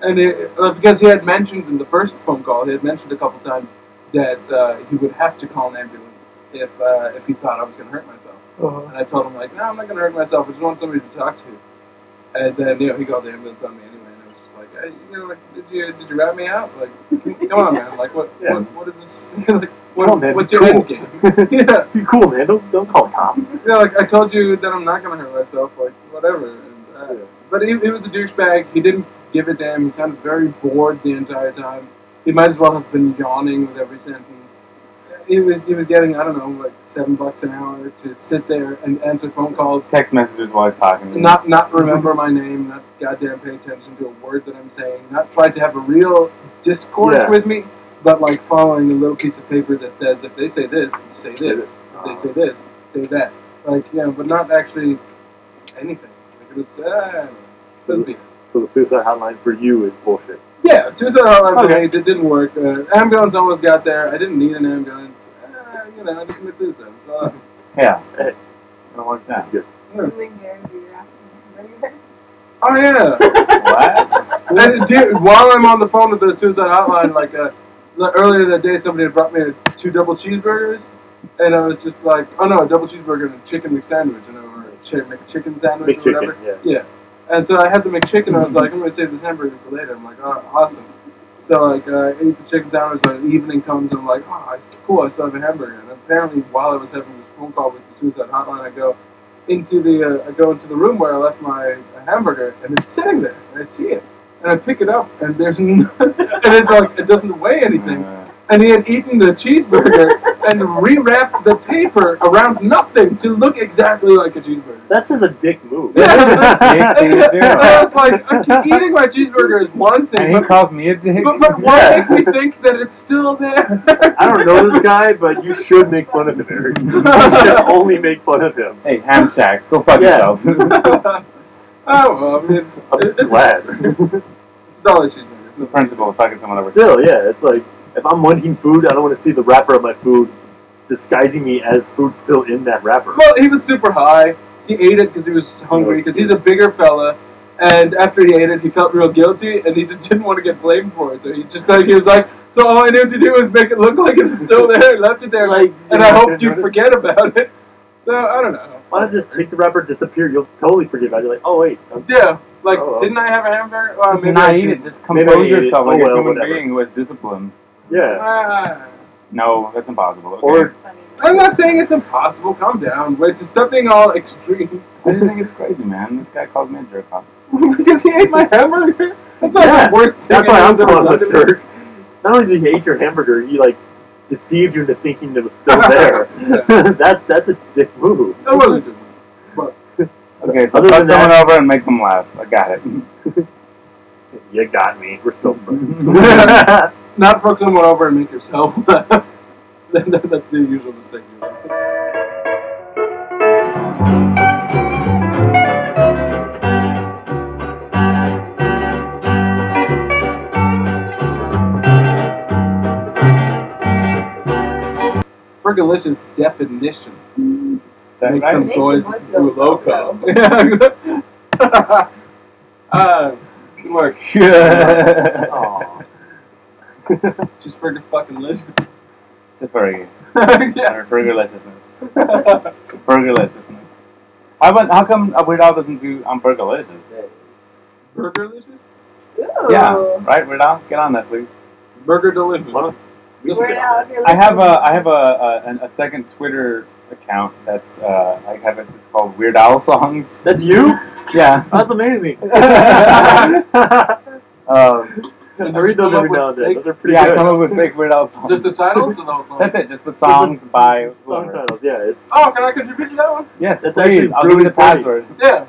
[SPEAKER 4] And it, uh, because he had mentioned in the first phone call, he had mentioned a couple times that uh, he would have to call an ambulance if uh, if he thought I was going to hurt myself.
[SPEAKER 6] Uh-huh.
[SPEAKER 4] And I told him like, "No, I'm not going to hurt myself. I just want somebody to talk to." And then you know he called the ambulance on me anyway, and I was just like, hey, "You know, like, did you did you rat me out? Like, come on, man. Like, what
[SPEAKER 6] Yeah.
[SPEAKER 4] what, what is this? like, what,
[SPEAKER 6] Come on, man,
[SPEAKER 4] what's
[SPEAKER 6] be
[SPEAKER 4] your
[SPEAKER 6] cool.
[SPEAKER 4] end game?" yeah.
[SPEAKER 6] Be cool, man. Don't don't call cops.
[SPEAKER 4] Yeah, like I told you that I'm not gonna hurt myself, like whatever. And, uh, But he, he was a douchebag. He didn't give a damn. He sounded very bored the entire time. He might as well have been yawning with every sentence. He was he was getting I don't know like seven bucks an hour to sit there and answer phone calls,
[SPEAKER 5] Text messages while I was talking.
[SPEAKER 4] not not remember my name, not goddamn pay attention to a word that I'm saying, not try to have a real discourse
[SPEAKER 6] Yeah.
[SPEAKER 4] with me, but like following a little piece of paper that says if they say this, you say this. They say this, say that. Like, yeah, but not actually anything. Like, it was, uh, it was weird.
[SPEAKER 6] So the suicide hotline for you is bullshit.
[SPEAKER 4] yeah, suicide hotline okay.
[SPEAKER 6] Okay.
[SPEAKER 4] it didn't work. Uh, ambulance almost got there. I didn't need an ambulance. Uh, you know, I just commit suicide. So,
[SPEAKER 5] Yeah.
[SPEAKER 6] Hey.
[SPEAKER 5] It'll work
[SPEAKER 6] That's
[SPEAKER 5] out.
[SPEAKER 6] Eh, good.
[SPEAKER 8] You and Gary were after
[SPEAKER 4] oh yeah.
[SPEAKER 5] What?
[SPEAKER 4] and dude, while I'm on the phone with the suicide hotline, like uh, like, earlier that day, somebody had brought me two double cheeseburgers, and I was just like, oh no, a double cheeseburger and a chicken McSandwich, and or a chi- McChicken sandwich
[SPEAKER 6] Big
[SPEAKER 4] or whatever.
[SPEAKER 6] chicken. Yeah.
[SPEAKER 4] And so I had the McChicken. I was like, I'm gonna save this hamburger for later. I'm like, oh, awesome. So like, uh, I ate the chicken sandwich. So the evening comes, and I'm like, oh, it's cool. I still have a hamburger. And apparently, while I was having this phone call with the suicide hotline, I go into the uh, I go into the room where I left my uh, hamburger, and it's sitting there. And I see it, and I pick it up, and there's n- and it's like it doesn't weigh anything.
[SPEAKER 5] Uh,
[SPEAKER 4] And he had eaten the cheeseburger and rewrapped the paper around nothing to look exactly like a cheeseburger.
[SPEAKER 6] That's just a dick move.
[SPEAKER 4] Yeah.
[SPEAKER 5] Dick, dude, dude.
[SPEAKER 4] And I was like, okay, eating my cheeseburger is one
[SPEAKER 5] and
[SPEAKER 4] thing,
[SPEAKER 5] he
[SPEAKER 4] but,
[SPEAKER 5] calls me a dick.
[SPEAKER 4] but, but why
[SPEAKER 6] Yeah.
[SPEAKER 4] make me think that it's still there?
[SPEAKER 6] I don't know this guy, but you should make fun of him, Eric. You should only make fun of him.
[SPEAKER 5] hey, ham shack, go fuck
[SPEAKER 6] Yeah.
[SPEAKER 5] yourself.
[SPEAKER 4] oh, well, I mean,
[SPEAKER 6] I'm
[SPEAKER 4] it, it's,
[SPEAKER 6] glad.
[SPEAKER 4] it's a dollar cheeseburger.
[SPEAKER 5] it's the principle of fucking someone over.
[SPEAKER 6] Still, yeah, it's like if I'm munching food, I don't want to see the wrapper of my food disguising me as food still in that wrapper.
[SPEAKER 4] Well, he was super high. He ate it because he was hungry, because he's a bigger fella. And after he ate it, he felt real guilty, and he just didn't want to get blamed for it. So he just like he was like, so all I knew to do was make it look like it's still there, and left it there, like,
[SPEAKER 6] Like,
[SPEAKER 4] and
[SPEAKER 6] you're
[SPEAKER 4] I
[SPEAKER 6] not
[SPEAKER 4] hoped
[SPEAKER 6] gonna
[SPEAKER 4] you'd
[SPEAKER 6] notice.
[SPEAKER 4] forget about it. So I don't know.
[SPEAKER 6] Why not just take the wrapper, disappear? You'll totally forget about it. You're like, oh wait, I'm
[SPEAKER 4] Yeah, like
[SPEAKER 6] Oh, well.
[SPEAKER 4] didn't I have a hamburger? Well,
[SPEAKER 5] Just
[SPEAKER 4] maybe
[SPEAKER 5] not
[SPEAKER 4] I
[SPEAKER 5] eat it.
[SPEAKER 4] didn't.
[SPEAKER 5] Just
[SPEAKER 6] Maybe I
[SPEAKER 5] compose
[SPEAKER 6] ate it.
[SPEAKER 5] yourself
[SPEAKER 6] Oh,
[SPEAKER 5] like a
[SPEAKER 6] well,
[SPEAKER 5] human
[SPEAKER 6] whatever.
[SPEAKER 5] being who has discipline.
[SPEAKER 6] yeah.
[SPEAKER 4] Ah.
[SPEAKER 5] No, that's impossible. Okay.
[SPEAKER 4] Or
[SPEAKER 8] Funny.
[SPEAKER 4] I'm not saying it's impossible. Calm down. We're discussing all extremes.
[SPEAKER 5] I just think it's crazy, man. This guy calls me a jerk off.
[SPEAKER 4] because he ate my hamburger. That's not
[SPEAKER 6] Yeah,
[SPEAKER 4] the worst thing
[SPEAKER 6] That's why I'm
[SPEAKER 4] anyone's ever
[SPEAKER 6] calling
[SPEAKER 4] done
[SPEAKER 6] it a
[SPEAKER 4] to me.
[SPEAKER 6] jerk. Not only did he hate your hamburger, he like deceived you into thinking it was still there. that's that's a dick move.
[SPEAKER 4] That wasn't good.
[SPEAKER 5] Okay, so
[SPEAKER 6] Other
[SPEAKER 5] fuck
[SPEAKER 6] than that-
[SPEAKER 5] someone over and make them laugh. I got it.
[SPEAKER 6] You got me. We're still friends.
[SPEAKER 4] Not fuck someone over and make yourself laugh. That- that- That's the usual mistake you make. Frickalicious definition.
[SPEAKER 5] Is that
[SPEAKER 4] Make
[SPEAKER 5] right?
[SPEAKER 4] them
[SPEAKER 8] Make
[SPEAKER 4] boys
[SPEAKER 8] them boys
[SPEAKER 4] go
[SPEAKER 8] go
[SPEAKER 4] loco. uh, look,
[SPEAKER 6] Aw.
[SPEAKER 4] just friggin' fucking licious.
[SPEAKER 5] It's a furry.
[SPEAKER 4] yeah.
[SPEAKER 5] Or burgerliciousness. Burgerliciousness. How about, how come uh, Weird Al doesn't do I'm burgerlicious?
[SPEAKER 4] Burger licious?
[SPEAKER 8] Ooh.
[SPEAKER 5] Yeah, right, Weird Al? Get on that, please.
[SPEAKER 4] Burger delicious.
[SPEAKER 6] What?
[SPEAKER 4] Just
[SPEAKER 8] We're now, if you're
[SPEAKER 5] I have
[SPEAKER 8] listening-
[SPEAKER 5] a I have a, a, an- a second Twitter account that's uh, I have it. It's called Weird Owl Songs.
[SPEAKER 6] That's you?
[SPEAKER 5] Yeah.
[SPEAKER 6] That's amazing.
[SPEAKER 5] yeah,
[SPEAKER 6] um,
[SPEAKER 4] And
[SPEAKER 6] I read those
[SPEAKER 4] come up
[SPEAKER 6] every
[SPEAKER 4] with
[SPEAKER 6] now and then.
[SPEAKER 4] fake-
[SPEAKER 6] Those are pretty
[SPEAKER 5] I
[SPEAKER 6] good.
[SPEAKER 5] come up with fake Weird Owl songs.
[SPEAKER 4] Just the titles or the whole song?
[SPEAKER 5] that's it. Just the songs by
[SPEAKER 6] Song
[SPEAKER 5] whoever.
[SPEAKER 6] titles, yeah. It's,
[SPEAKER 4] Oh, can I contribute to that one?
[SPEAKER 5] Yes,
[SPEAKER 6] That's
[SPEAKER 5] please.
[SPEAKER 6] actually
[SPEAKER 5] I'll give you
[SPEAKER 6] really
[SPEAKER 5] the password.
[SPEAKER 4] Yeah.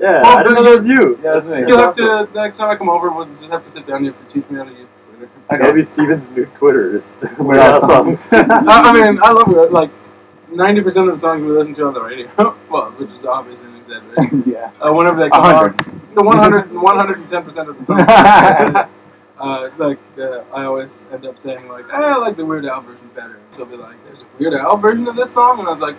[SPEAKER 6] yeah.
[SPEAKER 4] Well,
[SPEAKER 6] I didn't know that was you.
[SPEAKER 5] Yeah, that's me.
[SPEAKER 4] You'll have
[SPEAKER 6] That's
[SPEAKER 4] to, next time I come over, we'll just have to sit down. You have to teach me how to use Twitter.
[SPEAKER 5] Okay.
[SPEAKER 6] Maybe Steven's new Twitter is
[SPEAKER 5] Weird Al songs.
[SPEAKER 4] I, I mean, I love it. Like, 90% of the songs we listen to on the radio, well, which is obvious and exaggerated,
[SPEAKER 5] yeah.
[SPEAKER 4] uh, whenever they come out,
[SPEAKER 5] 100.
[SPEAKER 4] the 100, 110% of the songs. uh, like uh, I always end up saying like "Ah, I like the Weird Al version better. And she'll be like, "There's a Weird Al version of this song," and I was like,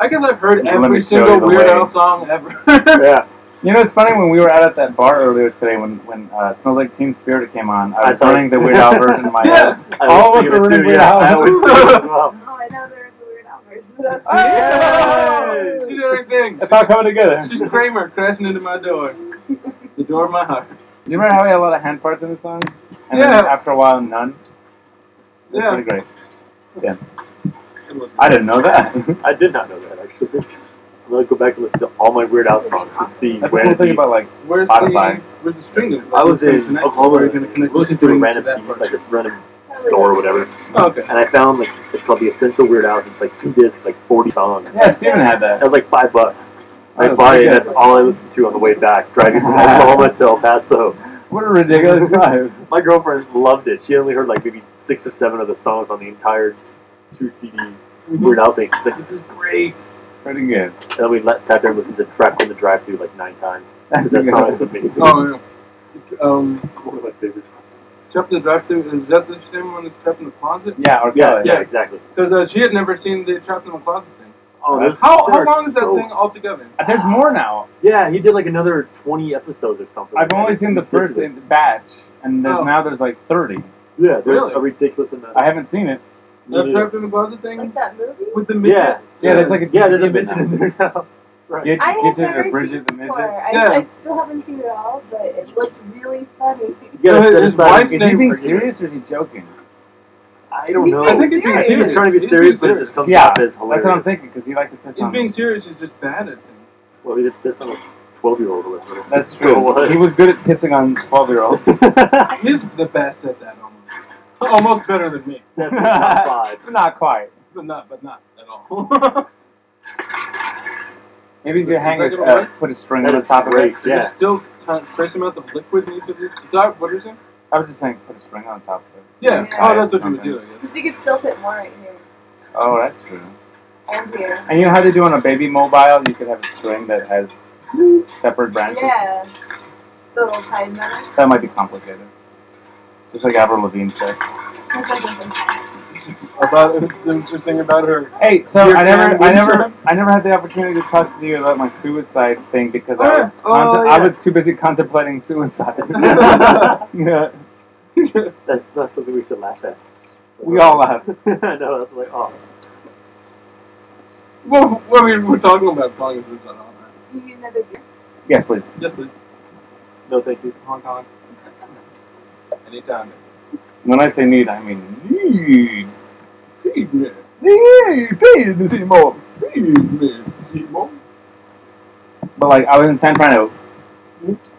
[SPEAKER 4] "I guess I've heard
[SPEAKER 5] Let me
[SPEAKER 4] every
[SPEAKER 5] show you
[SPEAKER 4] single
[SPEAKER 5] the
[SPEAKER 4] Weird
[SPEAKER 5] way.
[SPEAKER 4] Al song ever."
[SPEAKER 6] yeah.
[SPEAKER 5] You know, it's funny when we were out at that bar earlier today when when uh, Smells Like Teen Spirit came on. I
[SPEAKER 6] I
[SPEAKER 5] was
[SPEAKER 6] thought-
[SPEAKER 5] running the Weird Al version in my
[SPEAKER 4] Yeah.
[SPEAKER 5] head.
[SPEAKER 6] I
[SPEAKER 5] All
[SPEAKER 6] was
[SPEAKER 5] of us are
[SPEAKER 6] thinking it too,
[SPEAKER 5] really Weird
[SPEAKER 6] yeah.
[SPEAKER 5] Al.
[SPEAKER 6] I always think it as well.
[SPEAKER 8] Oh, I know there's a weird out version. That's
[SPEAKER 4] Hey! she did her thing.
[SPEAKER 5] It's all coming together.
[SPEAKER 4] She's Kramer crashing into my door, the door of my heart.
[SPEAKER 5] Do you remember how we had a lot of hand parts in the songs? And
[SPEAKER 4] Yeah.
[SPEAKER 5] then after a while, none? It's
[SPEAKER 4] Yeah.
[SPEAKER 5] pretty great.
[SPEAKER 4] It was-
[SPEAKER 5] I didn't know that.
[SPEAKER 6] I did not know that actually. I'm gonna go back and listen to all my Weird Al songs and see
[SPEAKER 5] That's the
[SPEAKER 6] when
[SPEAKER 5] cool thing
[SPEAKER 6] the-
[SPEAKER 5] about, like,
[SPEAKER 4] Where's
[SPEAKER 5] Spotify.
[SPEAKER 4] the where's the string? gonna go?
[SPEAKER 6] I was
[SPEAKER 4] Who's gonna
[SPEAKER 6] in
[SPEAKER 4] connect-
[SPEAKER 6] Oklahoma.
[SPEAKER 4] where are you gonna connect the
[SPEAKER 6] listening to a
[SPEAKER 4] string
[SPEAKER 6] random
[SPEAKER 4] that
[SPEAKER 6] CD,
[SPEAKER 4] part?
[SPEAKER 6] like a random store or whatever,
[SPEAKER 4] Oh, okay.
[SPEAKER 6] and I found like it's called the Essential Weird Al. and It's like two discs, like 40 songs.
[SPEAKER 5] Yeah, Steven had
[SPEAKER 6] That
[SPEAKER 5] that.
[SPEAKER 6] was like five bucks. I
[SPEAKER 5] Oh,
[SPEAKER 6] bought it.
[SPEAKER 5] yeah.
[SPEAKER 6] That's all I listened to on the way back, driving from Oklahoma to El Paso.
[SPEAKER 5] What a ridiculous drive.
[SPEAKER 6] My girlfriend loved it. She only heard like maybe six or seven of the songs on the entire two CD Weird Al thing. She's like, "This is great."
[SPEAKER 5] Pretty good.
[SPEAKER 6] And then we let, sat there and listened to Trapped in the Drive Through like nine times. 'Cause That song is amazing.
[SPEAKER 4] Oh, yeah. Um,
[SPEAKER 6] It's one of my favorites.
[SPEAKER 4] Trap in the drive-through. Is that the same one as Trap in the closet?
[SPEAKER 5] Yeah, or
[SPEAKER 6] Yeah,
[SPEAKER 5] Kelly.
[SPEAKER 6] yeah, exactly.
[SPEAKER 4] Because uh, she had never seen the Trapped in the Closet thing.
[SPEAKER 6] Oh,
[SPEAKER 5] there's-
[SPEAKER 4] How,
[SPEAKER 6] there
[SPEAKER 4] how
[SPEAKER 6] are
[SPEAKER 4] long is that
[SPEAKER 6] so-
[SPEAKER 4] thing altogether?
[SPEAKER 5] Uh, There's more now.
[SPEAKER 6] Yeah, he did like another 20 episodes or something.
[SPEAKER 5] I've only
[SPEAKER 6] It's
[SPEAKER 5] seen the first
[SPEAKER 6] ridiculous.
[SPEAKER 5] batch, and there's
[SPEAKER 4] Oh.
[SPEAKER 5] now there's like 30.
[SPEAKER 6] Yeah, there's
[SPEAKER 4] Really?
[SPEAKER 6] a ridiculous amount.
[SPEAKER 5] I haven't seen it.
[SPEAKER 4] That Trapped in the Closet thing
[SPEAKER 8] Like that movie?
[SPEAKER 4] with the midget?
[SPEAKER 6] yeah,
[SPEAKER 5] Yeah, there's like a
[SPEAKER 6] yeah, there's a
[SPEAKER 5] DVD
[SPEAKER 6] midget in there now. Right.
[SPEAKER 5] Gid-
[SPEAKER 8] I have
[SPEAKER 5] Gidget
[SPEAKER 8] never
[SPEAKER 5] or
[SPEAKER 8] seen
[SPEAKER 5] Bridget
[SPEAKER 8] it
[SPEAKER 5] the
[SPEAKER 8] before.
[SPEAKER 5] Midget.
[SPEAKER 8] I,
[SPEAKER 4] Yeah.
[SPEAKER 8] I still haven't seen it all, but it looked really funny.
[SPEAKER 6] You gotta
[SPEAKER 4] Uh,
[SPEAKER 6] set
[SPEAKER 4] his
[SPEAKER 6] aside
[SPEAKER 4] wife's
[SPEAKER 5] Is
[SPEAKER 6] any
[SPEAKER 5] he
[SPEAKER 4] name-
[SPEAKER 5] being
[SPEAKER 6] argument.
[SPEAKER 5] serious or is he joking?
[SPEAKER 6] I don't
[SPEAKER 8] He's
[SPEAKER 6] know.
[SPEAKER 8] being I think
[SPEAKER 4] he's being
[SPEAKER 6] I think he's
[SPEAKER 4] serious.
[SPEAKER 6] trying to be
[SPEAKER 4] He's
[SPEAKER 6] serious,
[SPEAKER 4] being
[SPEAKER 6] but it
[SPEAKER 4] serious.
[SPEAKER 6] just comes
[SPEAKER 5] Yeah,
[SPEAKER 6] off as hilarious.
[SPEAKER 5] That's what I'm thinking, because he liked to piss
[SPEAKER 4] He's
[SPEAKER 5] on
[SPEAKER 4] being
[SPEAKER 5] me.
[SPEAKER 4] serious, he's just bad at things.
[SPEAKER 6] Well, he did this on a 12 year old or whatever.
[SPEAKER 5] That's true. He was good at pissing on 12 year olds.
[SPEAKER 4] He's the best at that almost. Almost better than me.
[SPEAKER 6] Definitely top five.
[SPEAKER 5] Not quite.
[SPEAKER 4] But not but not at all.
[SPEAKER 5] Maybe he's
[SPEAKER 4] Is
[SPEAKER 5] gonna
[SPEAKER 4] that
[SPEAKER 5] hang his,
[SPEAKER 4] gonna
[SPEAKER 5] uh,
[SPEAKER 4] work?
[SPEAKER 5] put a string
[SPEAKER 6] That
[SPEAKER 5] on the
[SPEAKER 6] is
[SPEAKER 5] top of it.
[SPEAKER 6] great. Yeah.
[SPEAKER 4] There's still t- trace amounts of liquid in each of these. Is that what you're saying?
[SPEAKER 5] I was just saying, put a string on top of it.
[SPEAKER 4] Yeah.
[SPEAKER 8] Yeah.
[SPEAKER 4] Oh that's what you would do, I guess.
[SPEAKER 8] Because he could still fit more right here
[SPEAKER 5] Oh, that's true.
[SPEAKER 8] and here.
[SPEAKER 5] And you know how they do on a baby mobile? You could have a string that has separate branches.
[SPEAKER 8] Yeah. So it'll tie better.
[SPEAKER 5] That might be complicated. Just like Avril Lavigne said.
[SPEAKER 8] That's what I'm thinking.
[SPEAKER 4] About it's interesting about her.
[SPEAKER 5] Hey, so
[SPEAKER 4] Your
[SPEAKER 5] I
[SPEAKER 4] friend
[SPEAKER 5] never, I
[SPEAKER 4] Lisa?
[SPEAKER 5] never, I never had the opportunity to talk to you about my suicide thing because
[SPEAKER 4] Oh,
[SPEAKER 5] I
[SPEAKER 4] yeah.
[SPEAKER 5] was,
[SPEAKER 4] Oh,
[SPEAKER 5] contem- I
[SPEAKER 4] yeah.
[SPEAKER 5] was too busy contemplating suicide. yeah,
[SPEAKER 6] That's not something we should laugh at.
[SPEAKER 5] we all laughed.
[SPEAKER 6] I know, that's like, oh.
[SPEAKER 4] Well what we were talking about calling it on all that.
[SPEAKER 8] Do you need another beer?
[SPEAKER 5] Yes, please.
[SPEAKER 4] Yes please.
[SPEAKER 6] No, thank you.
[SPEAKER 5] Oh,
[SPEAKER 4] Hong Kong. Anytime.
[SPEAKER 5] When I say need, I mean need. Hey, feed me, Seymour.
[SPEAKER 4] Feed me, Seymour.
[SPEAKER 5] But like I was in San Francisco.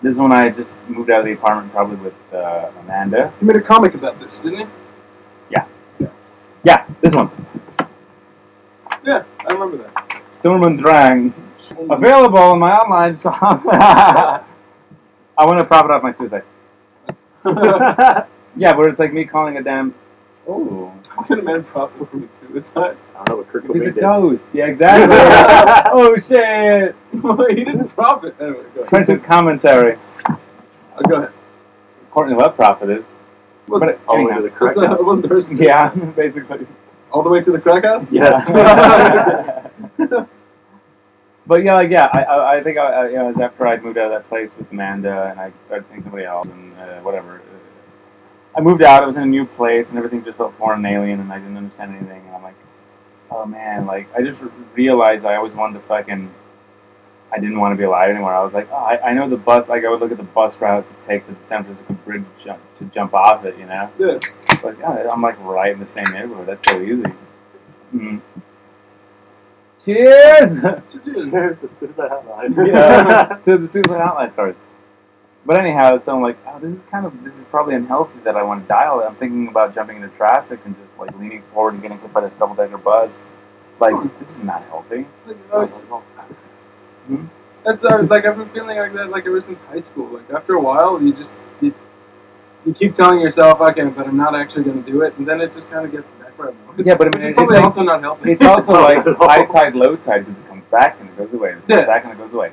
[SPEAKER 5] This is when I just moved out of the apartment, probably with uh, Amanda.
[SPEAKER 4] He made a comic about this, didn't he?
[SPEAKER 5] Yeah, this one.
[SPEAKER 4] Yeah, I remember that.
[SPEAKER 5] Sturm und Drang. Available on my online shop. I want to profit off my suicide. yeah, where it's like me calling a damn. Oh,
[SPEAKER 4] How can a man profit from his suicide?
[SPEAKER 6] I don't know what Kurt
[SPEAKER 5] he's a
[SPEAKER 6] Cobain did.
[SPEAKER 5] ghost. Yeah, exactly. oh shit!
[SPEAKER 4] well, he didn't profit. Anyway, go ahead.
[SPEAKER 5] Friendship commentary.
[SPEAKER 4] Uh, go ahead.
[SPEAKER 5] Courtney Love profited.
[SPEAKER 4] Look,
[SPEAKER 5] But
[SPEAKER 6] All the way
[SPEAKER 5] anyhow.
[SPEAKER 6] to the
[SPEAKER 4] that's
[SPEAKER 6] correct
[SPEAKER 4] not, it
[SPEAKER 6] house.
[SPEAKER 4] wasn't the person.
[SPEAKER 5] Yeah, basically.
[SPEAKER 4] All the way to the crack house?
[SPEAKER 6] Yes.
[SPEAKER 5] but yeah, like yeah, I- I, I think I, I, you know, it was after I'd moved out of that place with Amanda and I started seeing somebody else and uh, whatever. uh, I moved out. I was in a new place and everything just felt foreign and alien and I didn't understand anything. And I'm like, oh man, like I just realized I always wanted to fucking. I didn't want to be alive anymore. I was like, oh, I, I know the bus. Like I would look at the bus route to take to the San Francisco Bridge jump, to jump off it. You know.
[SPEAKER 4] Yeah.
[SPEAKER 5] Like, yeah, I'm like right in the same neighborhood. That's so easy. Mm. Cheers!
[SPEAKER 4] Just-
[SPEAKER 6] There's the suicide hotline.
[SPEAKER 5] yeah, to the suicide hotline stars. But anyhow, so I'm like, oh, this is kind of, this is probably unhealthy that I want to dial it. I'm thinking about jumping into traffic and just like leaning forward and getting hit by this double decker buzz. Like, this is not healthy.
[SPEAKER 4] uh, That's uh, like I've been feeling like that like ever since high school. Like after a while, you just you, you keep telling yourself, okay, but I'm not actually going to do it, and then it just kind of gets back where I'm
[SPEAKER 5] Yeah, but I
[SPEAKER 4] Which
[SPEAKER 5] mean,
[SPEAKER 4] is
[SPEAKER 5] it-
[SPEAKER 4] probably
[SPEAKER 5] it's,
[SPEAKER 4] also not helping.
[SPEAKER 5] it's also like
[SPEAKER 6] Not at all.
[SPEAKER 5] high tide, low tide because it comes back and it goes away. It comes
[SPEAKER 4] Yeah.
[SPEAKER 5] back and it goes away.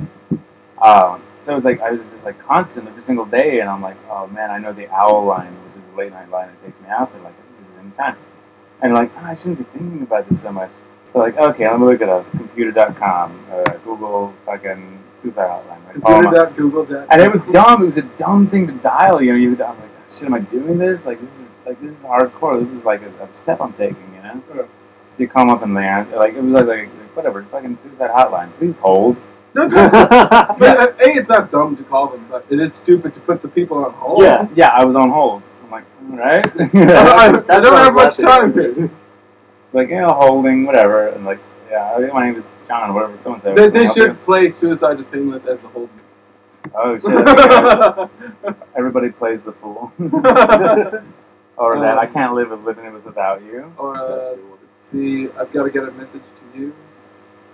[SPEAKER 5] Um, so it was like I was just like constant every single day, and I'm like, oh man, I know the owl line, which is a late night line that takes me out there like at any time, and like oh, I shouldn't be thinking about this so much. So like, okay, I'm gonna look at a computer.com, uh, Google fucking suicide hotline. Right? Follow my-
[SPEAKER 4] Computer dot Google dot.
[SPEAKER 5] and it was dumb. It was a dumb thing to dial. You know, you. I'm like, shit, am I doing this? Like this is like this is hardcore. This is like a, a step I'm taking. You know.
[SPEAKER 4] Yeah.
[SPEAKER 5] So you come up and they answer. Like it was like, like whatever, fucking suicide hotline. Please hold.
[SPEAKER 4] No, it's not- but uh, a, it's not dumb to call them, but it is stupid to put the people on hold.
[SPEAKER 6] Yeah.
[SPEAKER 5] Yeah, I was on hold. I'm like, all right.
[SPEAKER 4] I, I don't
[SPEAKER 6] That's what
[SPEAKER 4] have
[SPEAKER 6] I'm
[SPEAKER 4] much time
[SPEAKER 6] laughing at.
[SPEAKER 4] here.
[SPEAKER 5] like you know, holding whatever. And like, yeah, I think my name is John or whatever. Someone said.
[SPEAKER 4] They,
[SPEAKER 5] "Can I
[SPEAKER 4] they
[SPEAKER 5] help
[SPEAKER 4] should play Suicide is Painless as the whole
[SPEAKER 5] you?" Oh shit.
[SPEAKER 4] game.
[SPEAKER 5] Everybody plays the fool. or that I can't live if living it was without you.
[SPEAKER 4] or, uh, let's see, I've got to get a message to you.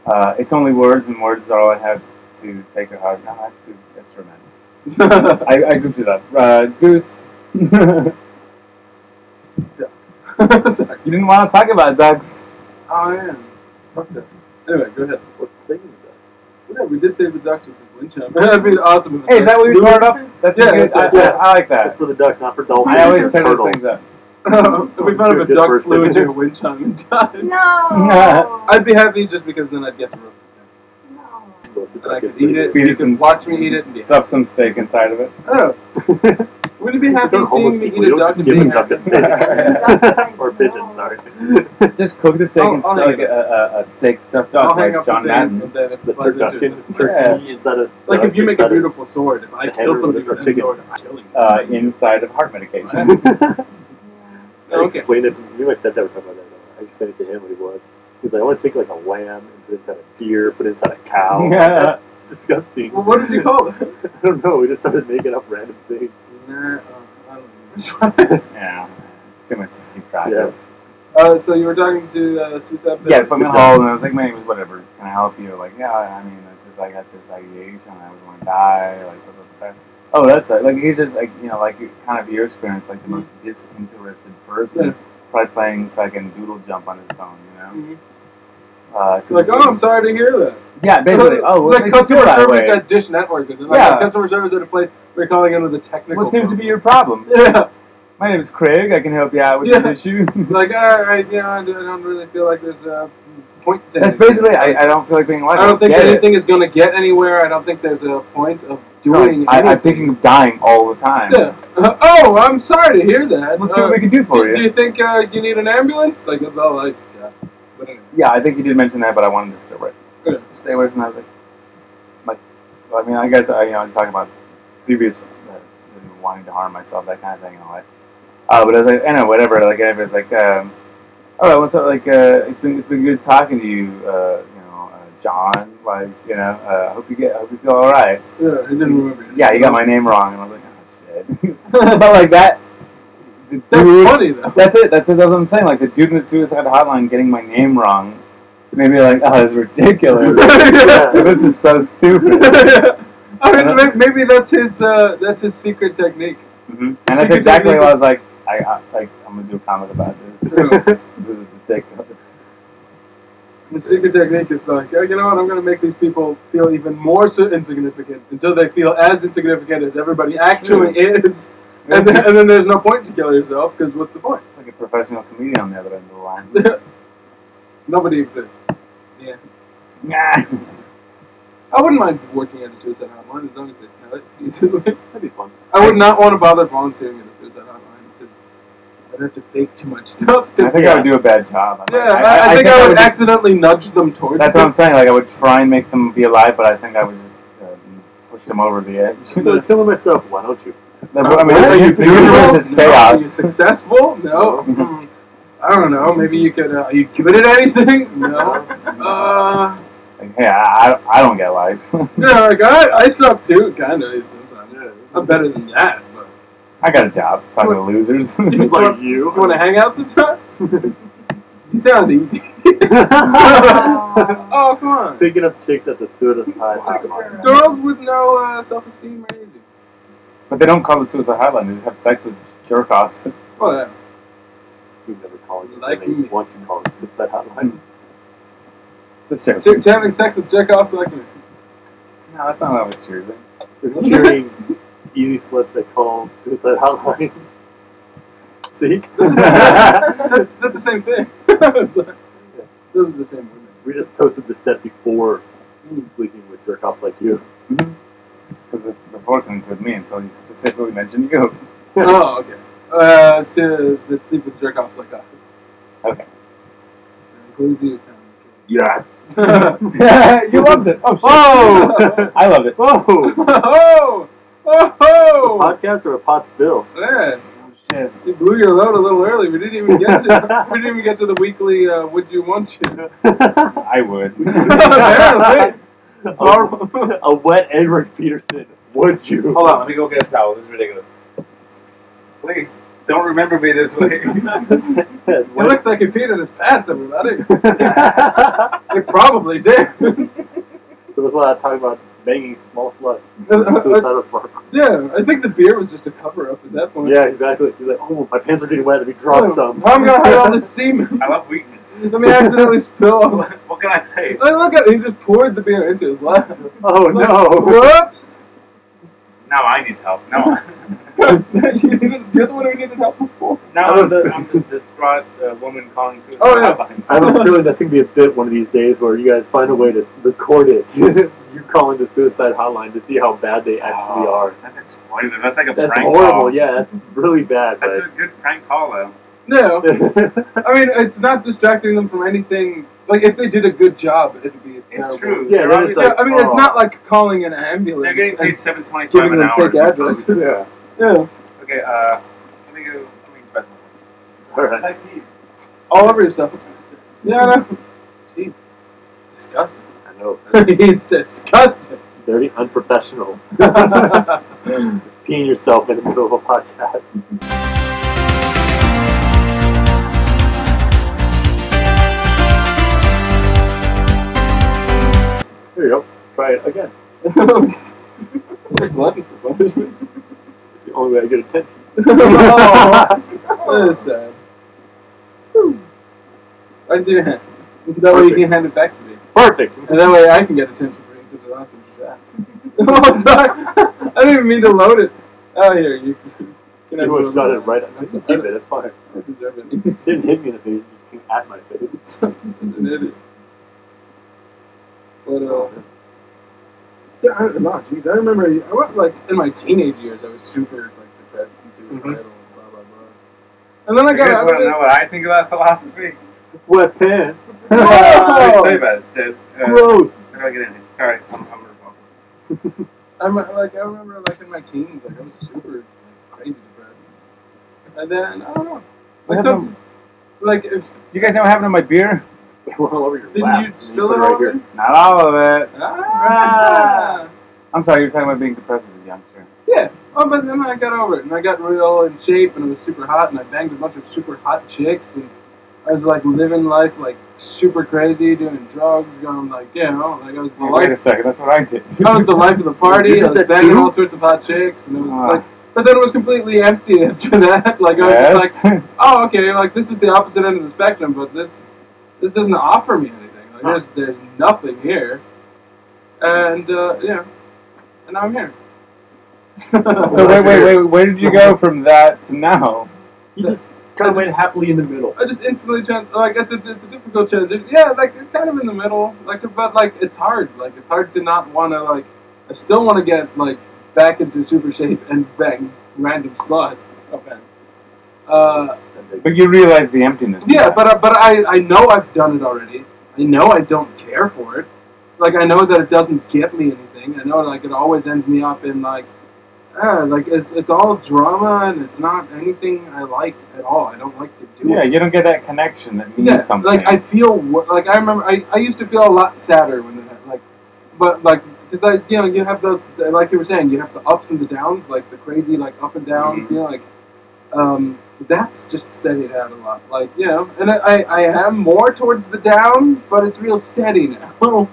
[SPEAKER 5] Uh, it's only words, and words are all I have to take a hug. No, that's too. That's romantic. I, I goofed it up. Uh, goose. you
[SPEAKER 4] Sorry.
[SPEAKER 5] didn't want to talk about ducks.
[SPEAKER 4] Oh, yeah. Fuck that. Anyway, go ahead.
[SPEAKER 6] What singing is that?
[SPEAKER 4] Yeah, we did save the ducks with the wind chime. That'd be awesome.
[SPEAKER 5] Hey, is that what you started up? That's
[SPEAKER 4] Yeah,
[SPEAKER 5] good.
[SPEAKER 4] that's
[SPEAKER 5] I,
[SPEAKER 6] it.
[SPEAKER 5] I, I like
[SPEAKER 6] It's
[SPEAKER 5] that.
[SPEAKER 6] for the ducks, not for dolphins.
[SPEAKER 5] I always
[SPEAKER 6] They're
[SPEAKER 5] turn those
[SPEAKER 6] turtles.
[SPEAKER 5] things up.
[SPEAKER 4] we found if a
[SPEAKER 6] Good
[SPEAKER 4] duck
[SPEAKER 6] person.
[SPEAKER 4] flew into a wind chime and died.
[SPEAKER 8] No.
[SPEAKER 4] I'd be happy just because then I'd get to roast it.
[SPEAKER 8] No.
[SPEAKER 6] Most of the
[SPEAKER 4] And I
[SPEAKER 6] duck is
[SPEAKER 4] could eat it.
[SPEAKER 5] Feed
[SPEAKER 4] You
[SPEAKER 5] it some-
[SPEAKER 4] could watch me eat it. and be
[SPEAKER 5] Stuff some steak inside of it.
[SPEAKER 4] Oh. Would you be happy
[SPEAKER 6] They're homeless
[SPEAKER 4] seeing me
[SPEAKER 6] people.
[SPEAKER 4] eat a
[SPEAKER 6] You don't
[SPEAKER 4] duck
[SPEAKER 6] just
[SPEAKER 4] and being
[SPEAKER 6] give them duck
[SPEAKER 4] happy?
[SPEAKER 6] to snake. or pigeon, sorry.
[SPEAKER 5] Just cook the steak
[SPEAKER 4] I'll-
[SPEAKER 5] and
[SPEAKER 4] I'll
[SPEAKER 5] stuff
[SPEAKER 4] hang
[SPEAKER 5] like
[SPEAKER 4] it
[SPEAKER 5] a, a, a steak stuffed dog
[SPEAKER 4] I'll hang
[SPEAKER 5] like
[SPEAKER 4] up
[SPEAKER 5] John
[SPEAKER 4] the thing
[SPEAKER 5] Madden.
[SPEAKER 4] and then if
[SPEAKER 6] The
[SPEAKER 4] it flies into
[SPEAKER 6] turducken,
[SPEAKER 4] it-
[SPEAKER 6] turkey inside of
[SPEAKER 4] Like if you make a
[SPEAKER 6] inside
[SPEAKER 4] beautiful sword, if I
[SPEAKER 6] the
[SPEAKER 4] kill
[SPEAKER 6] hammer
[SPEAKER 4] somebody
[SPEAKER 6] or
[SPEAKER 4] with that
[SPEAKER 6] chicken.
[SPEAKER 4] sword, I'm killing you.
[SPEAKER 5] Uh, inside of heart medication.
[SPEAKER 6] of- I
[SPEAKER 4] Okay.
[SPEAKER 6] explained it. You and my stepdad were talking about that. I explained it to him what he was. He's like, I want to take like a lamb and put it inside a deer, put it inside a cow.
[SPEAKER 5] Yeah.
[SPEAKER 6] That's disgusting.
[SPEAKER 4] Well, what did you call it?
[SPEAKER 6] I don't know. We just started making up random things.
[SPEAKER 4] Nah, uh, I don't know.
[SPEAKER 5] yeah, it's too much to keep track
[SPEAKER 6] Yeah.
[SPEAKER 5] of.
[SPEAKER 4] Uh, so you were talking to uh, Suicide
[SPEAKER 5] Yeah,
[SPEAKER 4] Painless?
[SPEAKER 5] put me in the hall, and I was like, my name is whatever. Can I help you? Like, yeah, I mean, it's just I got this ideation, I was going to die. Like, blah, blah, blah. oh, that's it. like he's just like you know, like kind of your experience, like the most disinterested person,
[SPEAKER 4] Yeah.
[SPEAKER 5] probably playing fucking doodle jump on his phone, you know?
[SPEAKER 4] Mhm.
[SPEAKER 5] Uh, 'cause
[SPEAKER 4] Like,
[SPEAKER 5] it's-
[SPEAKER 4] oh, I'm sorry to hear that.
[SPEAKER 5] yeah, basically. Oh, what
[SPEAKER 4] like
[SPEAKER 5] makes you feel
[SPEAKER 4] customer
[SPEAKER 5] that
[SPEAKER 4] service
[SPEAKER 5] way?
[SPEAKER 4] at Dish Network is it? Like,
[SPEAKER 5] Yeah.
[SPEAKER 4] customer service at a place we're calling in with a technical.
[SPEAKER 5] What seems to
[SPEAKER 4] problem.
[SPEAKER 5] be your problem?
[SPEAKER 4] Yeah,
[SPEAKER 5] My name is Craig. I can help you out with
[SPEAKER 4] Yeah.
[SPEAKER 5] this issue.
[SPEAKER 4] like all right, yeah, I don't- I don't really feel like there's a point to.
[SPEAKER 5] that's
[SPEAKER 4] anything.
[SPEAKER 5] basically. I, I don't feel like being
[SPEAKER 4] I
[SPEAKER 5] like.
[SPEAKER 4] don't think
[SPEAKER 5] get it.
[SPEAKER 4] anything is going to get anywhere. I don't think there's a point of doing
[SPEAKER 5] Like, I, I'm
[SPEAKER 4] anything.
[SPEAKER 5] thinking of dying all the time.
[SPEAKER 4] Yeah. Uh, oh, I'm sorry to hear that.
[SPEAKER 5] Let's see what
[SPEAKER 4] Uh,
[SPEAKER 5] we can do for
[SPEAKER 4] do,
[SPEAKER 5] you.
[SPEAKER 4] do you think uh, you need an ambulance? Like that's all I. Yeah. But anyway.
[SPEAKER 5] Yeah, I think you did mention that, but I wanted to stay away.
[SPEAKER 4] Yeah.
[SPEAKER 5] Stay away from that. Like, like, well, I mean, I guess I, you know, I'm talking about previous uh, wanting to harm myself, that kind of thing, and all that. Uh, but I was like, I know, whatever. Like, I was like, um, all right, what's up? Like, uh, it's been it's been good talking to you, uh, you know, uh, John. Like, you know, uh, I hope you get, I hope you feel all right.
[SPEAKER 4] Yeah, I didn't remember. it.
[SPEAKER 5] Yeah, you got my name wrong, and I was like, oh shit. but like that, the
[SPEAKER 4] That's
[SPEAKER 5] dude-
[SPEAKER 4] funny though.
[SPEAKER 5] That's it. That's, that's what I'm saying. Like the dude in the suicide hotline getting my name wrong made me like, oh, this is ridiculous. This is so stupid. Mm-hmm.
[SPEAKER 4] I mean, may- maybe that's his uh, that's his secret technique.
[SPEAKER 5] hmm And that's exactly what I was like. I, I like I'm gonna do a comic about this.
[SPEAKER 4] True.
[SPEAKER 5] this is ridiculous.
[SPEAKER 4] His secret technique is like, oh, you know what? I'm gonna make these people feel even more so insignificant until they feel as insignificant as everybody actually is, and then, and then there's no point to kill yourself because what's the point?
[SPEAKER 5] It's like a professional comedian on the other end of the line.
[SPEAKER 4] Nobody exists.
[SPEAKER 5] Nah.
[SPEAKER 4] I wouldn't mind working at a suicide hotline as long as they have it easily.
[SPEAKER 6] That'd be fun.
[SPEAKER 4] I would not want to bother volunteering at a suicide hotline because I'd have to fake too much stuff. 'cause-
[SPEAKER 5] I think I would do a bad job. I'm
[SPEAKER 4] yeah,
[SPEAKER 5] like,
[SPEAKER 4] I, I think I, would
[SPEAKER 5] do-
[SPEAKER 4] accidentally nudge them towards.
[SPEAKER 5] That's
[SPEAKER 4] it.
[SPEAKER 5] what I'm saying. Like I would try and make them be alive, but I think I would just uh, push them over the edge.
[SPEAKER 6] I'm gonna kill myself. Why don't you?
[SPEAKER 5] I mean,
[SPEAKER 4] Are you
[SPEAKER 5] the universe is
[SPEAKER 4] No. Are you
[SPEAKER 5] chaos.
[SPEAKER 4] successful? No. Hmm. I don't know. Maybe you could. Uh, are you good at anything? No. Uh,
[SPEAKER 5] Like, hey, I, I- I don't get life.
[SPEAKER 4] yeah, like I, I suck too, kind of sometimes.
[SPEAKER 6] Yeah.
[SPEAKER 4] I'm better than that. But
[SPEAKER 5] I got a job. Talking to losers.
[SPEAKER 4] You
[SPEAKER 6] Like you.
[SPEAKER 4] want to hang out sometime? you sound easy.
[SPEAKER 8] Aw.
[SPEAKER 4] oh come on.
[SPEAKER 6] Picking up chicks at the suicide hotline.
[SPEAKER 4] Girls with no uh, self-esteem are easy.
[SPEAKER 5] but they don't call it suicide hotline. They just have sex with jerk offs.
[SPEAKER 4] Whatever.
[SPEAKER 6] You never call it.
[SPEAKER 4] Like
[SPEAKER 6] Like you
[SPEAKER 4] me.
[SPEAKER 6] want to call it suicide hotline.
[SPEAKER 5] It's a
[SPEAKER 4] Ch-
[SPEAKER 5] joke.
[SPEAKER 4] having sex with jerk offs like me.
[SPEAKER 5] No, that's not what I was choosing.
[SPEAKER 6] They're cheering easy sluts they call suicide hotline. See?
[SPEAKER 5] Mm-hmm.
[SPEAKER 4] that's, that's the same thing. Those are the same women.
[SPEAKER 6] we just toasted the step before sleeping with jerk offs like you.
[SPEAKER 5] Because the fork include me until you specifically mentioned you.
[SPEAKER 4] oh, okay. Uh, to that sleep with jerk offs like us.
[SPEAKER 5] Okay.
[SPEAKER 4] Includes you, Tom.
[SPEAKER 6] Yes!
[SPEAKER 5] you loved it. Oh,
[SPEAKER 4] Whoa!
[SPEAKER 5] I love it.
[SPEAKER 6] Whoa!
[SPEAKER 4] oh! Oh! Oh!
[SPEAKER 6] Podcast or a pot spill?
[SPEAKER 4] Yeah,
[SPEAKER 5] Oh, shit.
[SPEAKER 4] you blew your load a little early. We didn't even get to we didn't even get to the weekly uh, would you want you.
[SPEAKER 5] I would.
[SPEAKER 4] Apparently.
[SPEAKER 6] a, a wet Edward Peterson. Would you?
[SPEAKER 5] Hold on, let me go get a towel. This is ridiculous. Please, don't remember me this way.
[SPEAKER 6] Yes,
[SPEAKER 4] It
[SPEAKER 6] wet-
[SPEAKER 4] looks like he peed in his pants, everybody. It probably did.
[SPEAKER 6] there was a lot of talk about banging small sluts.
[SPEAKER 4] yeah,
[SPEAKER 6] Suicidal smart.
[SPEAKER 4] I think the beer was just a cover up at that point.
[SPEAKER 6] Yeah, exactly. He's like, oh, my pants are getting wet. Let me drop
[SPEAKER 4] Oh,
[SPEAKER 6] some.
[SPEAKER 4] How am I gonna hide all this semen?
[SPEAKER 9] I love weakness.
[SPEAKER 4] Let me accidentally spill.
[SPEAKER 9] What can I say?
[SPEAKER 4] Like, look at he just poured the beer into his lap.
[SPEAKER 6] Oh no!
[SPEAKER 4] Whoops!
[SPEAKER 9] Now I need help. Now, I-
[SPEAKER 4] you didn't, you're the one who needed help before.
[SPEAKER 9] now I'm, the, I'm the distraught uh, woman calling suicide
[SPEAKER 4] Oh, yeah.
[SPEAKER 9] hotline.
[SPEAKER 6] I have a feeling that's gonna be a bit one of these days where you guys find a way to record it. you calling the suicide hotline to see how bad they actually
[SPEAKER 9] Oh,
[SPEAKER 6] are.
[SPEAKER 9] That's exploitive. That's like a
[SPEAKER 6] That's
[SPEAKER 9] prank
[SPEAKER 6] horrible.
[SPEAKER 9] call.
[SPEAKER 6] Yeah, that's really bad.
[SPEAKER 9] That's
[SPEAKER 6] But
[SPEAKER 9] a good prank call, though.
[SPEAKER 4] No, I mean it's not distracting them from anything. Like if they did a good job, it'd be.
[SPEAKER 9] It's
[SPEAKER 4] terrible.
[SPEAKER 9] true.
[SPEAKER 6] Yeah,
[SPEAKER 9] they're,
[SPEAKER 6] that
[SPEAKER 9] obviously-
[SPEAKER 6] is
[SPEAKER 4] yeah, I mean
[SPEAKER 6] oh.
[SPEAKER 4] it's not like calling an ambulance.
[SPEAKER 9] they're getting
[SPEAKER 4] and
[SPEAKER 9] paid seven twenty-five
[SPEAKER 4] giving
[SPEAKER 9] an
[SPEAKER 4] them
[SPEAKER 9] hour.
[SPEAKER 4] fake addresses.
[SPEAKER 6] yeah.
[SPEAKER 4] Yeah,
[SPEAKER 9] Okay. Uh, let me go. Let me back.
[SPEAKER 6] All right.
[SPEAKER 4] all over yourself. Yeah, no. Jeez, disgusting.
[SPEAKER 6] I know.
[SPEAKER 4] He's disgusting.
[SPEAKER 6] Very unprofessional.
[SPEAKER 4] yeah,
[SPEAKER 6] Just peeing yourself in the middle of a podcast. There you go. Try it again. It's the only way I get attention.
[SPEAKER 4] That is sad. I do hand. That way you can hand it back to me.
[SPEAKER 6] Perfect.
[SPEAKER 4] And that way I can get attention for being such an awesome chef. oh, sorry. I didn't even mean to load it. Oh, here, you can. can have
[SPEAKER 6] You would have shot it right at
[SPEAKER 4] I
[SPEAKER 6] me.
[SPEAKER 4] don't-
[SPEAKER 6] Keep it. It's fine.
[SPEAKER 4] I don't deserve it.
[SPEAKER 6] It didn't hit me in the face. It just came at my face.
[SPEAKER 4] uh, an idiot. But, uh. Yeah, I don't know. Jeez, I remember. I was like in my teenage years. I was super like depressed and suicidal and blah blah blah. And then I
[SPEAKER 9] You
[SPEAKER 4] got
[SPEAKER 9] guys
[SPEAKER 4] out
[SPEAKER 9] want
[SPEAKER 4] of
[SPEAKER 9] to
[SPEAKER 4] it.
[SPEAKER 9] know what I think about philosophy?
[SPEAKER 6] What pants?
[SPEAKER 9] Let me
[SPEAKER 4] Whoa!
[SPEAKER 9] tell you about it, Stiz. Uh,
[SPEAKER 6] Gross.
[SPEAKER 9] I gotta get in here. Sorry, I'm, I'm repulsive.
[SPEAKER 4] I'm uh, like I remember like in my teens, like I was super like, crazy depressed, and then I don't know. Like
[SPEAKER 5] What
[SPEAKER 4] some, Like, if,
[SPEAKER 5] You guys know what happened to my beer?
[SPEAKER 6] It went all over your
[SPEAKER 4] Didn't
[SPEAKER 6] lap.
[SPEAKER 4] you
[SPEAKER 6] and
[SPEAKER 4] spill
[SPEAKER 6] put
[SPEAKER 4] it
[SPEAKER 6] right
[SPEAKER 4] all
[SPEAKER 6] here.
[SPEAKER 4] in?
[SPEAKER 5] Not all of it.
[SPEAKER 4] ah,
[SPEAKER 5] I'm sorry, you're talking about being depressed as a youngster.
[SPEAKER 4] yeah. Oh, but then I got over it, and I got real in shape, and it was super hot, and I banged a bunch of super hot chicks, and I was like living life like super crazy, doing drugs, going like, yeah, you know, like I was the
[SPEAKER 5] Hey, wait a
[SPEAKER 4] life,
[SPEAKER 5] second, that's what I did.
[SPEAKER 4] I was the life of the party.
[SPEAKER 6] You
[SPEAKER 4] I
[SPEAKER 6] did
[SPEAKER 4] was
[SPEAKER 6] that
[SPEAKER 4] banging
[SPEAKER 6] too?
[SPEAKER 4] all sorts of hot chicks, and it was
[SPEAKER 5] Ah.
[SPEAKER 4] like, but then it was completely empty after that. Like I was just like,
[SPEAKER 5] yes.
[SPEAKER 4] oh, okay, like this is the opposite end of the spectrum, but this this doesn't offer me anything. Like there's there's nothing here, and uh, yeah, and now I'm here.
[SPEAKER 5] so wait, wait, wait, where did you go from that to now?
[SPEAKER 6] He just kind of went happily in the middle.
[SPEAKER 4] I just instantly trans- like it's a it's a difficult transition. Yeah, like it's kind of in the middle. Like but like it's hard. Like it's hard to not want to like. I still want to get like back into super shape and bang random slots. Okay. Uh,
[SPEAKER 5] But you realize the emptiness.
[SPEAKER 4] Yeah, but uh, but I I know I've done it already. I know I don't care for it. Like I know that it doesn't get me anything. I know like it always ends me up in like, ah, like it's it's all drama and it's not anything I like at all. I don't like to do
[SPEAKER 5] yeah,
[SPEAKER 4] it.
[SPEAKER 5] you don't get that connection that means
[SPEAKER 4] Yeah,
[SPEAKER 5] something.
[SPEAKER 4] like I feel wo- like I remember I, I used to feel a lot sadder when that like, but like because I you know you have those like you were saying you have the ups and the downs like the crazy like up and down
[SPEAKER 5] Mm-hmm.
[SPEAKER 4] you know like um that's just steadied out a lot like you know and I I, I am more towards the down but it's real steady now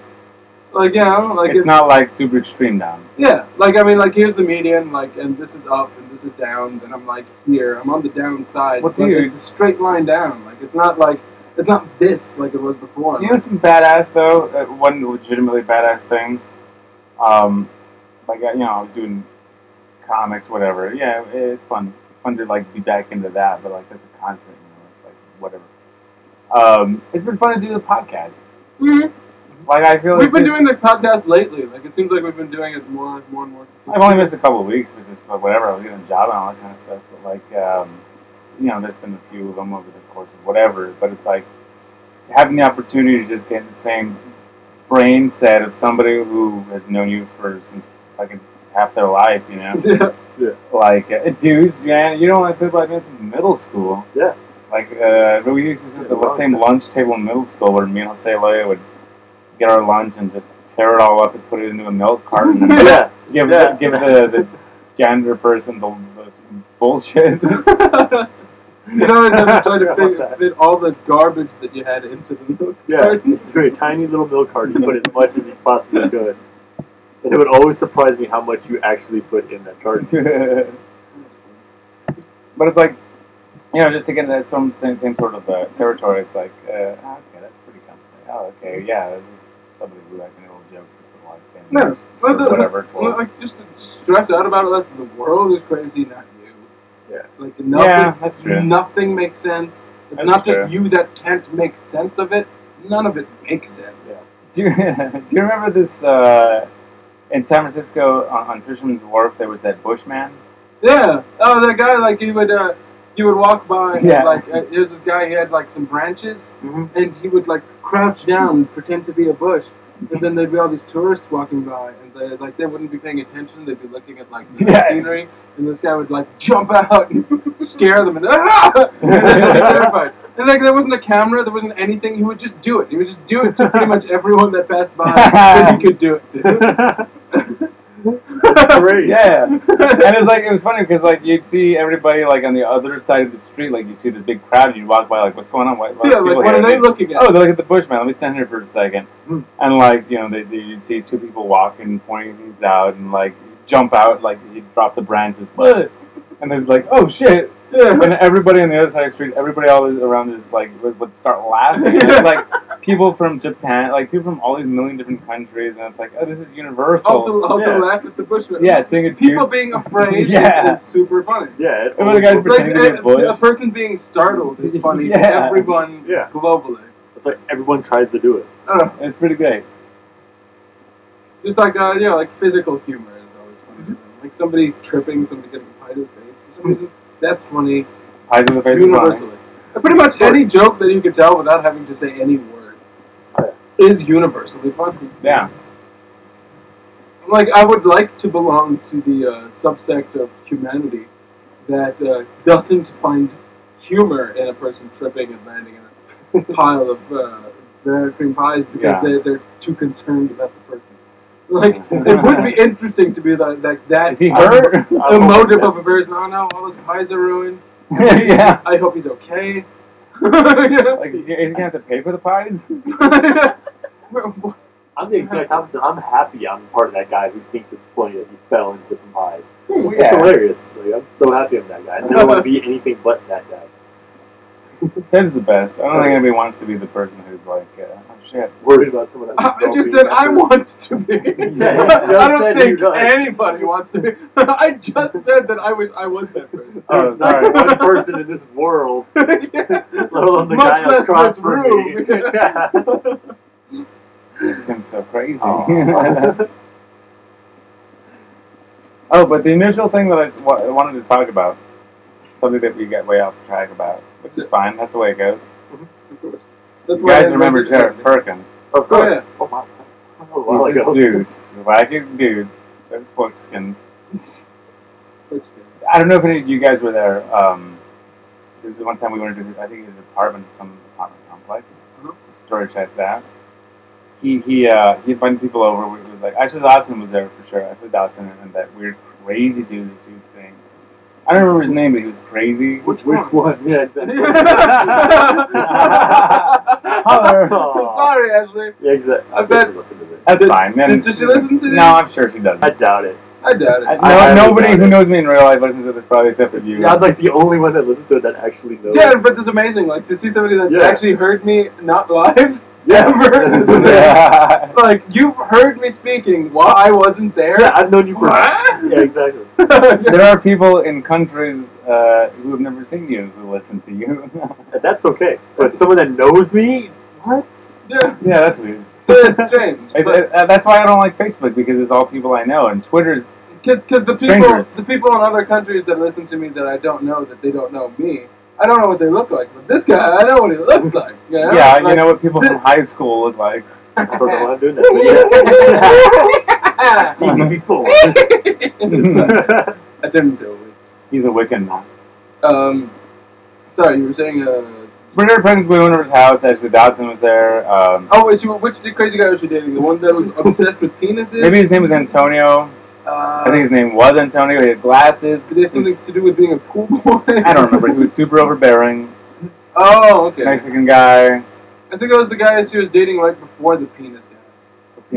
[SPEAKER 4] like you know like
[SPEAKER 5] it's not like super extreme down.
[SPEAKER 4] yeah, like I mean, like here's the median, like, and this is up and this is down, and I'm like here, I'm on the down side.
[SPEAKER 5] Well,
[SPEAKER 4] but
[SPEAKER 5] dude.
[SPEAKER 4] It's a straight line down. Like it's not like it's not this like it was before.
[SPEAKER 5] You know some badass though. Uh, one legitimately badass thing. Um, like I- you know, I was doing comics, whatever. Yeah, it- it's fun. It's fun to like be back into that, but like that's a constant. You know, it's like whatever. Um, it's been fun to do the podcast.
[SPEAKER 4] Mhm.
[SPEAKER 5] Like I feel
[SPEAKER 4] We've
[SPEAKER 5] it's
[SPEAKER 4] been
[SPEAKER 5] just-
[SPEAKER 4] doing the podcast lately. Like it seems like we've been doing it more, more and more. Consistently.
[SPEAKER 5] I've only missed a couple of weeks, which is but whatever. I was getting a job and all that kind of stuff. But like, um, you know, there's been a few of them over the course of whatever. But it's like having the opportunity to just get the same brain set of somebody who has known you for since fucking half their life. You know,
[SPEAKER 4] Yeah.
[SPEAKER 5] like uh, dudes, man, you don't like people like this in middle school.
[SPEAKER 6] Yeah.
[SPEAKER 5] Like, uh, but we used to sit at the same lunch table in middle school where me and Jose Loya would get our lunch and just tear it all up and put it into a milk carton and
[SPEAKER 6] Yeah.
[SPEAKER 5] give
[SPEAKER 6] Yeah.
[SPEAKER 5] the, give the, the gender person the, the bullshit.
[SPEAKER 4] you know, I've tried to fit, fit all the garbage that you had into the milk
[SPEAKER 6] Yeah.
[SPEAKER 4] carton.
[SPEAKER 6] Through a tiny little milk carton, you put as much as you possibly could. And it would always surprise me how much you actually put in that carton.
[SPEAKER 5] but it's like, you know, just to get into that some same, same sort of uh, territory, it's like, uh, oh, okay, that's pretty comforting. Oh, okay, yeah, this is somebody who I've been able to joke with for the last 10
[SPEAKER 4] No,
[SPEAKER 5] years.
[SPEAKER 4] but
[SPEAKER 5] or
[SPEAKER 4] the-
[SPEAKER 5] whatever, 12.
[SPEAKER 4] Well, like just to stress out about it less. The world is crazy, not you.
[SPEAKER 6] Yeah.
[SPEAKER 4] Like nothing.
[SPEAKER 5] yeah, that's true.
[SPEAKER 4] Nothing makes sense. It's
[SPEAKER 5] That's
[SPEAKER 4] not
[SPEAKER 5] true.
[SPEAKER 4] just you that can't make sense of it. None of it makes sense.
[SPEAKER 6] Yeah.
[SPEAKER 5] do you, do you remember this uh, in San Francisco on, on Fisherman's Wharf? There was that Bushman.
[SPEAKER 4] Yeah. Oh, that guy, like, he would, uh, he would walk by,
[SPEAKER 5] Yeah.
[SPEAKER 4] and, like, uh, there's this guy, he had, like, some branches,
[SPEAKER 5] Mhm.
[SPEAKER 4] and he would, like, crouch down and pretend to be a bush. And then there'd be all these tourists walking by, and they, like, they wouldn't be paying attention. They'd be looking at, like, the
[SPEAKER 5] Yeah.
[SPEAKER 4] scenery, and this guy would, like, jump out and scare them, and, ah! and they'd be terrified. And, like, there wasn't a camera, there wasn't anything. He would just do it. He would just do it to pretty much everyone that passed by that he could do it to.
[SPEAKER 6] Great.
[SPEAKER 5] Yeah. and it's like it was funny because like you'd see everybody like on the other side of the street, like you see this big crowd, and you'd walk by like, what's going on? Why, why
[SPEAKER 4] Yeah,
[SPEAKER 5] are
[SPEAKER 4] like,
[SPEAKER 5] people
[SPEAKER 4] what
[SPEAKER 5] here?
[SPEAKER 4] are they
[SPEAKER 5] And
[SPEAKER 4] looking
[SPEAKER 5] they-
[SPEAKER 4] at?
[SPEAKER 5] Oh, they look at the Bushman. Let me stand here for a second.
[SPEAKER 4] Hmm.
[SPEAKER 5] And like you know, they, they you'd see two people walking, pointing things out, and like jump out, like he'd drop the branches, "Bleh," and they'd be like, oh shit.
[SPEAKER 4] Yeah.
[SPEAKER 5] And everybody on the other side of the street, everybody all around us, like would, would start laughing. And it's like people from Japan, like people from all these million different countries, and it's like, oh, this is universal.
[SPEAKER 4] Also, also
[SPEAKER 6] yeah.
[SPEAKER 4] laugh at the Bushman.
[SPEAKER 5] yeah, seeing a dude-
[SPEAKER 4] People being afraid
[SPEAKER 5] Yeah.
[SPEAKER 4] is, is super funny.
[SPEAKER 6] Yeah. It
[SPEAKER 5] Remember the guys
[SPEAKER 6] always-
[SPEAKER 5] pretending to be a
[SPEAKER 4] uh,
[SPEAKER 5] bush?
[SPEAKER 4] a person being startled is funny to
[SPEAKER 5] Yeah.
[SPEAKER 4] everyone
[SPEAKER 6] Yeah.
[SPEAKER 4] globally.
[SPEAKER 6] It's like everyone tries to do it.
[SPEAKER 4] Uh,
[SPEAKER 5] It's pretty great.
[SPEAKER 4] just like uh, you know, like physical humor is always funny. to them. Like somebody tripping, somebody getting pie to the face for some reason. That's funny
[SPEAKER 5] Pies in the face of Bonnie.
[SPEAKER 4] universally. Uh, Pretty much any joke that you could tell without having to say any words is universally funny.
[SPEAKER 5] Yeah.
[SPEAKER 4] like I would like to belong to the uh, subsect of humanity that uh, doesn't find humor in a person tripping and landing in a pile of uh, banana cream pies because
[SPEAKER 5] Yeah.
[SPEAKER 4] they, they're too concerned about the person. Like it would be interesting to be like like that
[SPEAKER 5] Is he hurt?
[SPEAKER 4] emotive of a person. Oh no, all those pies are ruined.
[SPEAKER 5] yeah.
[SPEAKER 4] I hope he's okay.
[SPEAKER 5] Like, is he is he gonna have to pay for the pies?
[SPEAKER 6] I'm the exact opposite. I'm happy I'm part of that guy who thinks it's funny that he fell into some pies. It's
[SPEAKER 5] yeah.
[SPEAKER 6] hilarious. Like, I'm so happy I'm that guy. I never want to be anything but that guy.
[SPEAKER 5] That's the best. I don't think anybody wants to be the person who's like, uh, oh shit.
[SPEAKER 6] Worried about someone else.
[SPEAKER 4] I I just said I want to be.
[SPEAKER 6] Yeah, you just
[SPEAKER 4] I don't
[SPEAKER 6] said you
[SPEAKER 4] think
[SPEAKER 6] don't.
[SPEAKER 4] anybody wants to be. I just said that I wish I was that person.
[SPEAKER 5] Oh,
[SPEAKER 6] There's
[SPEAKER 5] sorry.
[SPEAKER 6] not one person in this world,
[SPEAKER 4] Yeah.
[SPEAKER 6] let alone the
[SPEAKER 4] Much
[SPEAKER 6] guy
[SPEAKER 4] less
[SPEAKER 6] across
[SPEAKER 4] this
[SPEAKER 6] from
[SPEAKER 4] room.
[SPEAKER 6] me. Yeah.
[SPEAKER 5] Makes him so crazy.
[SPEAKER 6] Aw.
[SPEAKER 5] oh, but the initial thing that I s- wa- wanted to talk about, something that we got way off track about, which is fine. That's the way it goes.
[SPEAKER 4] Of course. That's
[SPEAKER 5] You
[SPEAKER 4] why I
[SPEAKER 5] guys
[SPEAKER 4] didn't
[SPEAKER 5] remember
[SPEAKER 4] mention
[SPEAKER 5] Jared
[SPEAKER 4] it.
[SPEAKER 5] Perkins?
[SPEAKER 4] Oh,
[SPEAKER 6] Of course.
[SPEAKER 4] yeah.
[SPEAKER 6] Oh my, that's a while
[SPEAKER 5] He's
[SPEAKER 6] ago.
[SPEAKER 5] this dude, he's a wacky dude, those porkskins. I don't know if any of you guys were there. Um, there was one time we went into, I think, his apartment, some apartment complex.
[SPEAKER 4] Mhm.
[SPEAKER 5] Story checks out. He he uh, he invited people over. We was like Ashley Dawson was there for sure. Ashley Dawson and, and that weird crazy dude that she was seeing. I don't remember his name, but he was crazy.
[SPEAKER 4] Which
[SPEAKER 6] Which one? Yeah, exactly.
[SPEAKER 5] Holler.
[SPEAKER 6] Aw.
[SPEAKER 4] Sorry, Ashley.
[SPEAKER 6] Yeah, exactly.
[SPEAKER 4] I bet-
[SPEAKER 6] Listen to this.
[SPEAKER 5] That's
[SPEAKER 4] Did-
[SPEAKER 5] fine. man.
[SPEAKER 4] did- does she listen to this?
[SPEAKER 5] No, I'm sure she doesn't.
[SPEAKER 6] I doubt it.
[SPEAKER 4] I doubt it.
[SPEAKER 5] I-
[SPEAKER 6] I highly
[SPEAKER 5] no, nobody
[SPEAKER 6] doubt
[SPEAKER 5] who
[SPEAKER 6] it.
[SPEAKER 5] knows me in real life listens to this probably except for you.
[SPEAKER 6] Yeah, I'm like the only one that listens to it that actually knows.
[SPEAKER 4] yeah, but it's amazing. Like to see somebody that's
[SPEAKER 6] Yeah.
[SPEAKER 4] actually heard me not live.
[SPEAKER 6] Yeah.
[SPEAKER 4] Ever. It's amazing.
[SPEAKER 5] Yeah.
[SPEAKER 4] Like you've heard me speaking while I wasn't there.
[SPEAKER 6] Yeah, I've known you for.
[SPEAKER 4] What?
[SPEAKER 6] Yeah, exactly.
[SPEAKER 5] there are people in countries uh, who have never seen you who listen to you.
[SPEAKER 6] And that's okay. But someone that knows me, what?
[SPEAKER 4] yeah,
[SPEAKER 5] yeah, that's weird.
[SPEAKER 4] it's strange.
[SPEAKER 5] I,
[SPEAKER 4] But-
[SPEAKER 5] I- that's why I don't like Facebook because it's all people I know, and Twitter's
[SPEAKER 4] Because the people,
[SPEAKER 5] Strangers.
[SPEAKER 4] the people in other countries that listen to me that I don't know, that they don't know me, I don't know what they look like. But this guy, I know what he looks like. You know?
[SPEAKER 5] yeah, you
[SPEAKER 4] Like,
[SPEAKER 5] know what people from high school look like.
[SPEAKER 6] I don't know why I'm doing that. But yeah. I've seen you before.
[SPEAKER 4] I turned into a witch.
[SPEAKER 5] He's a Wiccan.
[SPEAKER 4] Um, sorry, you were saying. Uh,
[SPEAKER 5] Bernard Perkins we went over to his house. Ashley Dodson was there. Um,
[SPEAKER 4] oh, wait, so which crazy guy was you dating? The one that was obsessed with penises?
[SPEAKER 5] maybe his name was Antonio.
[SPEAKER 4] Uh,
[SPEAKER 5] I think his name was Antonio. He had glasses.
[SPEAKER 4] did it have something to do with being a pool boy?
[SPEAKER 5] I don't remember. He was super overbearing.
[SPEAKER 4] Oh, okay.
[SPEAKER 5] Mexican guy.
[SPEAKER 4] I think it was the guy that she was dating right before the penis guy.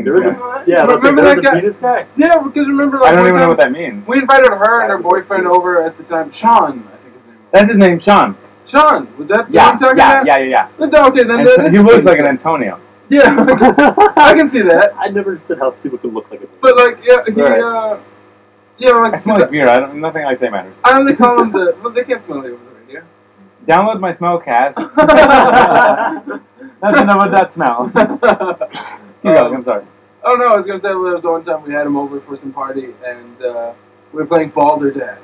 [SPEAKER 6] There was
[SPEAKER 5] I
[SPEAKER 6] a, yeah, that's
[SPEAKER 4] Remember
[SPEAKER 6] like,
[SPEAKER 4] that
[SPEAKER 6] there's a
[SPEAKER 4] guy?
[SPEAKER 6] penis guy.
[SPEAKER 4] Yeah, because remember, like,
[SPEAKER 5] don't
[SPEAKER 4] one
[SPEAKER 5] even know
[SPEAKER 4] time-
[SPEAKER 5] what that means.
[SPEAKER 4] Oh, We invited her and her boyfriend over at the time. Sean, I think his name was.
[SPEAKER 5] That's his name, Sean.
[SPEAKER 4] Sean, was that
[SPEAKER 5] Yeah,
[SPEAKER 4] what I'm talking
[SPEAKER 5] yeah,
[SPEAKER 4] about?
[SPEAKER 5] yeah, yeah, yeah.
[SPEAKER 4] yeah. Okay, then
[SPEAKER 5] Anto-
[SPEAKER 4] that
[SPEAKER 5] he
[SPEAKER 4] is-
[SPEAKER 5] looks like an Antonio.
[SPEAKER 4] Yeah, I can see that.
[SPEAKER 6] I never understood how people can look like a
[SPEAKER 4] But, like, yeah, he,
[SPEAKER 5] Right.
[SPEAKER 4] uh, yeah, like,
[SPEAKER 5] I smell like beer. I don't, nothing I say matters.
[SPEAKER 4] I only call him the. Well, they can't smell you over the radio.
[SPEAKER 5] Download my smell cast. Nothing
[SPEAKER 4] oh,
[SPEAKER 5] about that smell. Keep going. I'm sorry.
[SPEAKER 4] no, I was going to say, well, there was the one time we had him over for some party and uh, we were playing Balderdash.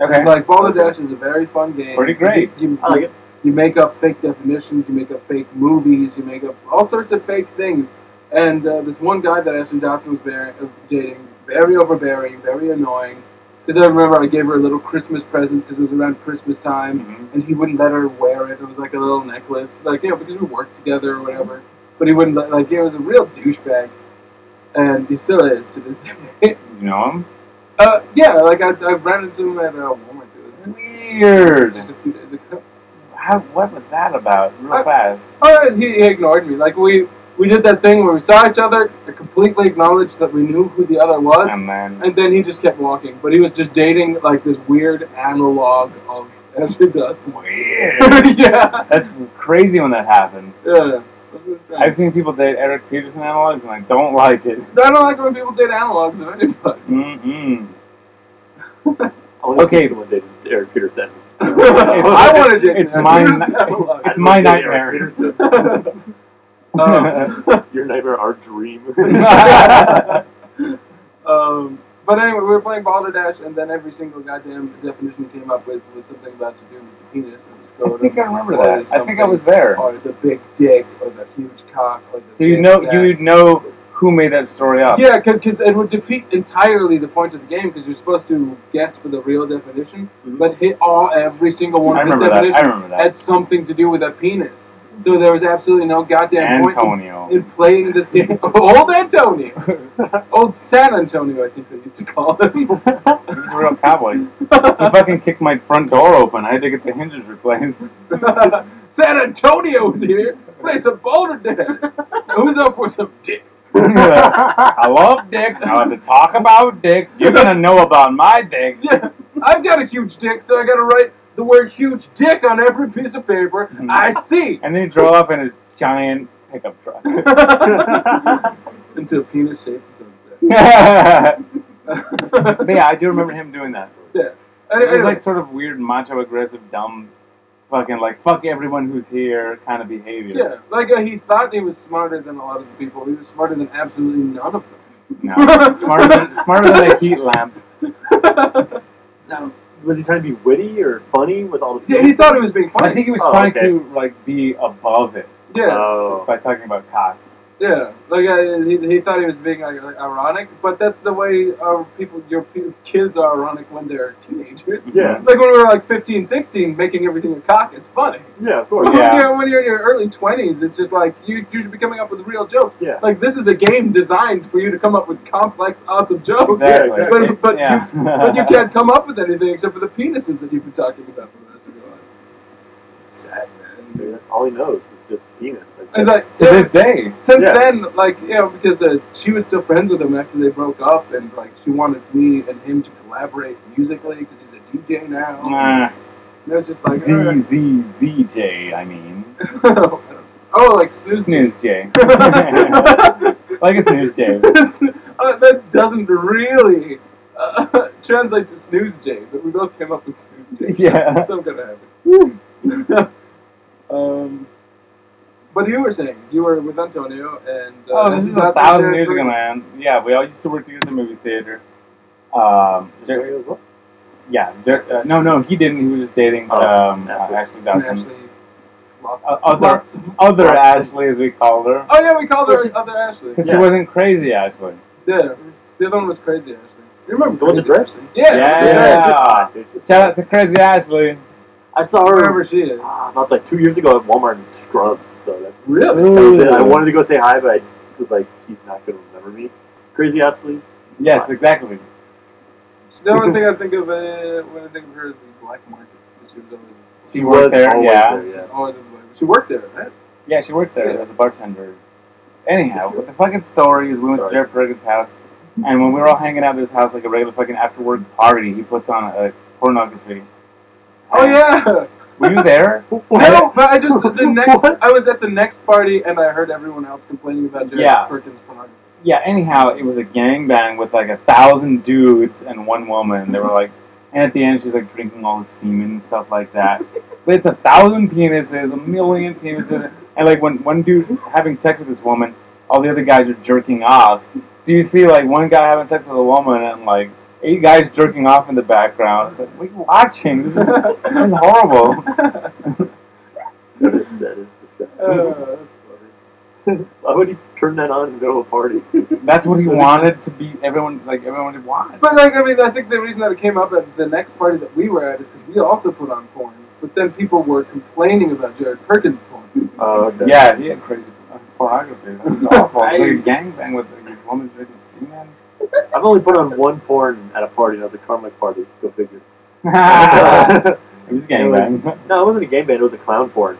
[SPEAKER 5] Okay.
[SPEAKER 4] And, like, Balderdash is a very fun game.
[SPEAKER 5] Pretty great.
[SPEAKER 4] You, you,
[SPEAKER 6] I like it.
[SPEAKER 4] you make up fake definitions, you make up fake movies, you make up all sorts of fake things. And uh, this one guy that Ashley Dodson was bearing, uh, dating, very overbearing, very annoying. Because I remember I gave her a little Christmas present because it was around Christmas time,
[SPEAKER 5] Mhm.
[SPEAKER 4] and he wouldn't let her wear it. It was like a little necklace, like you know, because we worked together or whatever. But he wouldn't let, like it was a real douchebag, and he still is to this day.
[SPEAKER 5] You know him?
[SPEAKER 4] uh, yeah, like I, I ran into him at uh, Walmart the other day,
[SPEAKER 5] Weird.
[SPEAKER 4] just a few days ago.
[SPEAKER 5] How, what was that about? Real
[SPEAKER 4] I-
[SPEAKER 5] fast.
[SPEAKER 4] Oh, and he, he ignored me. Like we we did that thing where we saw each other, I completely acknowledged that we knew who the other was,
[SPEAKER 5] And then
[SPEAKER 4] and then he just kept walking. But he was just dating like this weird analog of Ashley Dodson.
[SPEAKER 5] weird.
[SPEAKER 4] yeah.
[SPEAKER 5] That's crazy when that happens.
[SPEAKER 4] Yeah.
[SPEAKER 5] I've seen people date Eric Peterson analogs, and I don't like it.
[SPEAKER 4] I don't like when people date analogs of anybody.
[SPEAKER 5] Mm-mm.
[SPEAKER 6] I wanna see
[SPEAKER 5] Okay.
[SPEAKER 6] Someone did Eric Peterson.
[SPEAKER 4] I want to date
[SPEAKER 5] It's
[SPEAKER 4] an
[SPEAKER 5] my-
[SPEAKER 4] Anderson analog.
[SPEAKER 5] It's my
[SPEAKER 6] I'd love to date
[SPEAKER 5] nightmare.
[SPEAKER 6] Eric Peterson.
[SPEAKER 4] Um,
[SPEAKER 6] Your nightmare, our dream.
[SPEAKER 4] Um, but anyway, we were playing Balderdash, and then every single goddamn definition he came up with was something about to do with the penis. Or
[SPEAKER 5] I think I remember
[SPEAKER 4] or
[SPEAKER 5] that. I think I
[SPEAKER 4] something,
[SPEAKER 5] was there.
[SPEAKER 4] Or the big dick, or the huge cock, or the
[SPEAKER 5] So you
[SPEAKER 4] this,
[SPEAKER 5] know
[SPEAKER 4] that.
[SPEAKER 5] you would know who made that story up.
[SPEAKER 4] Yeah, because it would defeat entirely the point of the game because you're supposed to guess for the real definition,
[SPEAKER 6] Mhm.
[SPEAKER 4] but hit all every single one
[SPEAKER 5] Mm-hmm. I
[SPEAKER 4] of his
[SPEAKER 5] remember that. I
[SPEAKER 4] definitions
[SPEAKER 5] remember that.
[SPEAKER 4] had something to do with a penis. So there was absolutely no goddamn point
[SPEAKER 5] Antonio.
[SPEAKER 4] in- in playing this game. Old Antonio, old San Antonio, I think they used to call him.
[SPEAKER 5] He's a real cowboy. he fucking kicked my front door open. I had to get the hinges replaced.
[SPEAKER 4] San Antonio's here. Play some Boulder Dead. Who's up for some dick?
[SPEAKER 5] I love dicks. I love to talk about dicks. You're gonna know about my dick.
[SPEAKER 4] Yeah, I've got a huge dick, so I gotta write the word huge dick on every piece of paper I see.
[SPEAKER 5] And then he drove up in his giant pickup truck.
[SPEAKER 4] Into a penis shaped sunset.
[SPEAKER 5] but yeah, I do remember him doing that.
[SPEAKER 4] yeah. And,
[SPEAKER 5] It was like sort of weird, macho aggressive, dumb, fucking like fuck everyone who's here kind of behavior.
[SPEAKER 4] yeah, like uh, he thought he was smarter than a lot of the people. He was smarter than absolutely none of
[SPEAKER 5] No, smarter than smarter than a heat lamp.
[SPEAKER 4] them.
[SPEAKER 6] Now, was he trying to be witty or funny with all the?
[SPEAKER 4] yeah, he thought he was being
[SPEAKER 5] I
[SPEAKER 4] funny.
[SPEAKER 5] think he was uh,
[SPEAKER 6] Oh,
[SPEAKER 5] trying
[SPEAKER 6] okay.
[SPEAKER 5] to like be above it
[SPEAKER 4] yeah,
[SPEAKER 6] Oh.
[SPEAKER 5] by talking about cocks.
[SPEAKER 4] yeah. Like uh, he, he thought he was being like, like ironic, but that's the way our people, your pe- kids, are ironic when they're teenagers.
[SPEAKER 6] Yeah.
[SPEAKER 4] Like when we were like 15, 16, making everything a cock is funny.
[SPEAKER 6] Yeah, of course.
[SPEAKER 4] But
[SPEAKER 5] Oh, Yeah.
[SPEAKER 4] When, you're, when you're in your early 20s, it's just like you, you should be coming up with real jokes.
[SPEAKER 6] Yeah.
[SPEAKER 4] Like this is a game designed for you to come up with complex, awesome jokes.
[SPEAKER 5] Exactly.
[SPEAKER 6] exactly.
[SPEAKER 4] But, but,
[SPEAKER 5] yeah.
[SPEAKER 4] you, but you can't come up with anything except for the penises that you've been talking about for the rest of your life. Sad man.
[SPEAKER 6] Dude, that's all he knows is just penis.
[SPEAKER 4] And like
[SPEAKER 5] to
[SPEAKER 4] since-
[SPEAKER 5] this day.
[SPEAKER 4] since
[SPEAKER 6] yeah.
[SPEAKER 4] then, like you know, because uh, she was still friends with him after they broke up, and like she wanted me and him to collaborate musically because he's a DJ now.
[SPEAKER 5] Nah,
[SPEAKER 4] And it was just like,
[SPEAKER 5] Uh,
[SPEAKER 4] uh,
[SPEAKER 5] Z Z Z J. I mean,
[SPEAKER 4] oh, oh, like Susan.
[SPEAKER 5] snooze J. like
[SPEAKER 4] uh,
[SPEAKER 5] a snooze J.
[SPEAKER 4] that doesn't really uh, translate to snooze J, but we both came up with snooze J.
[SPEAKER 5] Yeah.
[SPEAKER 4] So I'm gonna have it. um, but you were saying you were with Antonio, and uh,
[SPEAKER 5] Oh, this is a
[SPEAKER 4] not
[SPEAKER 5] thousand
[SPEAKER 4] sincere
[SPEAKER 5] years ago,
[SPEAKER 4] agreement.
[SPEAKER 5] man. Yeah, we all used to work together at the movie theater. Um, Jer- yeah, Jer- uh, no, no, he didn't. He was just dating
[SPEAKER 6] Oh,
[SPEAKER 5] um, uh,
[SPEAKER 6] Ashley.
[SPEAKER 5] Ashley
[SPEAKER 4] And
[SPEAKER 5] Johnson.
[SPEAKER 4] Ashley Flop-
[SPEAKER 5] Uh, other,
[SPEAKER 4] Flop-
[SPEAKER 5] other Ashley, as we called her,
[SPEAKER 4] Oh yeah, we called
[SPEAKER 6] Which
[SPEAKER 4] her
[SPEAKER 6] is-
[SPEAKER 4] other Ashley.
[SPEAKER 5] because she
[SPEAKER 6] Yeah.
[SPEAKER 5] wasn't crazy Ashley.
[SPEAKER 4] Yeah, the other one was crazy Ashley. You
[SPEAKER 6] The
[SPEAKER 4] remember
[SPEAKER 6] one that
[SPEAKER 4] crazy
[SPEAKER 6] dressed?
[SPEAKER 4] Ashley? Yeah,
[SPEAKER 5] Yeah. Shout out to crazy Ashley.
[SPEAKER 6] I saw
[SPEAKER 4] Wherever
[SPEAKER 6] her
[SPEAKER 4] she is.
[SPEAKER 6] ah, about like two years ago at Walmart in Scrubs. So that,
[SPEAKER 4] Really?
[SPEAKER 6] that was it. I wanted to go say hi, but I was like, she's not gonna remember me. Crazy Ashley.
[SPEAKER 5] Yes, exactly.
[SPEAKER 4] The only thing I think of uh, when I think of her is the black market. that She was always,
[SPEAKER 5] She, worked there.
[SPEAKER 6] always
[SPEAKER 5] yeah.
[SPEAKER 6] there,
[SPEAKER 4] she was
[SPEAKER 6] yeah.
[SPEAKER 4] always in the black. She worked there, right?
[SPEAKER 5] Yeah, she worked there
[SPEAKER 4] Yeah.
[SPEAKER 5] as a bartender. Anyhow, but the fucking story is we went to
[SPEAKER 6] Sorry.
[SPEAKER 5] Jeff Bergen's house, and when we were all hanging out at his house like a regular fucking after work party, he puts on a pornography.
[SPEAKER 4] Oh
[SPEAKER 5] And-
[SPEAKER 4] yeah.
[SPEAKER 5] Were you there?
[SPEAKER 4] No, but I just the next. I was at the next party and I heard everyone else complaining about Jared
[SPEAKER 5] Yeah.
[SPEAKER 4] Perkins pornography.
[SPEAKER 5] Yeah. Anyhow, it was a gangbang with like a thousand dudes and one woman. They were like, and at the end she's like drinking all the semen and stuff like that. but it's a thousand penises, a million penises, and like when one dude's having sex with this woman, all the other guys are jerking off. So you see like one guy having sex with a woman and like eight guys jerking off in the background. It's like, what are you watching? This is,
[SPEAKER 4] Uh,
[SPEAKER 5] this is horrible.
[SPEAKER 6] That is, that is disgusting.
[SPEAKER 4] Uh,
[SPEAKER 6] Why would he turn that on in the middle of a party?
[SPEAKER 5] That's what he wanted to be. Everyone like everyone to watch.
[SPEAKER 4] But like, I mean, I think the reason that it came up at the next party that we were at is because we also put on porn, but then people were complaining about Jared Perkins porn.
[SPEAKER 6] Oh, okay.
[SPEAKER 5] Yeah, he had crazy pornography. That was awful.
[SPEAKER 4] I-
[SPEAKER 5] It was like a gangbang with like, this woman drinking semen.
[SPEAKER 6] I've only put on one porn at a party, and that was a Carmic party. Go figure.
[SPEAKER 5] it was a gangbang.
[SPEAKER 6] No, it wasn't a gay band. It was a clown porn.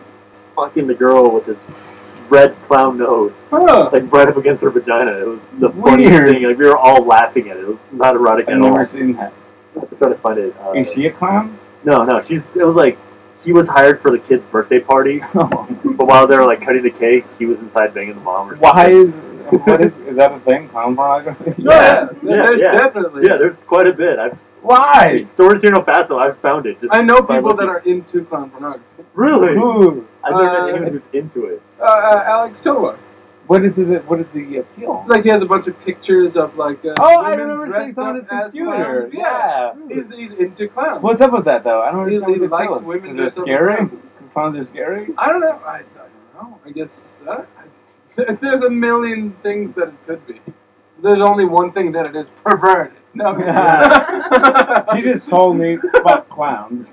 [SPEAKER 6] Fucking the girl with this red clown nose,
[SPEAKER 4] Huh.
[SPEAKER 6] like right up against her vagina. It was the funniest
[SPEAKER 5] Weird.
[SPEAKER 6] thing. Like we were all laughing at it. It was not erotic
[SPEAKER 5] I've
[SPEAKER 6] at all.
[SPEAKER 5] never
[SPEAKER 6] I
[SPEAKER 5] seen that.
[SPEAKER 6] have to try to find it. Uh,
[SPEAKER 5] Is she a clown?
[SPEAKER 6] No, no. She's. It was like he was hired for the kid's birthday party, but while they were like cutting the cake, he was inside banging the mom or
[SPEAKER 5] Why
[SPEAKER 6] something.
[SPEAKER 5] is what is is that a thing? Clown pornography?
[SPEAKER 4] Yeah,
[SPEAKER 6] yeah,
[SPEAKER 4] there's
[SPEAKER 6] yeah.
[SPEAKER 4] definitely.
[SPEAKER 6] Yeah, there's quite a bit. I've
[SPEAKER 5] Why?
[SPEAKER 6] stores here in El Paso. I've found it. Just
[SPEAKER 4] I know
[SPEAKER 6] by
[SPEAKER 4] people that
[SPEAKER 6] looking.
[SPEAKER 4] are into clown pornography.
[SPEAKER 6] really.
[SPEAKER 5] Ooh.
[SPEAKER 6] I've never
[SPEAKER 4] Uh,
[SPEAKER 6] met anyone who's into it.
[SPEAKER 4] Uh, uh, Alex Silva.
[SPEAKER 5] What is the what is the appeal?
[SPEAKER 4] Like he has a bunch of pictures of like. Uh,
[SPEAKER 5] Oh, I
[SPEAKER 4] women
[SPEAKER 5] remember
[SPEAKER 4] dressed
[SPEAKER 5] seeing some on his
[SPEAKER 4] up as
[SPEAKER 5] computer.
[SPEAKER 4] clowns. Yeah.
[SPEAKER 5] Yeah.
[SPEAKER 4] He's, he's into clowns.
[SPEAKER 5] What's up with that though? I don't
[SPEAKER 4] He-
[SPEAKER 5] understand
[SPEAKER 4] he
[SPEAKER 5] what the
[SPEAKER 4] likes
[SPEAKER 5] appeal is.
[SPEAKER 4] women
[SPEAKER 5] 'Cause
[SPEAKER 4] dressed
[SPEAKER 5] they're
[SPEAKER 4] up as
[SPEAKER 5] scary.
[SPEAKER 4] clowns.
[SPEAKER 5] Clowns are scary.
[SPEAKER 4] I don't know. I, I don't know. I guess uh, I- Th- There's a million things that it could be. There's only one thing that it is perverted. No.
[SPEAKER 5] She just told me fuck clowns.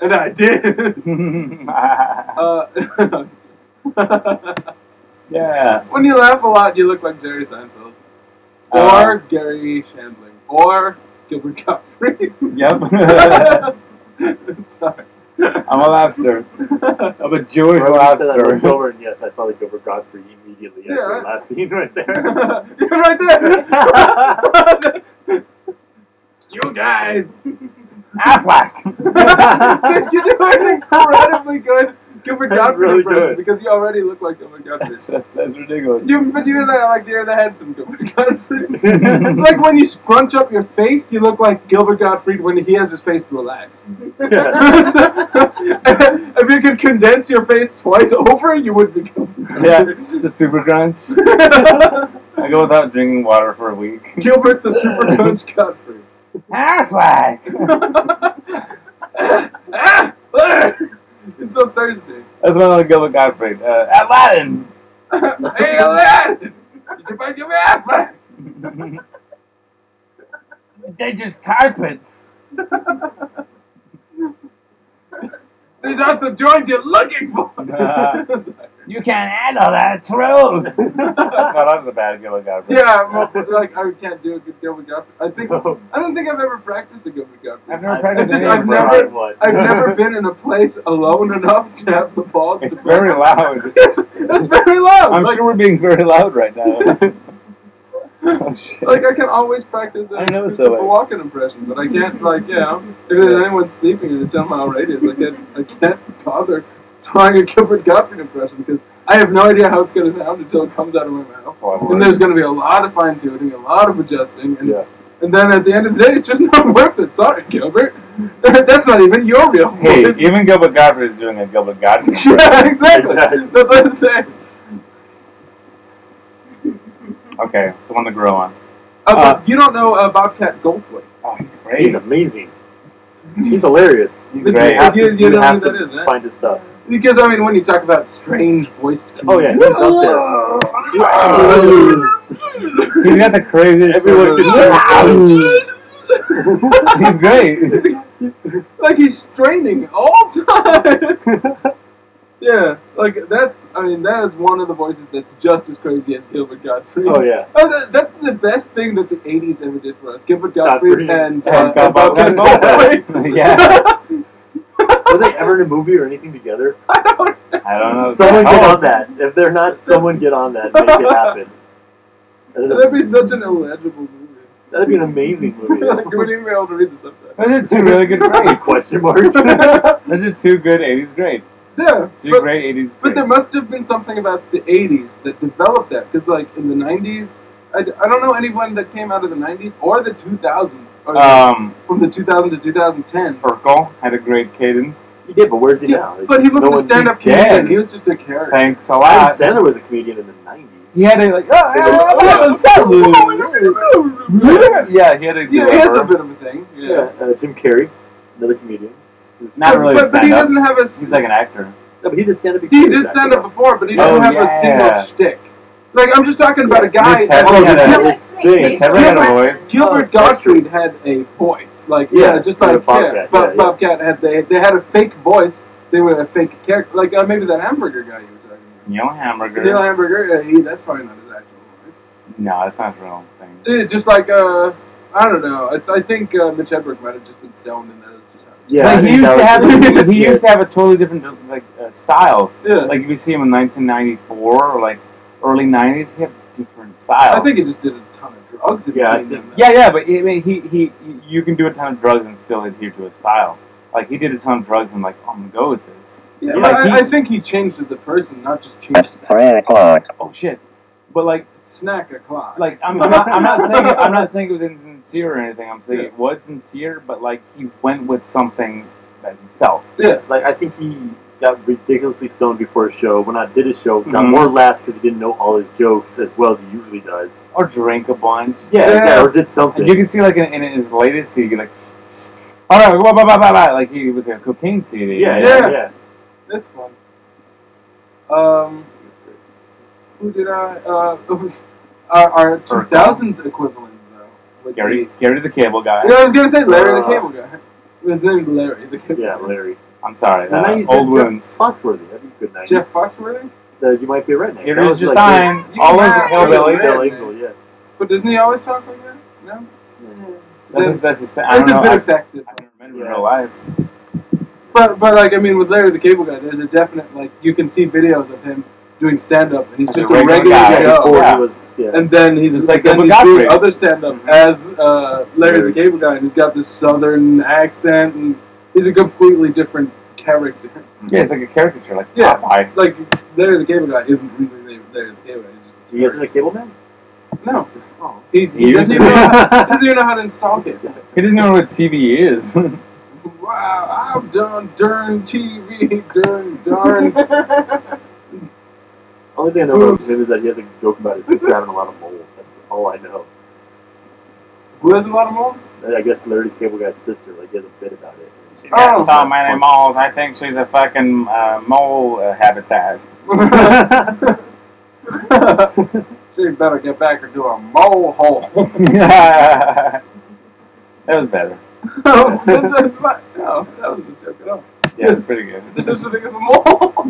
[SPEAKER 4] and I did.
[SPEAKER 5] yeah.
[SPEAKER 4] Uh,
[SPEAKER 5] Uh,
[SPEAKER 4] when you laugh a lot, you look like Jerry Seinfeld.
[SPEAKER 5] Uh,
[SPEAKER 4] Or Gary Shandling. Or Gilbert Godfrey.
[SPEAKER 5] Yep.
[SPEAKER 4] Sorry.
[SPEAKER 5] I'm a lobster. I'm a Jewish
[SPEAKER 6] Right when you said that, I
[SPEAKER 5] lobster.
[SPEAKER 6] looked over and yes, I saw the Gilbert Godfrey immediately.
[SPEAKER 4] Yeah.
[SPEAKER 6] Yeah. Last scene right there.
[SPEAKER 4] You're right there. you guys.
[SPEAKER 5] Affleck.
[SPEAKER 4] You're doing incredibly good. Gilbert
[SPEAKER 6] That's
[SPEAKER 4] Godfrey
[SPEAKER 6] really
[SPEAKER 4] impression,
[SPEAKER 6] good.
[SPEAKER 4] because you already look like Gilbert Godfrey.
[SPEAKER 5] that's, that's, that's ridiculous.
[SPEAKER 4] You, but you're the like you're the handsome Gilbert Gottfried. like when you scrunch up your face, you look like Gilbert Gottfried when he has his face relaxed. if you could condense your face twice over, you would be Gilbert.
[SPEAKER 5] yeah, the super crunch. I go without drinking water for a week.
[SPEAKER 4] Gilbert the Super Coach Godfrey.
[SPEAKER 5] Affleck.
[SPEAKER 4] it's on Thursday.
[SPEAKER 5] That's my little Gilbert Gottfried. Uh, Aladdin.
[SPEAKER 4] hey, Aladdin! Did you find your Affleck?
[SPEAKER 5] they just carpets.
[SPEAKER 4] These aren't the droids you're looking for.
[SPEAKER 5] Uh, You can't handle that truth. no, that was a bad Gilbert Gottfried.
[SPEAKER 4] Yeah, well, like I can't do a good Gilbert Godfrey. I think
[SPEAKER 5] Oh.
[SPEAKER 4] I don't think I've ever practiced a Gilbert Godfrey.
[SPEAKER 5] I've never
[SPEAKER 6] I-
[SPEAKER 5] practiced
[SPEAKER 4] It's
[SPEAKER 5] any
[SPEAKER 4] just- I've
[SPEAKER 5] of them.
[SPEAKER 4] never-
[SPEAKER 6] One.
[SPEAKER 4] I've never been in a place alone enough to have the balls.
[SPEAKER 5] It's
[SPEAKER 4] to-
[SPEAKER 5] very loud.
[SPEAKER 4] it's, it's very loud.
[SPEAKER 5] I'm
[SPEAKER 4] like,
[SPEAKER 5] sure we're being very loud right now. oh shit.
[SPEAKER 4] like I can always practice a
[SPEAKER 5] I know, so, like-
[SPEAKER 4] a walking impression, but I can't like you know if there's anyone sleeping in a ten mile radius, I can't I can't bother trying a Gilbert Godfrey impression because I have no idea how it's gonna sound until it comes out of my mouth. And there's going to be a lot of fine tuning, a lot of adjusting, and, it's, and then at the end of the day, it's just not worth it. Sorry, Gilbert. That's not even your real
[SPEAKER 5] Hey,
[SPEAKER 4] voice.
[SPEAKER 5] even Gilbert Gottfried is doing a Gilbert Gottfried.
[SPEAKER 4] yeah,
[SPEAKER 5] impression.
[SPEAKER 4] exactly.
[SPEAKER 6] Exactly.
[SPEAKER 4] That's what I'm saying.
[SPEAKER 5] okay, the one to grow on.
[SPEAKER 4] Uh,
[SPEAKER 5] Uh,
[SPEAKER 4] but you don't know uh, Bobcat Goldthwait.
[SPEAKER 5] Oh, he's
[SPEAKER 6] He's
[SPEAKER 5] great.
[SPEAKER 6] amazing. He's hilarious.
[SPEAKER 5] He's
[SPEAKER 4] Did
[SPEAKER 5] great.
[SPEAKER 4] you-
[SPEAKER 6] have to-
[SPEAKER 4] you know
[SPEAKER 6] have
[SPEAKER 4] who
[SPEAKER 6] to
[SPEAKER 4] that is, right?
[SPEAKER 6] Find his stuff.
[SPEAKER 4] Because, I mean, when you talk about strange voiced
[SPEAKER 6] Oh yeah, he's up there.
[SPEAKER 5] He's got the craziest.
[SPEAKER 6] Everyone
[SPEAKER 5] he's great.
[SPEAKER 4] like he's straining all time. yeah, like that's, I mean, that is one of the voices that's just as crazy as Gilbert Godfrey.
[SPEAKER 6] Oh yeah.
[SPEAKER 4] Oh, that, that's the best thing that the '80s ever did for us. Gilbert Gottfried
[SPEAKER 6] Godfrey.
[SPEAKER 4] and, uh,
[SPEAKER 5] And Bob-
[SPEAKER 4] Bob-
[SPEAKER 5] Bob-
[SPEAKER 4] Bob-
[SPEAKER 5] Bob-
[SPEAKER 4] Wait.
[SPEAKER 5] Yeah.
[SPEAKER 6] Were they ever in a movie or anything together?
[SPEAKER 4] I don't.
[SPEAKER 5] I don't
[SPEAKER 4] Uh,
[SPEAKER 5] know.
[SPEAKER 6] Someone get
[SPEAKER 5] Oh,
[SPEAKER 6] on that. If they're not, someone get on that. Make it happen.
[SPEAKER 4] That'd be such an illegible movie.
[SPEAKER 6] That'd be an amazing movie.
[SPEAKER 4] like you wouldn't even be able to read the subtitles.
[SPEAKER 5] Those are two really good grades.
[SPEAKER 6] Question marks.
[SPEAKER 5] Those are two good 80s grades.
[SPEAKER 4] Yeah,
[SPEAKER 5] Two
[SPEAKER 4] but,
[SPEAKER 5] great 80s
[SPEAKER 4] but there
[SPEAKER 5] grades.
[SPEAKER 4] must have been something about the '80s that developed that, because like in the '90s, I, d- I don't know anyone that came out of the '90s or the 2000s, or
[SPEAKER 5] Um,
[SPEAKER 4] from the 2000 to 2010.
[SPEAKER 5] Urkel had a great cadence.
[SPEAKER 6] he did, but where's he now?
[SPEAKER 4] Yeah, but he was
[SPEAKER 6] no
[SPEAKER 4] not a
[SPEAKER 6] one-
[SPEAKER 4] stand-up
[SPEAKER 5] he's dead.
[SPEAKER 4] comedian. He was just a character.
[SPEAKER 5] Thanks a
[SPEAKER 6] Adam
[SPEAKER 5] lot.
[SPEAKER 6] Sandler was a comedian in the nineties.
[SPEAKER 5] He had a like. Oh, I'm
[SPEAKER 4] yeah,
[SPEAKER 5] Yeah, he had a.
[SPEAKER 4] he has a bit of a thing. yeah.
[SPEAKER 6] Uh, Jim Carrey, another comedian. He was-
[SPEAKER 5] Not really
[SPEAKER 4] But, but he
[SPEAKER 5] stand-up.
[SPEAKER 4] doesn't have a.
[SPEAKER 5] He's like an actor.
[SPEAKER 6] No, but he did stand up.
[SPEAKER 4] He did stand up before, but he doesn't
[SPEAKER 5] Oh,
[SPEAKER 4] have
[SPEAKER 5] yeah.
[SPEAKER 4] a single shtick. Like I'm just talking about a guy.
[SPEAKER 5] Mitch Hedberg
[SPEAKER 4] Oh,
[SPEAKER 5] had
[SPEAKER 4] Gilbert-
[SPEAKER 5] a-
[SPEAKER 6] thing.
[SPEAKER 5] Mitch Hedberg had a voice.
[SPEAKER 4] Gilbert
[SPEAKER 6] Oh, that's
[SPEAKER 4] Gottfried had a voice, like yeah,
[SPEAKER 6] Yeah,
[SPEAKER 4] just
[SPEAKER 6] he
[SPEAKER 4] like
[SPEAKER 6] had Bobcat,
[SPEAKER 4] yeah,
[SPEAKER 6] yeah,
[SPEAKER 4] Bob,
[SPEAKER 6] yeah.
[SPEAKER 4] Bobcat had they they had a fake voice. They were a fake character, like uh, maybe that hamburger guy you were talking about.
[SPEAKER 5] Neil
[SPEAKER 4] The
[SPEAKER 5] Hamburger.
[SPEAKER 4] Neil Hamburger, uh, he, that's probably not his actual voice.
[SPEAKER 5] no, that's not his real thing.
[SPEAKER 4] Yeah, just like uh, I don't know. I, I think uh, Mitch Hedberg might have just been stoned, and that is just how.
[SPEAKER 6] Yeah, I
[SPEAKER 5] like, he
[SPEAKER 6] think
[SPEAKER 5] used to
[SPEAKER 6] that
[SPEAKER 5] have.
[SPEAKER 6] was-
[SPEAKER 5] he used to have a totally different like uh, style.
[SPEAKER 4] Yeah,
[SPEAKER 5] Like if you see him in 1994 or like early 90s, he had different style.
[SPEAKER 4] I think he just did a ton of drugs. in
[SPEAKER 6] Yeah, I
[SPEAKER 4] between
[SPEAKER 6] think-
[SPEAKER 4] them, though.
[SPEAKER 5] Yeah, yeah, but I mean, he, he, you can do a ton of drugs and still adhere to a style. Like he did a ton of drugs and like I'm gonna go with this.
[SPEAKER 4] Yeah,
[SPEAKER 5] Yeah,
[SPEAKER 4] but
[SPEAKER 5] he-
[SPEAKER 4] I, I think he changed as the person, not just changed
[SPEAKER 5] Oh shit! But like,
[SPEAKER 4] snack o'clock.
[SPEAKER 5] like I'm, I'm not, I'm not saying it, I'm not saying it was insincere or anything. I'm saying
[SPEAKER 4] Yeah.
[SPEAKER 5] it was sincere, but like he went with something that he felt.
[SPEAKER 4] yeah,
[SPEAKER 6] Like I think he got ridiculously stoned before a show. When I did a show, got
[SPEAKER 5] Mhm.
[SPEAKER 6] more laughs because he didn't know all his jokes as well as he usually does.
[SPEAKER 5] or drink a bunch.
[SPEAKER 6] Yeah,
[SPEAKER 4] Yeah.
[SPEAKER 6] exactly, or did something.
[SPEAKER 5] And you can see like in, in his latest CD, like, all right, blah, blah, blah, blah, blah. like he was a cocaine CD.
[SPEAKER 6] yeah,
[SPEAKER 5] Like,
[SPEAKER 6] yeah,
[SPEAKER 4] Yeah.
[SPEAKER 6] yeah.
[SPEAKER 4] that's fun. Um, who did I? Uh, our, our 2000s equivalent though. would
[SPEAKER 5] Gary,
[SPEAKER 4] be-
[SPEAKER 5] Gary the Cable Guy.
[SPEAKER 4] Yeah, I was gonna say Larry the
[SPEAKER 6] Uh,
[SPEAKER 4] Cable Guy. His name's Larry the Cable.
[SPEAKER 6] Yeah,
[SPEAKER 4] Guy.
[SPEAKER 6] Larry.
[SPEAKER 5] I'm sorry.
[SPEAKER 6] And then
[SPEAKER 5] Uh,
[SPEAKER 6] you said
[SPEAKER 5] old
[SPEAKER 6] Jeff
[SPEAKER 5] wounds.
[SPEAKER 6] Foxworthy. That'd be a good night.
[SPEAKER 4] Jeff Foxworthy.
[SPEAKER 6] That you might be right now.
[SPEAKER 5] It
[SPEAKER 6] That
[SPEAKER 5] is
[SPEAKER 6] was
[SPEAKER 5] just
[SPEAKER 6] like your-
[SPEAKER 5] time. All those
[SPEAKER 4] Yeah.
[SPEAKER 5] hillbilly.
[SPEAKER 4] Yeah.
[SPEAKER 6] Bill Engvall, yeah.
[SPEAKER 4] But doesn't he always talk like that? No.
[SPEAKER 5] That's, that's just, I don't
[SPEAKER 4] It's
[SPEAKER 5] know.
[SPEAKER 4] a
[SPEAKER 5] I,
[SPEAKER 4] bit effective.
[SPEAKER 5] I don't remember in real life.
[SPEAKER 4] But but like I mean, with Larry the Cable Guy, there's a definite like you can see videos of him doing stand up, and he's
[SPEAKER 5] As
[SPEAKER 4] just
[SPEAKER 5] a
[SPEAKER 4] a
[SPEAKER 5] regular
[SPEAKER 4] regular,
[SPEAKER 5] guy.
[SPEAKER 4] Joe.
[SPEAKER 6] Before
[SPEAKER 5] Yeah.
[SPEAKER 6] he was, yeah.
[SPEAKER 4] And then he's
[SPEAKER 5] Just
[SPEAKER 4] just
[SPEAKER 5] like
[SPEAKER 4] like then
[SPEAKER 5] Gilbert
[SPEAKER 4] he's doing
[SPEAKER 5] Gottfried.
[SPEAKER 4] other stand up as uh, Larry the Cable Guy, and he's got this southern accent, and he's a completely different character.
[SPEAKER 5] Yeah, it's like a caricature, like
[SPEAKER 4] Yeah.
[SPEAKER 5] Popeye.
[SPEAKER 4] Like Larry the Cable Guy isn't really Larry the Cable Guy. He's just a
[SPEAKER 6] you guys in a cable man?
[SPEAKER 4] character. no,
[SPEAKER 6] Oh.
[SPEAKER 4] he, he
[SPEAKER 5] He is.
[SPEAKER 4] doesn't, even know, doesn't even know how to install it.
[SPEAKER 5] He doesn't know what TV is.
[SPEAKER 4] Wow, I've done darn TV, darn darn.
[SPEAKER 6] Only thing I know about him is that he has a joke about his sister having a lot of moles. That's all I know.
[SPEAKER 4] Who has a lot of more?
[SPEAKER 6] And I guess Larry the Cable Guy's sister, like, he has a bit about it. And she-
[SPEAKER 5] Yeah,
[SPEAKER 4] Oh.
[SPEAKER 5] saw my name Malls. I think she's a fucking uh, mole uh, habitat.
[SPEAKER 4] she better get back into a mole hole.
[SPEAKER 5] that was better.
[SPEAKER 4] no, that's not- uh, no, that was a joke at all.
[SPEAKER 5] Yeah, it's pretty good.
[SPEAKER 4] This is the thing as a mole.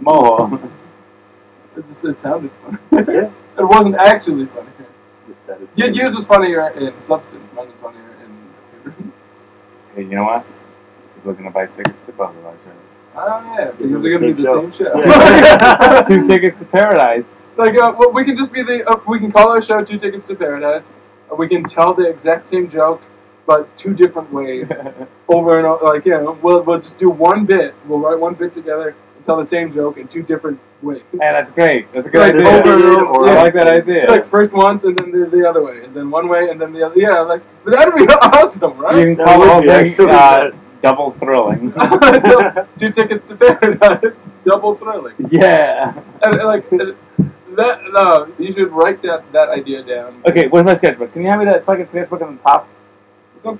[SPEAKER 5] mole.
[SPEAKER 4] It just it sounded funny.
[SPEAKER 6] Yeah.
[SPEAKER 4] It wasn't actually funny.
[SPEAKER 6] Just said it.
[SPEAKER 4] Y- Yours was funnier in substance. Mine was funnier in.
[SPEAKER 5] Hey, you know what? He's looking to buy tickets to both of our shows.
[SPEAKER 4] Oh yeah, because
[SPEAKER 6] These are
[SPEAKER 4] they're gonna
[SPEAKER 6] the
[SPEAKER 4] be
[SPEAKER 6] same
[SPEAKER 4] the
[SPEAKER 6] show.
[SPEAKER 4] same show.
[SPEAKER 6] Yeah.
[SPEAKER 5] Two tickets to paradise.
[SPEAKER 4] like, uh, well, we can just be the. Uh, we can call our show Two Tickets to Paradise. Uh, we can tell the exact same joke, but two different ways. over and over. Like, yeah, we'll, we'll just do one bit. We'll write one bit together and tell the same joke in two different ways.
[SPEAKER 5] And that's great. That's a
[SPEAKER 4] Like
[SPEAKER 5] good idea.
[SPEAKER 4] over and over.
[SPEAKER 5] I
[SPEAKER 4] Yeah.
[SPEAKER 5] like that idea.
[SPEAKER 4] Like, first once and then the, the other way, and then one way and then the other. Yeah, like, that'd be awesome, right?
[SPEAKER 5] You can
[SPEAKER 6] That
[SPEAKER 5] call the
[SPEAKER 6] would
[SPEAKER 5] whole
[SPEAKER 6] be
[SPEAKER 5] thing
[SPEAKER 6] actually
[SPEAKER 5] uh,
[SPEAKER 6] nice.
[SPEAKER 5] double thrilling.
[SPEAKER 4] two tickets to paradise, double thrilling.
[SPEAKER 5] yeah.
[SPEAKER 4] And, and, like and that, no, you should write that that idea down.
[SPEAKER 5] Okay, where's my sketchbook? Can you hand me that fucking sketchbook on the top?
[SPEAKER 4] So,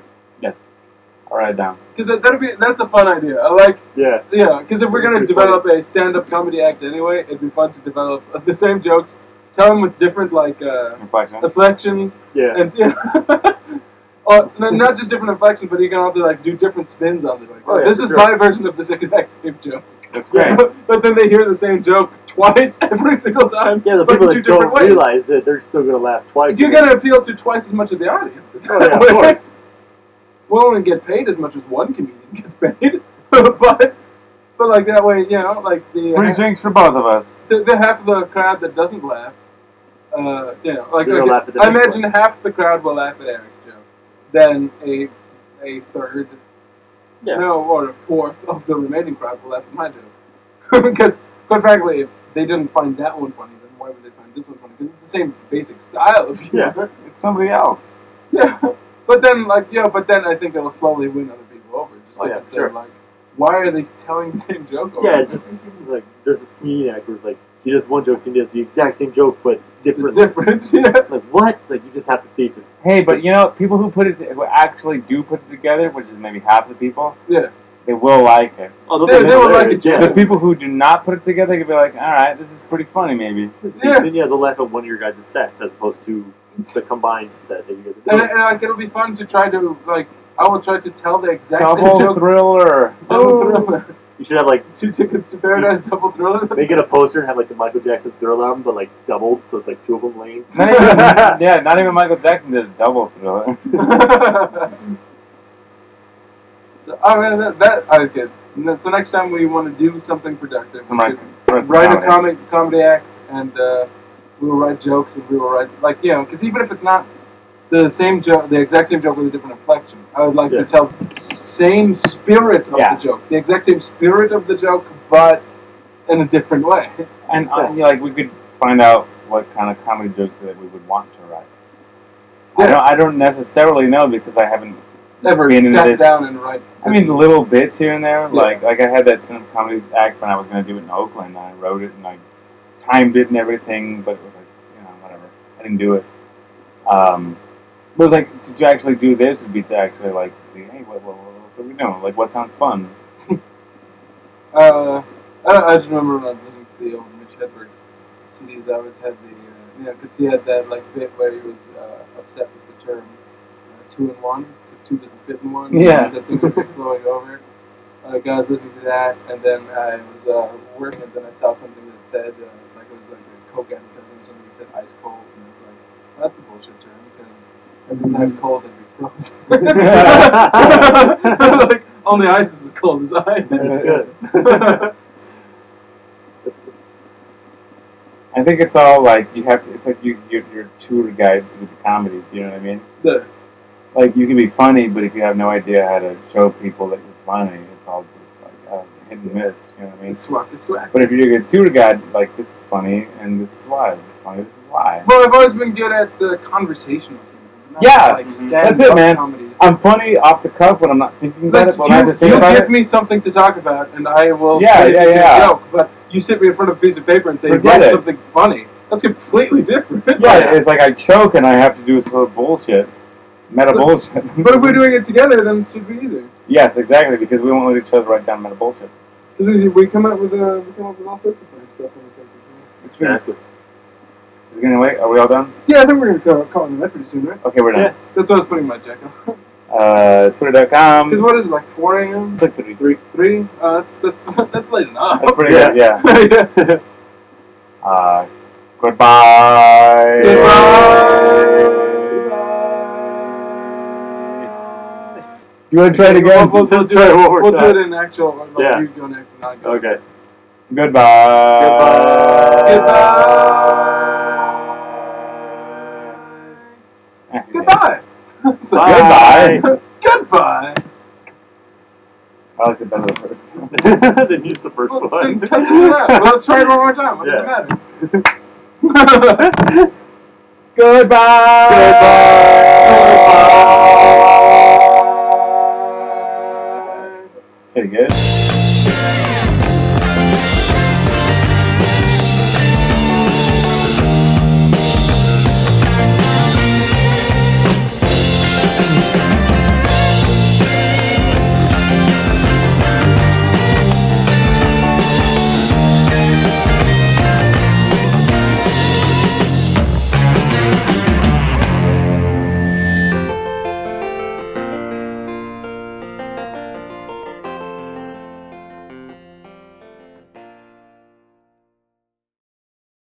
[SPEAKER 5] I'll write it down.
[SPEAKER 4] because that, that'd be that's a fun idea. I like,
[SPEAKER 6] Yeah.
[SPEAKER 4] yeah, because if we're gonna
[SPEAKER 6] Pretty
[SPEAKER 4] develop a stand-up comedy act anyway, it'd be fun to develop the same jokes, tell them with different like uh,
[SPEAKER 5] Reflection.
[SPEAKER 4] inflections,
[SPEAKER 6] Yeah.
[SPEAKER 4] and yeah. Or, no, not just different inflections, but you can also like do different spins on it. Like,
[SPEAKER 6] Oh, yeah,
[SPEAKER 4] this
[SPEAKER 6] for
[SPEAKER 4] is
[SPEAKER 6] sure.
[SPEAKER 4] my version of this exact same joke.
[SPEAKER 5] That's great.
[SPEAKER 4] but then they hear the same joke twice every single time.
[SPEAKER 6] Yeah, the
[SPEAKER 4] but
[SPEAKER 6] people
[SPEAKER 4] two
[SPEAKER 6] that
[SPEAKER 4] different
[SPEAKER 6] don't
[SPEAKER 4] ways.
[SPEAKER 6] realize it, they're still gonna laugh twice.
[SPEAKER 4] You gotta appeal to twice as much of the audience.
[SPEAKER 6] Oh, yeah, of course.
[SPEAKER 4] we'll only get paid as much as one comedian gets paid, but but like that way, you know, like the
[SPEAKER 5] Free
[SPEAKER 4] uh,
[SPEAKER 5] drinks for both of us.
[SPEAKER 4] the, the half of the crowd that doesn't laugh, uh, you know, like,
[SPEAKER 6] They're gonna
[SPEAKER 4] like,
[SPEAKER 6] laugh at the
[SPEAKER 4] I
[SPEAKER 6] next
[SPEAKER 4] imagine half the crowd will laugh at Eric's joke, then a a third,
[SPEAKER 6] Yeah.
[SPEAKER 4] no, or a fourth of the remaining crowd will laugh at my joke, because quite frankly, if they didn't find that one funny, then why would they find this one funny? Because it's the same basic style of humor.
[SPEAKER 6] Yeah.
[SPEAKER 5] It's somebody else.
[SPEAKER 4] Yeah, but then like yeah, but then I think it'll slowly win other people over. Just
[SPEAKER 6] Oh,
[SPEAKER 4] like
[SPEAKER 6] yeah,
[SPEAKER 4] I said,
[SPEAKER 6] sure.
[SPEAKER 4] like why are they telling the same joke? Over
[SPEAKER 6] Yeah,
[SPEAKER 4] and
[SPEAKER 6] it's just
[SPEAKER 4] over?
[SPEAKER 6] like there's this comedian actor who's like he does one joke and does the exact same joke but
[SPEAKER 4] It's
[SPEAKER 6] different.
[SPEAKER 4] different. Yeah,
[SPEAKER 6] Like what? Like you just have to see it. Just,
[SPEAKER 5] Hey, but you know, people who put it, who actually do put it together, which is maybe half the people,
[SPEAKER 4] yeah.
[SPEAKER 5] they will like it.
[SPEAKER 6] oh, those
[SPEAKER 4] They-
[SPEAKER 6] are
[SPEAKER 4] they would like
[SPEAKER 6] hilarious,
[SPEAKER 4] it, yeah.
[SPEAKER 5] The people who do not put it together could be like, all right, this is pretty funny, maybe.
[SPEAKER 4] Yeah.
[SPEAKER 6] Then you have to laugh at one of your guys' sets as opposed to the combined set that you guys are
[SPEAKER 4] And,
[SPEAKER 6] doing.
[SPEAKER 4] and like it'll be fun to try to like I will try to tell the exact
[SPEAKER 5] Double
[SPEAKER 4] same joke.
[SPEAKER 5] thriller.
[SPEAKER 4] Double thriller.
[SPEAKER 6] You should have like
[SPEAKER 4] Two tickets to paradise. Double thriller.
[SPEAKER 6] make it a poster and have like the Michael Jackson Thriller album but like doubled, so it's like two of them laying.
[SPEAKER 5] Not even, yeah, not even Michael Jackson did a double thriller.
[SPEAKER 4] so I mean that, that I get. So next time we want to do something productive.
[SPEAKER 5] Some right, sort of
[SPEAKER 4] write a
[SPEAKER 5] comedy.
[SPEAKER 4] comic comedy act, and uh, we will write jokes, and we will write like you know, because even if it's not the same joke, the exact same joke with a different inflection, I would like
[SPEAKER 6] Yeah.
[SPEAKER 4] to tell same spirit of
[SPEAKER 5] Yeah.
[SPEAKER 4] the joke, the exact same spirit of the joke, but in a different way.
[SPEAKER 5] And uh, yeah, like we could find out what kind of comedy jokes that we would want to write. I
[SPEAKER 4] Yeah.
[SPEAKER 5] don't, I don't necessarily know because I haven't
[SPEAKER 4] Never
[SPEAKER 5] Meaning it
[SPEAKER 4] sat
[SPEAKER 5] is-
[SPEAKER 4] down and write.
[SPEAKER 5] I mean, little bits here and there. Like, like I had that stand-up comedy act when I was going to do it in Oakland. And I wrote it and I timed it and everything, but it was like, you know, whatever. I didn't do it. Um, but it was like to, to actually do this would be to actually like see, hey, what, what, what, what are we doing? Like, what sounds fun?
[SPEAKER 4] Uh, I, I just remember when I was listening to the old Mitch Hedberg CDs, I always had the, uh, you know, because he had that like bit where he was uh, upset with the term uh, two in one, because two doesn't fit in one.
[SPEAKER 5] Yeah.
[SPEAKER 4] That thing would be flowing over. Like I was listening to that, and then I was uh, working, and then I saw something that said uh, like it was like a coke advertisement, or something that said ice cold, and I was like, well, that's a bullshit term because everything's ice cold and we froze. like only ice is as cold as ice.
[SPEAKER 5] That's
[SPEAKER 6] good.
[SPEAKER 5] I think it's all like you have to. It's like you you're, you're a tour guide with the comedy. You know what I mean?
[SPEAKER 4] The-
[SPEAKER 5] Like you can be funny, but if you have no idea how to show people that you're funny, it's all just like uh, hit and miss. You know what I mean?
[SPEAKER 4] It's swag, it's swag.
[SPEAKER 5] But if you're a tour guide, like this is funny and this is why this is funny, this is why.
[SPEAKER 4] Well, I've always been good at the conversational humor. not
[SPEAKER 5] Yeah,
[SPEAKER 4] like
[SPEAKER 5] mhm.
[SPEAKER 4] stand-up
[SPEAKER 5] That's it, man.
[SPEAKER 4] Comedies.
[SPEAKER 5] I'm funny off the cuff when I'm not thinking about
[SPEAKER 4] Like,
[SPEAKER 5] it, but when I
[SPEAKER 4] you,
[SPEAKER 5] have to think
[SPEAKER 4] you
[SPEAKER 5] about
[SPEAKER 4] give
[SPEAKER 5] it.
[SPEAKER 4] me something to talk about, and I will
[SPEAKER 5] Yeah,
[SPEAKER 4] create
[SPEAKER 5] yeah,
[SPEAKER 4] a
[SPEAKER 5] yeah.
[SPEAKER 4] joke. But you sit me in front of a piece of paper and say,
[SPEAKER 5] Forget
[SPEAKER 4] write
[SPEAKER 5] it.
[SPEAKER 4] something funny. That's completely different.
[SPEAKER 5] Yeah, it's like I choke and I have to do sort of bullshit, meta
[SPEAKER 4] So-
[SPEAKER 5] bullshit.
[SPEAKER 4] But if we're doing it together, then it should be easier.
[SPEAKER 5] Yes, exactly, because we won't let each other write down meta bullshit.
[SPEAKER 4] Because we come up with uh, we come up with all sorts of funny stuff. When we talk about
[SPEAKER 5] It's true. Is it gonna wait? Are we all done?
[SPEAKER 4] it. yeah, I think we're gonna call, call it an episode soon, right?
[SPEAKER 5] Okay, we're
[SPEAKER 4] Yeah,
[SPEAKER 5] done.
[SPEAKER 4] that's what I was putting my jacket on.
[SPEAKER 5] Uh, Twitter.com.
[SPEAKER 4] Because what is it like 4 a.m.
[SPEAKER 5] It's like pretty-
[SPEAKER 4] Three, three. Uh, that's that's that's late enough.
[SPEAKER 5] That's pretty good, yeah.
[SPEAKER 4] yeah.
[SPEAKER 5] Uh, goodbye. Do you want to try it again?
[SPEAKER 4] We'll, we'll, do,
[SPEAKER 6] Try
[SPEAKER 4] it,
[SPEAKER 6] it one more
[SPEAKER 4] we'll do
[SPEAKER 6] time.
[SPEAKER 4] it in actual. Like,
[SPEAKER 6] Yeah.
[SPEAKER 4] You go next. And I go.
[SPEAKER 6] Okay.
[SPEAKER 5] Goodbye. Eh,
[SPEAKER 4] Goodbye.
[SPEAKER 5] Goodbye.
[SPEAKER 4] Goodbye.
[SPEAKER 5] I liked it better the first time.
[SPEAKER 6] then use the first
[SPEAKER 4] Well, then
[SPEAKER 6] one.
[SPEAKER 4] cut this one out. Well, let's try it one more time. What
[SPEAKER 6] Yeah.
[SPEAKER 4] does it matter?
[SPEAKER 5] Goodbye. Goodbye. Pretty good.